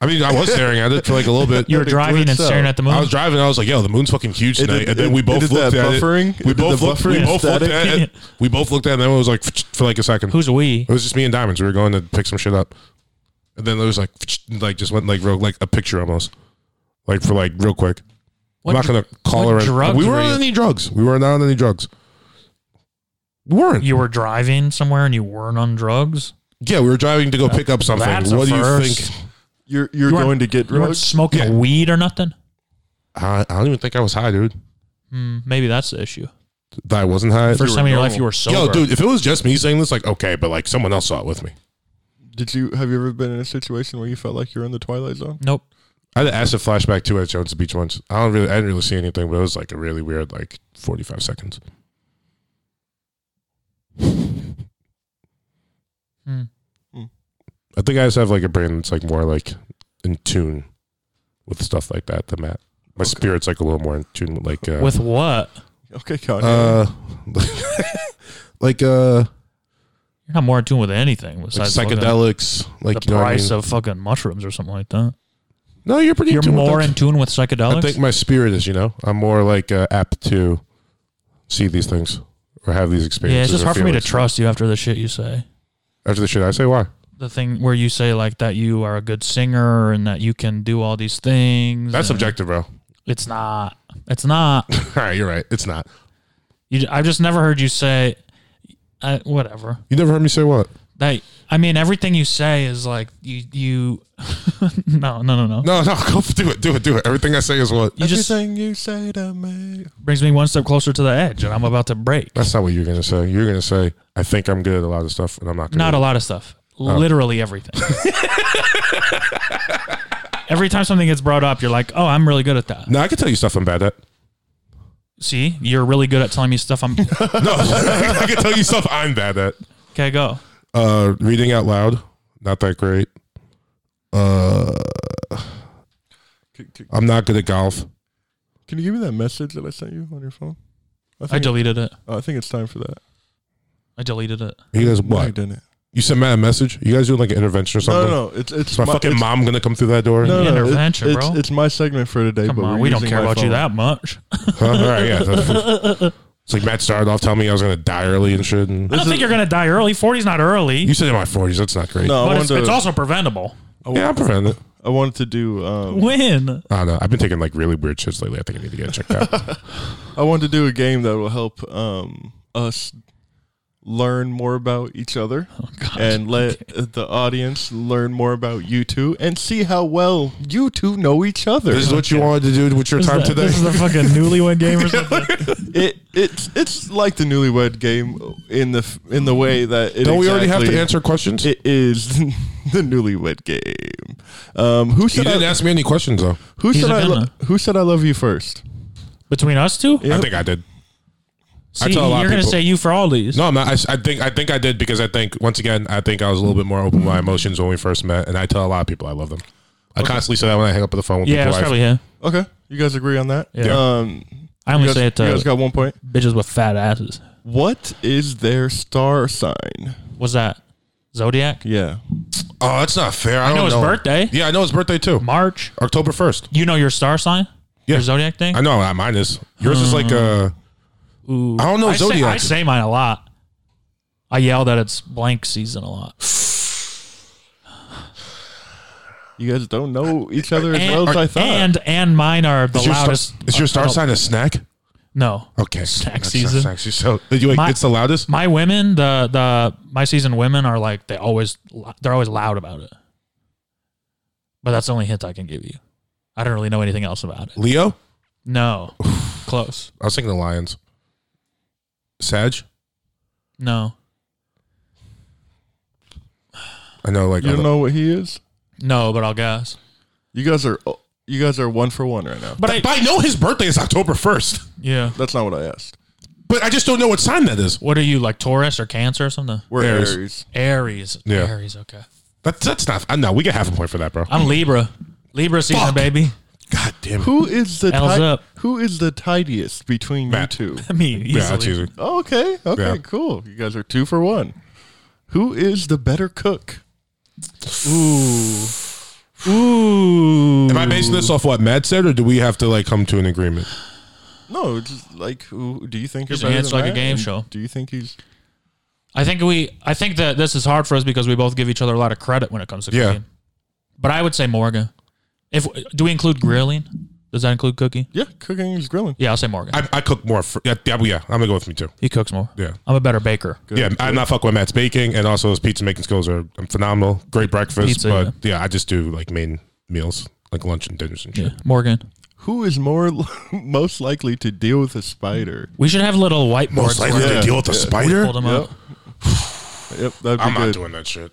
Speaker 3: I mean, I was staring at it for like a little bit.
Speaker 5: You were
Speaker 4: It
Speaker 5: driving and
Speaker 4: glitched
Speaker 5: staring
Speaker 4: out.
Speaker 5: at the moon.
Speaker 3: I was driving. I was like, "Yo, the moon's fucking huge
Speaker 4: It
Speaker 3: tonight."
Speaker 4: did-
Speaker 3: and then
Speaker 4: it-
Speaker 3: we
Speaker 4: it
Speaker 3: both
Speaker 4: did
Speaker 3: looked
Speaker 4: that
Speaker 3: at
Speaker 4: buffering?
Speaker 3: it.
Speaker 4: It
Speaker 3: We
Speaker 4: did
Speaker 3: both
Speaker 4: the
Speaker 3: looked.
Speaker 4: buffering
Speaker 3: We both looked at it.
Speaker 4: static?
Speaker 3: We both looked at it. And then it was like for like a second.
Speaker 5: Who's we?
Speaker 3: it was just me and Diamonds. We were going to pick some shit up, and then it was like like just went like real like a picture almost, like for like real quick. I'm
Speaker 5: What
Speaker 3: not
Speaker 5: dr-
Speaker 3: gonna call
Speaker 5: what
Speaker 3: her. in.
Speaker 5: drugs
Speaker 3: we
Speaker 5: were
Speaker 3: weren't
Speaker 5: you-
Speaker 3: on any drugs. We were not on any drugs. We weren't.
Speaker 5: You were driving somewhere and you weren't on drugs.
Speaker 3: Yeah, we were driving to go pick up something.
Speaker 5: that's a
Speaker 3: what do you
Speaker 5: first.
Speaker 3: think?
Speaker 4: you're you're
Speaker 5: You weren't-
Speaker 4: going to get
Speaker 5: You weren't
Speaker 4: drugs.
Speaker 5: smoking
Speaker 3: Yeah.
Speaker 5: weed or nothing.
Speaker 3: I, I don't even think I was high, dude.
Speaker 5: Hmm, Maybe that's the issue.
Speaker 3: That I wasn't high.
Speaker 5: First time in your life you were sober.
Speaker 3: Yo, dude, if it was just me saying this, like, okay, but like someone else saw it with me.
Speaker 4: Did you have you ever been in a situation where you felt like you're in the twilight zone?
Speaker 5: Nope.
Speaker 3: I had an acid flashback too at Jones Beach once. I don't really, I didn't really see anything, but it was like a really weird, like forty-five seconds.
Speaker 5: Hmm.
Speaker 4: Hmm.
Speaker 3: I think I just have like a brain that's like more like in tune with stuff like that than Matt. My spirit's like a little more in tune with like uh,
Speaker 5: With what?
Speaker 4: Okay, Kanye.
Speaker 3: uh, like uh,
Speaker 5: You're not more in tune with anything
Speaker 3: like
Speaker 5: besides fucking
Speaker 3: psychedelics,
Speaker 5: The
Speaker 3: like you know what I
Speaker 5: price
Speaker 3: mean?
Speaker 5: of fucking mushrooms or something like that.
Speaker 3: No, you're pretty. in
Speaker 5: You're
Speaker 3: tune with
Speaker 5: more
Speaker 3: that.
Speaker 5: in tune with psychedelics.
Speaker 3: I think my spirit is, you know, I'm more like uh, apt to see these things or have these experiences.
Speaker 5: yeah, it's just
Speaker 3: or
Speaker 5: hard for me to
Speaker 3: feelings.
Speaker 5: trust you after the shit you say.
Speaker 3: After the shit I say, why?
Speaker 5: The thing where you say like that you are a good singer and that you can do all these things.
Speaker 3: That's
Speaker 5: and-
Speaker 3: subjective, bro. All
Speaker 5: It's not. It's not.
Speaker 3: right, you're right. It's not.
Speaker 5: You, I've just never heard you say, I, whatever.
Speaker 3: You never heard me say what?
Speaker 5: That I mean, everything you say is like you. You. no, no, no, no.
Speaker 3: No, no, go do it, do it, do it. Everything I say is what.
Speaker 5: You just
Speaker 4: Everything you say to me.
Speaker 5: brings me one step closer to the edge, and I'm about to break.
Speaker 3: That's not what you're gonna say. You're gonna say, I think I'm good at a lot of stuff, and I'm not. Good
Speaker 5: Not
Speaker 3: at
Speaker 5: a
Speaker 3: it."
Speaker 5: lot of stuff. Literally everything. Every time something gets brought up, you're like, "Oh, I'm really good at that."
Speaker 3: No, I can tell you stuff I'm bad at.
Speaker 5: See, you're really good at telling me stuff. I'm
Speaker 3: No, I can tell you stuff I'm bad at.
Speaker 5: okay. Go.
Speaker 3: Uh, reading out loud, not that great. Uh,
Speaker 4: Can, can-
Speaker 3: I'm not good at golf.
Speaker 4: can you give me that message that I sent you on your phone? I
Speaker 5: I
Speaker 4: think,
Speaker 5: deleted it.
Speaker 4: oh, I think it's time for that.
Speaker 5: I deleted it.
Speaker 3: You guys,
Speaker 4: No, you
Speaker 3: what?
Speaker 4: didn't.
Speaker 3: You sent Matt a message. You guys doing like an intervention or
Speaker 4: No,
Speaker 3: something?
Speaker 4: no, no. It's it's
Speaker 3: Is my, fucking
Speaker 4: it's-
Speaker 3: mom gonna come through that door?
Speaker 4: No, no, no, it-
Speaker 5: Intervention,
Speaker 4: it's,
Speaker 5: bro.
Speaker 4: It's my segment for today.
Speaker 5: Come
Speaker 4: but
Speaker 5: on,
Speaker 4: we're
Speaker 5: we don't
Speaker 4: using
Speaker 5: care
Speaker 4: my
Speaker 5: about you
Speaker 4: phone.
Speaker 5: that much. I
Speaker 3: Huh? All right, yeah. it's like Matt started off telling me I was gonna die early and shit. And
Speaker 5: don't think you're gonna die early. 40's not early,
Speaker 3: you said in my forties. That's not great.
Speaker 4: No, I
Speaker 5: but it's,
Speaker 4: wanted, to,
Speaker 5: it's also preventable.
Speaker 3: Yeah, I'll prevent it.
Speaker 4: I wanted to do. Um,
Speaker 5: When?
Speaker 3: I don't know. I've been taking like really weird shits lately. I think I need to get it checked out.
Speaker 4: I wanted to do a game that will help um, us learn more about each other
Speaker 5: Oh,
Speaker 4: and let the audience learn more about you two and see how well you two know each other.
Speaker 3: this is what you wanted to do with your time today.
Speaker 5: This is the fucking newlywed game or something.
Speaker 4: it it's it's like the newlywed game in the f- in the way that it
Speaker 3: Don't we already have to
Speaker 4: exactly-
Speaker 3: answer questions?
Speaker 4: It is the newlywed game. Um, who
Speaker 3: you
Speaker 4: said
Speaker 3: didn't
Speaker 4: I,
Speaker 3: ask me any questions though.
Speaker 4: who
Speaker 5: He's
Speaker 4: said
Speaker 5: a
Speaker 4: I lo-
Speaker 5: gunner.
Speaker 4: who said I love you first?
Speaker 5: Between us two?
Speaker 3: I
Speaker 4: Yep.
Speaker 3: think I did.
Speaker 5: See,
Speaker 3: I tell a lot of
Speaker 5: you're gonna
Speaker 3: people-
Speaker 5: say you for all these.
Speaker 3: No, I'm not. I, s- I think I think I did because I think once again I think I was a little bit more open with my emotions when we first met, and I tell a lot of people I love them. I constantly say that when I hang up on the phone with
Speaker 5: yeah,
Speaker 3: people.
Speaker 5: it's
Speaker 3: I-
Speaker 5: probably him.
Speaker 4: Okay, you guys agree on that?
Speaker 5: Yeah.
Speaker 4: Um,
Speaker 5: I only
Speaker 4: you guys,
Speaker 5: say it uh, to
Speaker 4: you guys got one point.
Speaker 5: bitches with fat asses.
Speaker 4: What is their star sign?
Speaker 5: What's that? Zodiac?
Speaker 4: Yeah.
Speaker 3: oh, that's not fair. I,
Speaker 5: I
Speaker 3: don't
Speaker 5: know his
Speaker 3: know
Speaker 5: birthday.
Speaker 3: Yeah, I know his birthday too.
Speaker 5: March.
Speaker 3: October first.
Speaker 5: You know your star sign?
Speaker 3: Yeah.
Speaker 5: Your zodiac thing?
Speaker 3: I know what mine is. Yours is like uh
Speaker 5: Mm. Ooh.
Speaker 3: I don't know
Speaker 5: I say, I
Speaker 3: zodiac.
Speaker 5: say mine a lot. I yell that it's blank season a lot.
Speaker 4: You guys don't know each other as
Speaker 5: And,
Speaker 4: well as I thought.
Speaker 5: and and mine are the
Speaker 3: Is your,
Speaker 5: loudest.
Speaker 3: star, is your star
Speaker 5: I don't-
Speaker 3: sign a snack?
Speaker 5: No.
Speaker 3: Okay,
Speaker 5: Snack
Speaker 3: That's-
Speaker 5: season.
Speaker 3: that's actually so you wait,
Speaker 5: My-
Speaker 3: it's the loudest.
Speaker 5: My women, the the my season women are like they always lo- they're always loud about it. But that's the only hint I can give you. I don't really know anything else about it.
Speaker 3: Leo.
Speaker 5: No. Close.
Speaker 3: I was thinking the Lions. Sag.
Speaker 5: No.
Speaker 3: I know, like
Speaker 4: you
Speaker 3: other-
Speaker 4: don't know what he is.
Speaker 5: No, but I'll guess.
Speaker 4: You guys are oh, you guys are one for one right now.
Speaker 5: But I,
Speaker 3: But I know his birthday is October first,
Speaker 5: yeah.
Speaker 4: That's not what I asked.
Speaker 3: but I just don't know what sign that is.
Speaker 5: What are you like Taurus or Cancer or something?
Speaker 4: We're
Speaker 3: Aries.
Speaker 4: Aries.
Speaker 5: Aries.
Speaker 3: Yeah.
Speaker 5: Aries, okay.
Speaker 3: That's that's not. I know we get half a point for that, bro.
Speaker 5: I'm Libra. Libra season,
Speaker 3: Fuck.
Speaker 5: baby.
Speaker 3: God damn it.
Speaker 4: Who is the
Speaker 5: L's
Speaker 4: ti-
Speaker 5: up.
Speaker 4: who is the tidiest between
Speaker 3: Matt.
Speaker 4: you two? Oh,
Speaker 5: I mean, easily.
Speaker 3: Yeah, that's easy.
Speaker 4: Okay, okay,
Speaker 3: Yeah.
Speaker 4: cool. You guys are two for one. Who is the better cook?
Speaker 5: Ooh.
Speaker 3: Am I basing this off what Matt said, or do we have to like come to an agreement?
Speaker 4: No, just like who do you think
Speaker 5: Just
Speaker 4: you're better
Speaker 5: answer
Speaker 4: than
Speaker 5: like a
Speaker 4: Matt?
Speaker 5: game
Speaker 4: And
Speaker 5: show.
Speaker 4: Do you think he's
Speaker 5: I think we. I think that this is hard for us because we both give each other a lot of credit when it comes to
Speaker 3: Yeah.
Speaker 5: cooking. But I would say Morgan. If do we include grilling? Does that include cooking?
Speaker 4: yeah, cooking is grilling.
Speaker 5: Yeah, I'll say Morgan.
Speaker 3: I, I cook more. For, yeah, yeah, yeah, I'm gonna go with me too.
Speaker 5: he cooks more.
Speaker 3: Yeah.
Speaker 5: I'm a better baker.
Speaker 3: yeah, I'm not fucking with Matt's baking, and also his pizza making skills are um, phenomenal. Great breakfast,
Speaker 5: Pizza,
Speaker 3: but yeah. I just do like main meals, like lunch and dinners and shit.
Speaker 5: Yeah. Morgan.
Speaker 4: Who is more most likely to deal with a spider?
Speaker 5: We should have little whiteboards.
Speaker 3: Most likely
Speaker 5: where
Speaker 3: to
Speaker 4: Yeah.
Speaker 3: deal with a
Speaker 5: we
Speaker 3: spider.
Speaker 5: Hold them up.
Speaker 4: Yep, that'd be
Speaker 3: I'm not
Speaker 4: good.
Speaker 3: doing that shit.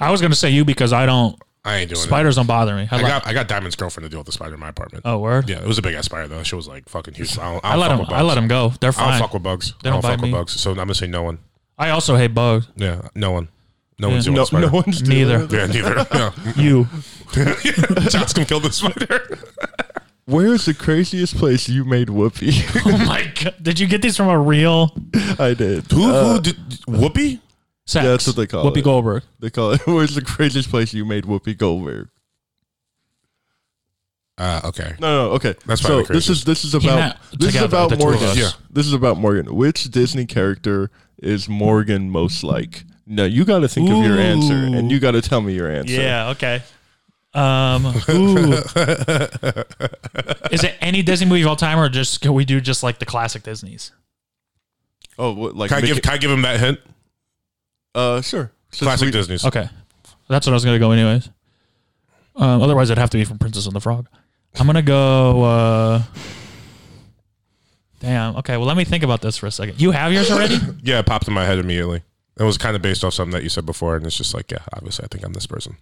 Speaker 5: I was gonna say you because I don't.
Speaker 3: I ain't doing it.
Speaker 5: Spiders don't bother me. I,
Speaker 3: I
Speaker 5: let-
Speaker 3: got I got Diamond's girlfriend to deal with the spider in my apartment.
Speaker 5: oh word.
Speaker 3: Yeah, it was a big ass spider though. She was like fucking huge. I, don't, I,
Speaker 5: I
Speaker 3: don't
Speaker 5: let
Speaker 3: fuck
Speaker 5: them.
Speaker 3: with bugs.
Speaker 5: I let them go. They're
Speaker 3: I
Speaker 5: fine. I,
Speaker 3: don't fuck with bugs.
Speaker 5: They
Speaker 3: I
Speaker 5: don't
Speaker 3: don't
Speaker 5: bite
Speaker 3: fuck with
Speaker 5: me.
Speaker 3: bugs. So I'm gonna say no one.
Speaker 5: also hate bugs.
Speaker 3: Yeah, no one. No
Speaker 5: Yeah.
Speaker 3: one's doing
Speaker 4: No,
Speaker 3: a spider.
Speaker 4: no one's doing
Speaker 5: Neither.
Speaker 4: it.
Speaker 3: Yeah, neither. No.
Speaker 5: You.
Speaker 3: John's gonna kill the spider.
Speaker 4: Where is the craziest place you made whoopee?
Speaker 5: Oh my god. Did you get these from a real?
Speaker 4: I did. Uh,
Speaker 3: Who?
Speaker 5: Uh,
Speaker 3: who did? Whoopi?
Speaker 5: Sex?
Speaker 4: Yeah, that's what they call
Speaker 5: Whoopi
Speaker 4: it.
Speaker 5: Goldberg.
Speaker 4: They call it. Where's the craziest place you made Whoopi Goldberg?
Speaker 3: Uh, okay.
Speaker 4: No, no, okay.
Speaker 3: That's
Speaker 4: so.
Speaker 3: probably the
Speaker 4: This is this is about
Speaker 5: meant
Speaker 4: this
Speaker 5: together,
Speaker 4: is about
Speaker 5: the two of
Speaker 4: Morgan.
Speaker 5: us.
Speaker 3: Yeah.
Speaker 4: This is about Morgan. Which Disney character is Morgan most like? Now you got to think of your answer, and you got to tell me your answer.
Speaker 5: Yeah, okay. Um, ooh. is it any Disney movie of all time, or just can we do just like the classic Disney's?
Speaker 4: Oh, what, like
Speaker 3: Can I
Speaker 4: Mickey-
Speaker 3: give? Can I give him that hint?
Speaker 4: uh, sure. Since
Speaker 3: Classic
Speaker 4: we-
Speaker 3: Disney's.
Speaker 5: Okay, that's what I was gonna go anyways. Um, otherwise, it'd have to be from Princess and the Frog. I'm gonna go. Uh, damn. Okay. Well, let me think about this for a second. You have yours already?
Speaker 3: Yeah, it popped in my head immediately. It was kind of based off something that you said before, and it's just like, yeah, obviously, I think I'm this person.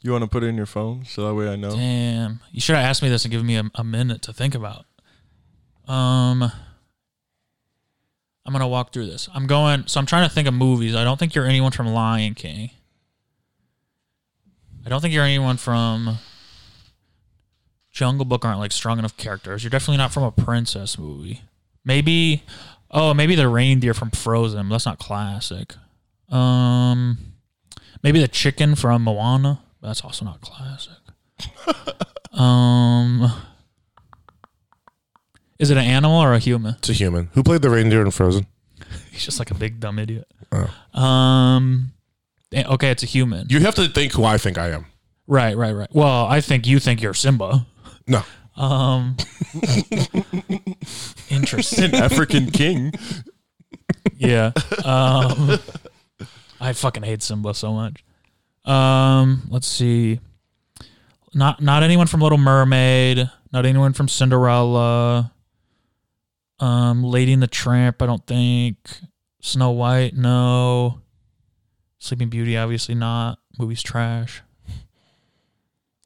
Speaker 4: You want to put it in your phone so that way I know.
Speaker 5: Damn. You should have asked me this and given me a, a minute to think about. Um, I'm gonna walk through this. I'm going. So I'm trying to think of movies. I don't think you're anyone from Lion King. I don't think you're anyone from Jungle Book. Aren't like strong enough characters. You're definitely not from a princess movie. Maybe. Oh, maybe the reindeer from Frozen. That's not classic. Um, maybe the chicken from Moana. That's also not classic. um, is it an animal or a human?
Speaker 3: It's a human. Who played the reindeer in Frozen?
Speaker 5: He's just like a big dumb idiot. Oh. Um, eh, okay, it's a human.
Speaker 3: You have to think who I think I am.
Speaker 5: right, right, right. Well, I think you think you're Simba.
Speaker 3: No.
Speaker 5: Um, interesting.
Speaker 4: An African king.
Speaker 5: Yeah. Um, I fucking hate Simba so much. Um, let's see. Not not anyone from Little Mermaid. Not anyone from Cinderella. Um, Lady and the Tramp. I don't think Snow White. No. Sleeping Beauty. Obviously not. Movie's trash.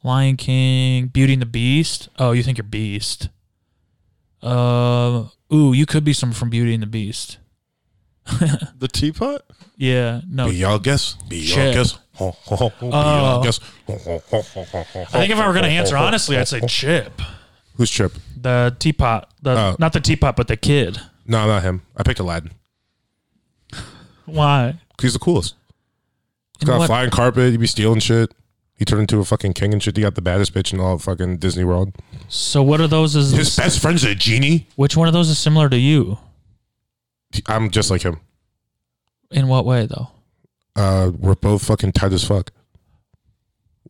Speaker 5: Lion King. Beauty and the Beast. Oh, you think you're Beast? Uh, ooh, you could be some from Beauty and the Beast.
Speaker 4: The teapot?
Speaker 5: Yeah, no.
Speaker 3: Be y'all guess. Be y'all
Speaker 5: Chip.
Speaker 3: guess. Ho, ho, ho, ho. Be y'all guess. Ho, ho, ho, ho, ho, ho,
Speaker 5: Oh. I think if I were going to
Speaker 3: ho,
Speaker 5: answer
Speaker 3: ho, ho,
Speaker 5: honestly,
Speaker 3: ho,
Speaker 5: I'd say
Speaker 3: ho.
Speaker 5: Chip.
Speaker 3: Who's Chip?
Speaker 5: The teapot. The,
Speaker 3: Oh.
Speaker 5: Not the teapot, but the kid.
Speaker 3: No, not him. I picked Aladdin.
Speaker 5: Why?
Speaker 3: He's the coolest. He's
Speaker 5: In
Speaker 3: got a
Speaker 5: what-
Speaker 3: flying carpet. He be stealing shit. He turned into a fucking king and shit. He got the baddest bitch in all of fucking Disney World.
Speaker 5: So what are those? Is
Speaker 3: His best friend's a genie.
Speaker 5: which one of those is similar to you?
Speaker 3: I'm just like him.
Speaker 5: In what way though?
Speaker 3: Uh, we're both fucking tight as fuck.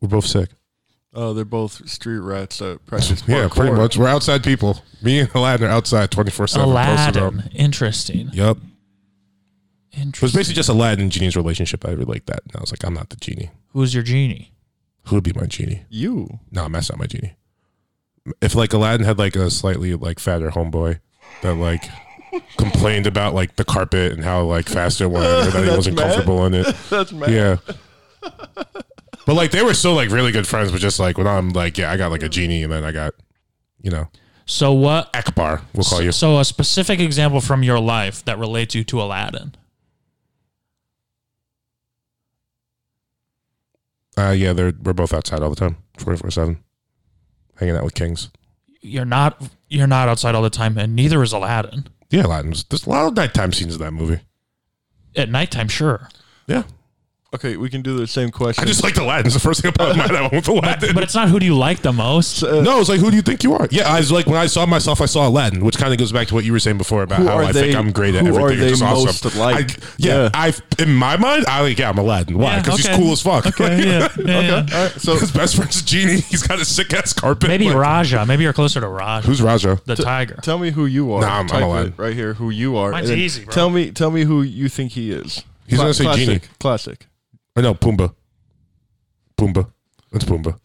Speaker 3: We're both sick.
Speaker 4: Oh, they're both street rats that practice
Speaker 3: Yeah,
Speaker 4: parkour.
Speaker 3: pretty much. We're outside people. Me and Aladdin are outside 24 7.
Speaker 5: Aladdin. Interesting.
Speaker 3: Yep. It was
Speaker 5: Interesting.
Speaker 3: basically just Aladdin and Genie's relationship. I really like that. And I was like, I'm not the genie.
Speaker 5: Who's your genie?
Speaker 3: Who would be my genie?
Speaker 4: You.
Speaker 3: No, that's not my genie. If like Aladdin had like a slightly like fatter homeboy that like complained about like the carpet and how like fast it was or that he
Speaker 4: That's
Speaker 3: wasn't
Speaker 4: Matt.
Speaker 3: comfortable in it.
Speaker 4: That's mad.
Speaker 3: Yeah. But like they were still like really good friends, but just like when I'm like, yeah, I got like a genie and then I got, you know,
Speaker 5: So what?
Speaker 3: Akbar, we'll call you.
Speaker 5: So a specific example from your life that relates you to Aladdin.
Speaker 3: Uh, yeah, they're we're both outside all the time, twenty four seven, hanging out with kings.
Speaker 5: You're not. You're not outside all the time, and neither is Aladdin.
Speaker 3: Yeah, Aladdin's. There's a lot of nighttime scenes in that movie.
Speaker 5: At nighttime, sure,
Speaker 3: Yeah,
Speaker 4: Okay, we can do the same
Speaker 3: I
Speaker 4: question.
Speaker 3: just liked Aladdin. It's the first thing that popped in my mind. I went with Aladdin.
Speaker 5: but it's not who do you like the most.
Speaker 4: uh,
Speaker 3: no, it's like who do you think you are? Yeah, I was like when I saw myself, I saw Aladdin, which kind of goes back to what you were saying before about
Speaker 4: Who
Speaker 3: how
Speaker 4: are
Speaker 3: I
Speaker 4: they-
Speaker 3: think I'm great at
Speaker 4: who
Speaker 3: everything.
Speaker 4: are
Speaker 3: It's
Speaker 4: they
Speaker 3: just
Speaker 4: most
Speaker 3: awesome.
Speaker 4: like?
Speaker 3: I, yeah,
Speaker 4: Yeah.
Speaker 3: I in my mind, I like yeah, I'm Aladdin. Why?
Speaker 5: Yeah,
Speaker 3: Because
Speaker 5: okay.
Speaker 3: he's cool as fuck.
Speaker 5: Okay, yeah, yeah, yeah.
Speaker 4: All right, uh, so
Speaker 3: His best friend's a genie. He's got a sick ass carpet.
Speaker 5: Maybe
Speaker 3: Like,
Speaker 5: Raja. Maybe you're closer to Raja,
Speaker 3: Who's Raja?
Speaker 5: the tiger.
Speaker 4: tell me who you are.
Speaker 3: Nah, I'm- I'm
Speaker 4: Type it
Speaker 3: Aladdin.
Speaker 4: right here. Who you are?
Speaker 5: Mine's
Speaker 4: and then
Speaker 5: easy, bro.
Speaker 4: Tell me, tell me who you think he is.
Speaker 3: He's gonna say
Speaker 4: classic,
Speaker 3: genie.
Speaker 4: Classic.
Speaker 3: Or no, Pumbaa. Pumbaa. That's Pumbaa.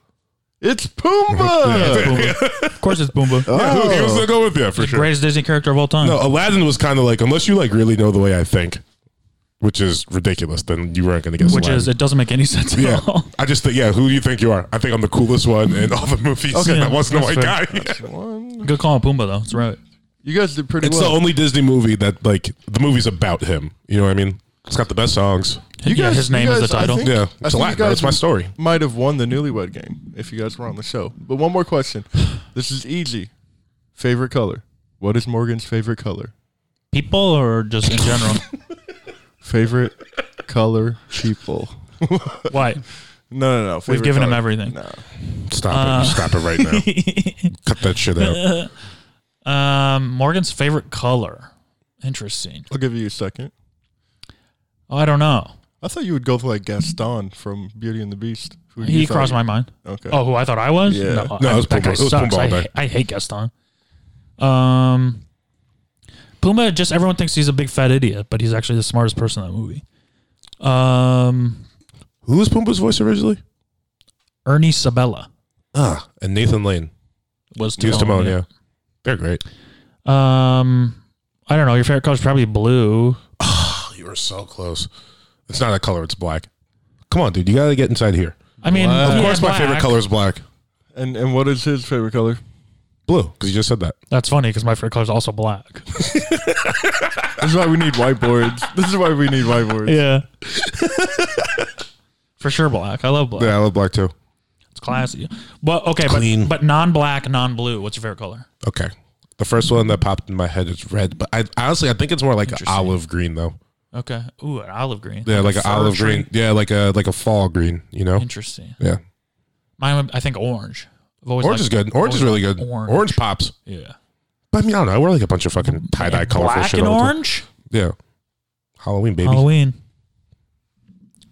Speaker 4: It's
Speaker 5: Uh,
Speaker 4: Pumbaa.
Speaker 5: Of course, it's Boomba.
Speaker 3: Yeah, who- he was gonna go with you for
Speaker 5: the
Speaker 3: sure.
Speaker 5: greatest Disney character of all time.
Speaker 3: No, Aladdin was kind of like, unless you like really know the way I think, which is ridiculous, then you weren't going to guess.
Speaker 5: Which is
Speaker 3: Aladdin.
Speaker 5: it doesn't make any sense at
Speaker 3: yeah.
Speaker 5: all.
Speaker 3: I just think, yeah, who do you think you are? I think I'm the coolest one in all the movies.
Speaker 5: Okay.
Speaker 3: that wasn't a
Speaker 5: That's
Speaker 3: white guy.
Speaker 4: One.
Speaker 5: Good call on Pumbaa though. That's right.
Speaker 4: You guys did pretty
Speaker 3: It's the
Speaker 4: well.
Speaker 3: only Disney movie that like the movie's about him. You know what I mean? It's got the best songs.
Speaker 4: You
Speaker 5: yeah,
Speaker 4: guys-
Speaker 5: his
Speaker 4: you
Speaker 5: name is
Speaker 4: guys,
Speaker 5: the
Speaker 4: I
Speaker 5: title.
Speaker 4: think-
Speaker 3: Yeah,
Speaker 4: I
Speaker 3: it's
Speaker 4: think you
Speaker 3: Aladdin. That's
Speaker 4: guys-
Speaker 3: my story.
Speaker 4: might have won the newlywed game if you guys were on the show. But one more question. This is easy. Favorite color. What is Morgan's favorite color?
Speaker 5: People or just in general?
Speaker 4: Favorite color people.
Speaker 5: Why?
Speaker 4: No, no, no. favorite
Speaker 5: given him
Speaker 4: color.
Speaker 5: everything.
Speaker 4: No.
Speaker 3: Stop
Speaker 5: Uh.
Speaker 3: it! Stop it right now! Cut that shit out.
Speaker 5: Um, Morgan's favorite color. Interesting.
Speaker 4: I'll give you a second.
Speaker 5: Oh, I don't know.
Speaker 4: I thought you would go for like Gaston from Beauty and the Beast. Who
Speaker 5: He crossed my mind.
Speaker 4: Okay.
Speaker 5: Oh, who I thought I was?
Speaker 4: Yeah.
Speaker 5: No,
Speaker 3: No,
Speaker 5: I,
Speaker 3: it was
Speaker 5: that
Speaker 3: Pumbaa.
Speaker 5: guy
Speaker 3: It was
Speaker 5: sucks.
Speaker 3: Pumbaa all
Speaker 5: I,
Speaker 3: day.
Speaker 5: ha- I hate Gaston. Um, Puma. Just everyone thinks he's a big fat idiot, but he's actually the smartest person in that movie. Um,
Speaker 3: Who was Pumbaa's voice originally?
Speaker 5: Ernie Sabella
Speaker 3: Ah, and Nathan Lane.
Speaker 5: was
Speaker 3: He was
Speaker 5: Timon,
Speaker 3: Timon. Yeah, they're great.
Speaker 5: Um, I don't know. Your favorite color is probably blue.
Speaker 3: Oh, You were so close. It's not a color, it's black. Come on, dude. You got to get inside here.
Speaker 5: I mean,
Speaker 4: Of
Speaker 5: yeah,
Speaker 3: Of course, my
Speaker 5: black.
Speaker 3: favorite color is black.
Speaker 4: And and what is his favorite color?
Speaker 3: Blue, because you just said that.
Speaker 5: That's funny because my favorite color is also black.
Speaker 4: This is why we need whiteboards. This is why we need whiteboards.
Speaker 5: yeah, for sure, black. I love black.
Speaker 3: I love black too.
Speaker 5: It's classy. But okay,
Speaker 3: Clean.
Speaker 5: but but non-black, non-blue. What's your favorite color?
Speaker 3: Okay. The first one that popped in my head is red, but I honestly I think it's more like an
Speaker 5: Interesting.
Speaker 3: olive green though.
Speaker 5: Okay. Ooh, an olive green.
Speaker 3: Yeah, like,
Speaker 5: a
Speaker 3: an
Speaker 5: fir
Speaker 3: olive
Speaker 5: tree.
Speaker 3: green. Yeah, like a like a fall green. You know.
Speaker 5: Interesting.
Speaker 3: Yeah.
Speaker 5: Mine, would- I think, orange. I've always
Speaker 3: Orange is
Speaker 5: liked-
Speaker 3: good. Orange is really
Speaker 5: always
Speaker 3: good.
Speaker 5: liked
Speaker 3: Orange.
Speaker 5: Orange.
Speaker 3: pops.
Speaker 5: Yeah.
Speaker 3: But I mean, I don't know. We're like a bunch of fucking tie dye colorful
Speaker 5: Black
Speaker 3: shit.
Speaker 5: and
Speaker 3: all the time.
Speaker 5: orange.
Speaker 3: Yeah. Halloween baby.
Speaker 5: Halloween.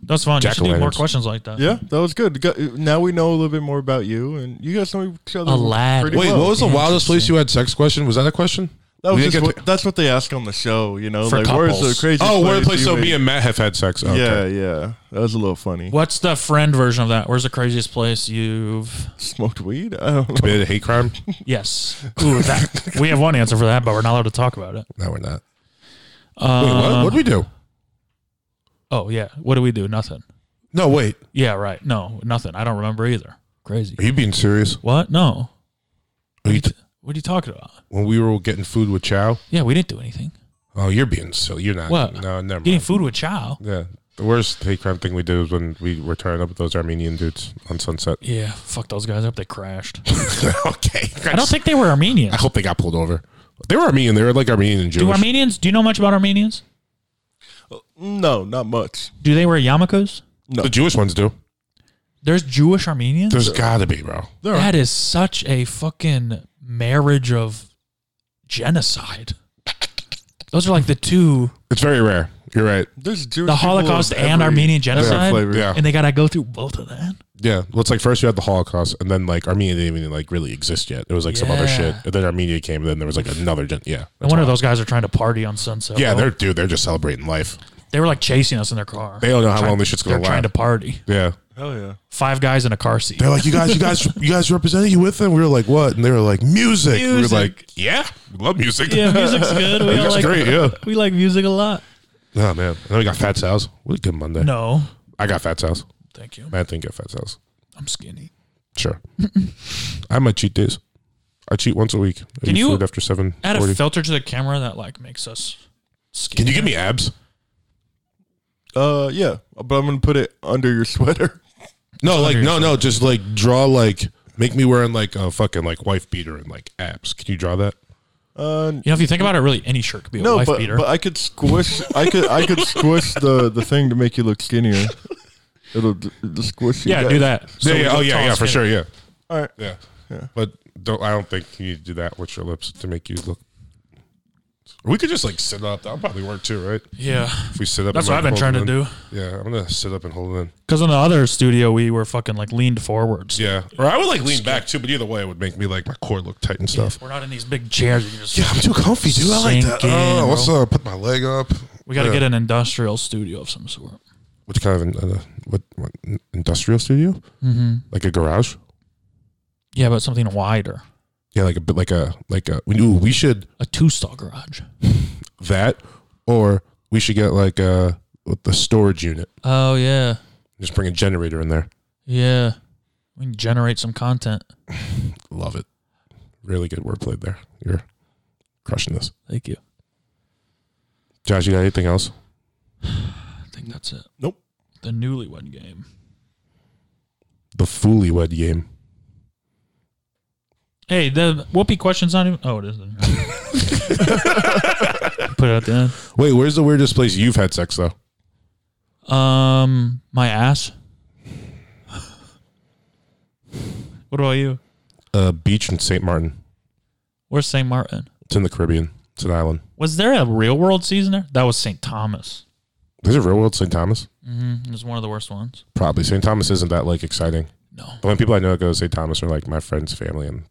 Speaker 5: That's fun. You should do more
Speaker 3: Jack-o'-lanterns.
Speaker 5: questions like that.
Speaker 4: Yeah, that was good. Got- now we know a little bit more about you, and you guys know each other.
Speaker 5: Aladdin.
Speaker 4: pretty
Speaker 3: Wait,
Speaker 4: well.
Speaker 3: what was the wildest
Speaker 5: Interesting.
Speaker 3: place you had sex? Question was that a question?
Speaker 4: That was
Speaker 3: We didn't
Speaker 4: just
Speaker 3: get
Speaker 4: what,
Speaker 3: to-
Speaker 4: that's what they ask on the show, you know.
Speaker 5: For
Speaker 4: like, where's
Speaker 5: couples.
Speaker 4: the craziest?
Speaker 3: oh, where the place?
Speaker 4: you
Speaker 3: So me
Speaker 4: ate?
Speaker 3: and Matt have had sex. Okay.
Speaker 4: yeah, yeah, that was a little funny.
Speaker 5: What's the friend version of that? Where's the craziest place you've?
Speaker 4: Smoked weed? I don't know.
Speaker 3: Committed a hate crime?
Speaker 5: Yes. Ooh, that we have one answer for that, but we're not allowed to talk about it.
Speaker 3: No, we're not.
Speaker 5: Uh,
Speaker 3: Wait, what? What do we do?
Speaker 5: Oh yeah. What do we do? Nothing.
Speaker 3: No, wait.
Speaker 5: Yeah. Right. No. Nothing. I don't remember either. Crazy.
Speaker 3: Are you being serious?
Speaker 5: What? No.
Speaker 3: Are you t-
Speaker 5: What are you talking about?
Speaker 3: when we were getting food with Chow?
Speaker 5: Yeah, we didn't do anything.
Speaker 3: Oh, you're being silly. You're not.
Speaker 5: What?
Speaker 3: No, never
Speaker 5: Getting
Speaker 3: mind.
Speaker 5: food with chow.
Speaker 3: Yeah. The worst hate crime thing we did was when we were turning up with those Armenian dudes on Sunset.
Speaker 5: Yeah. Fuck those guys up. They crashed.
Speaker 3: okay.
Speaker 5: I don't think they were Armenians.
Speaker 3: I hope they got pulled over. They were Armenian. They were like Armenian and Jewish.
Speaker 5: Do Armenians? Do you know much about Armenians?
Speaker 4: No, not much.
Speaker 5: Do they wear yarmulkes?
Speaker 3: The Jewish ones do.
Speaker 5: There's Jewish Armenians.
Speaker 3: There's got to be, bro.
Speaker 4: There are
Speaker 5: that is such a fucking marriage of genocide. Those are like the two:
Speaker 3: It's very rare. You're right.
Speaker 4: there's Jewish
Speaker 5: the
Speaker 4: people
Speaker 5: Holocaust
Speaker 4: of
Speaker 5: and
Speaker 4: every-
Speaker 5: Armenian genocide.
Speaker 4: flavor.
Speaker 3: Yeah.
Speaker 5: And they gotta go through both of that.
Speaker 3: Yeah. Well, it's like first you had the Holocaust, and then like Armenia didn't even like really exist yet. It was like some other
Speaker 5: Yeah.
Speaker 3: shit, and then Armenia came, and then there was like another. Gen- yeah.
Speaker 5: And one of those guys are trying to party on Sunset.
Speaker 3: Yeah,
Speaker 5: Row.
Speaker 3: they're dude. They're just celebrating life.
Speaker 5: they were like chasing us in their car.
Speaker 3: They don't know how long this shit's
Speaker 5: They're
Speaker 3: gonna
Speaker 5: trying
Speaker 3: last.
Speaker 5: to party.
Speaker 3: yeah.
Speaker 4: Hell yeah.
Speaker 5: Five guys in a car seat.
Speaker 3: They're like, you guys, you guys, you guys represented you with them. We were like, what? And they were like, music. We were
Speaker 5: Music.
Speaker 3: like, yeah, we love music.
Speaker 5: Yeah, music's good. We all
Speaker 3: That's
Speaker 5: like
Speaker 3: great. Yeah.
Speaker 5: we like music a lot.
Speaker 3: Oh man. And then we got Fat Sal's. What a good Monday.
Speaker 5: No,
Speaker 3: I got Fat Sal's.
Speaker 5: thank you.
Speaker 3: Matt didn't get Fat Sal's.
Speaker 5: I'm skinny.
Speaker 3: Sure. I might cheat days. I cheat once a week. I
Speaker 5: Can
Speaker 3: eat
Speaker 5: you
Speaker 3: food after seven
Speaker 5: Add
Speaker 3: forty.
Speaker 5: a filter to the camera that like makes us. Skinny.
Speaker 3: Can you give me abs?
Speaker 4: Uh, yeah, but I'm gonna put it under your sweater.
Speaker 3: No, like no, no. Just like draw like make me wearing like a fucking like wife beater and like abs. Can you draw that?
Speaker 4: Uh,
Speaker 5: You know, if you think about it, really any shirt could be a
Speaker 4: no,
Speaker 5: wife
Speaker 4: but,
Speaker 5: beater.
Speaker 4: but I could squish. I could I could squish the the thing to make you look skinnier. It'll d- it'll squish you.
Speaker 5: yeah,
Speaker 4: guys.
Speaker 5: do that. So
Speaker 3: yeah,
Speaker 5: we
Speaker 3: yeah.
Speaker 5: look
Speaker 3: Oh yeah,
Speaker 5: tall
Speaker 3: yeah.
Speaker 5: and
Speaker 3: For
Speaker 5: skinny.
Speaker 3: sure. Yeah.
Speaker 4: All right.
Speaker 3: Yeah. But don't I don't think you need to do that with your lips to make you look. We could just like sit up. That'll probably work too, right?
Speaker 5: Yeah,
Speaker 3: If we sit up.
Speaker 5: that's
Speaker 3: and,
Speaker 5: what
Speaker 3: like,
Speaker 5: I've been
Speaker 3: hold
Speaker 5: trying
Speaker 3: it
Speaker 5: to
Speaker 3: in.
Speaker 5: do.
Speaker 3: Yeah, I'm gonna sit up and hold it in.
Speaker 5: Because in the other studio, we were fucking like leaned forwards.
Speaker 3: Yeah, or I would like lean back too, but either way, it would make me like my core look tight and stuff.
Speaker 5: We're not in these big chairs. You can just,
Speaker 3: Yeah, I'm too comfy, dude. I like that.
Speaker 5: Sink in,
Speaker 3: oh, what's
Speaker 5: bro.
Speaker 3: up? Put my leg up.
Speaker 5: We got to
Speaker 3: Yeah.
Speaker 5: get an industrial studio of some sort.
Speaker 3: Which kind of uh, what, what industrial studio?
Speaker 5: Mm-hmm.
Speaker 3: Like a garage?
Speaker 5: Yeah, but something wider.
Speaker 3: Yeah, like a bit like a like a. We, ooh, we should
Speaker 5: A two stall garage.
Speaker 3: that, or we should get like a with the storage unit.
Speaker 5: Oh, yeah.
Speaker 3: Just bring a generator in there.
Speaker 5: Yeah. We can generate some content.
Speaker 3: Love it. Really good wordplay there. You're crushing this,
Speaker 5: Thank you.
Speaker 3: Josh. You got anything else?
Speaker 5: I think that's it.
Speaker 4: Nope.
Speaker 5: The newlywed game.
Speaker 3: The Foolywed game.
Speaker 5: Hey, the whoopee question's not even. Oh, it isn't. Put it at the
Speaker 3: Wait, where's the weirdest place you've had sex though?
Speaker 5: end. Um, my ass. What about you?
Speaker 3: Uh, beach in Saint Martin.
Speaker 5: Where's St. Martin?
Speaker 3: It's in the Caribbean. It's an island.
Speaker 5: Was there a real world season there? That was St. Thomas.
Speaker 3: There's a real world St. Thomas.
Speaker 5: It was one of the worst ones.
Speaker 3: Probably St. Thomas isn't that like exciting.
Speaker 5: No.
Speaker 3: The only people I know that go to St. Thomas are like my friends' family and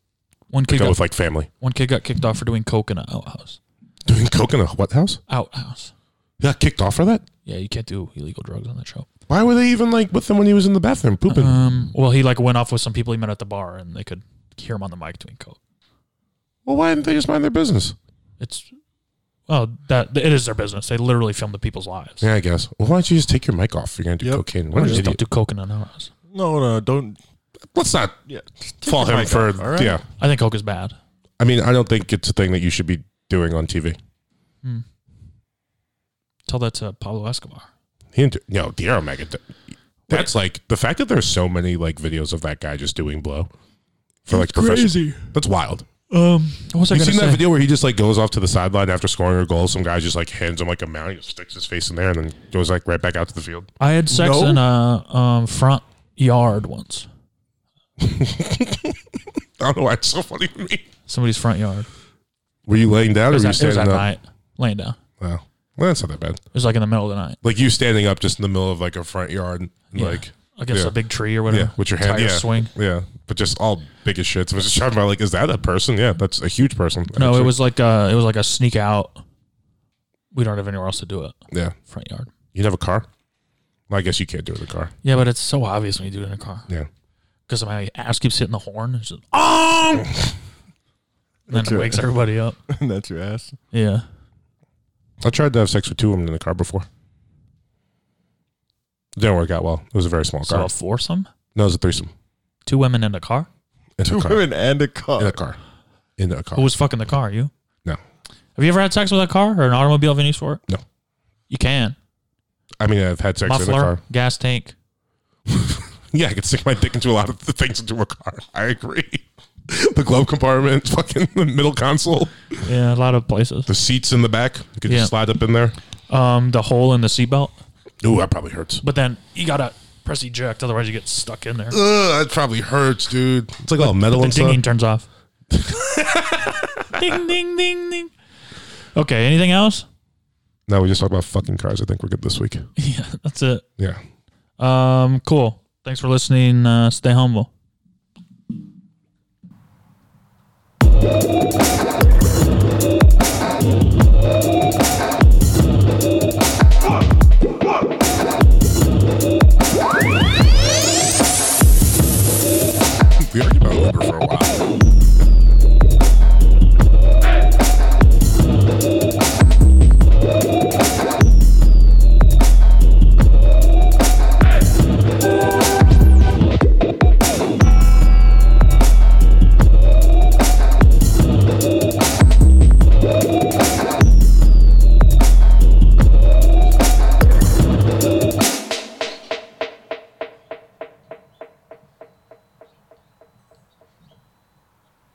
Speaker 5: One
Speaker 3: they
Speaker 5: kid
Speaker 3: go
Speaker 5: got,
Speaker 3: with like family.
Speaker 5: one kid got kicked off for doing coke in an outhouse.
Speaker 3: Doing coke in a what house?
Speaker 5: Outhouse.
Speaker 3: You got kicked off for that?
Speaker 5: Yeah, you can't do illegal drugs on that show.
Speaker 3: Why were they even like with him when he was in the bathroom pooping?
Speaker 5: Um, well, he like went off with some people he met at the bar, and they could hear him on the mic doing coke.
Speaker 3: well, why didn't they just mind their business?
Speaker 5: It's oh that it is their business. They literally film the people's lives.
Speaker 3: Yeah, I guess. Well, why don't you just take your mic off if you're going to do
Speaker 4: Yep.
Speaker 3: cocaine? What
Speaker 5: Or
Speaker 3: an
Speaker 5: just don't
Speaker 3: idiot.
Speaker 5: do coke in an outhouse.
Speaker 4: No, no, don't.
Speaker 3: Let's not
Speaker 4: Yeah, just take
Speaker 3: fall
Speaker 4: your
Speaker 3: him
Speaker 4: mic
Speaker 3: for.
Speaker 4: off, all right?
Speaker 3: Yeah.
Speaker 5: I think coke is bad.
Speaker 3: I mean, I don't think it's a thing that you should be doing on TV.
Speaker 5: Tell that to Pablo Escobar.
Speaker 3: He didn't do, no, the Arrow Mega. That's like the fact that there's so many like videos of that guy just doing blow for like professional. That's wild.
Speaker 5: Um, what was I
Speaker 3: You
Speaker 5: going to
Speaker 3: seen
Speaker 5: say?
Speaker 3: that video where he just like goes off to the sideline after scoring a goal? Some guy just like hands him like a mound, he just sticks his face in there, and then goes like right back out to the field.
Speaker 5: I had sex
Speaker 4: No?
Speaker 5: in a um, front yard once.
Speaker 3: I don't know why it's so funny to me.
Speaker 5: Somebody's front yard.
Speaker 3: Were you laying down
Speaker 5: It
Speaker 3: or
Speaker 5: was,
Speaker 3: were you
Speaker 5: at, it was
Speaker 3: standing up?
Speaker 5: at night, laying down.
Speaker 3: Wow, well, that's not that bad.
Speaker 5: It was like in the middle of the night.
Speaker 3: Like you standing up just in the middle of like a front yard, like
Speaker 5: against
Speaker 3: yeah.
Speaker 5: a big tree or
Speaker 3: yeah,
Speaker 5: whatever.
Speaker 3: with your hand,
Speaker 5: Tire
Speaker 3: yeah,
Speaker 5: swing.
Speaker 3: yeah, but just all big as shit. So I was just talking about like, is that a person? Yeah, that's a huge person.
Speaker 5: No, it
Speaker 3: actually.
Speaker 5: was like a, it was like a sneak out. We don't have anywhere else to do it.
Speaker 3: yeah.
Speaker 5: Front yard.
Speaker 3: You'd have a car. Well, I guess you can't do it in a car.
Speaker 5: Yeah, but it's so obvious when you do it in a car
Speaker 3: Yeah.
Speaker 5: because my ass keeps hitting the horn. It's just-
Speaker 3: Um,
Speaker 5: and then it
Speaker 4: right.
Speaker 5: wakes everybody up.
Speaker 4: That's your ass.
Speaker 5: Yeah.
Speaker 3: I tried to have sex with two women in a car before. Didn't work out well. It was a very small
Speaker 5: So
Speaker 3: car.
Speaker 5: a foursome,
Speaker 3: no, it was a threesome.
Speaker 5: two women in a car.
Speaker 3: In
Speaker 4: Two
Speaker 3: a car.
Speaker 4: women and a car.
Speaker 3: In a car. In a car.
Speaker 5: Who was fucking the car? You?
Speaker 3: No.
Speaker 5: Have you ever had sex with a car or an automobile of any sort?
Speaker 3: No.
Speaker 5: You can.
Speaker 3: I mean, I've had sex in a
Speaker 5: Muffler,
Speaker 3: car.
Speaker 5: gas tank.
Speaker 3: Yeah, I could stick my dick into a lot of the things into a car. I agree. The glove compartment, fucking the middle console,
Speaker 5: Yeah, a lot of places.
Speaker 3: the seats in the back. You could
Speaker 5: Yeah.
Speaker 3: just slide up in there.
Speaker 5: Um, the hole in the seatbelt.
Speaker 3: Ooh, that probably hurts.
Speaker 5: But then you gotta press eject, otherwise you get stuck in there.
Speaker 3: Ugh, that probably hurts, dude. It's like all metal
Speaker 5: the
Speaker 3: and
Speaker 5: dinging
Speaker 3: stuff.
Speaker 5: turns off. ding ding ding ding. Okay, anything else?
Speaker 3: No, we just talked about fucking cars. I think we're good this week.
Speaker 5: Yeah, that's it.
Speaker 3: Yeah.
Speaker 5: Um, cool. Thanks for listening. Uh, stay humble.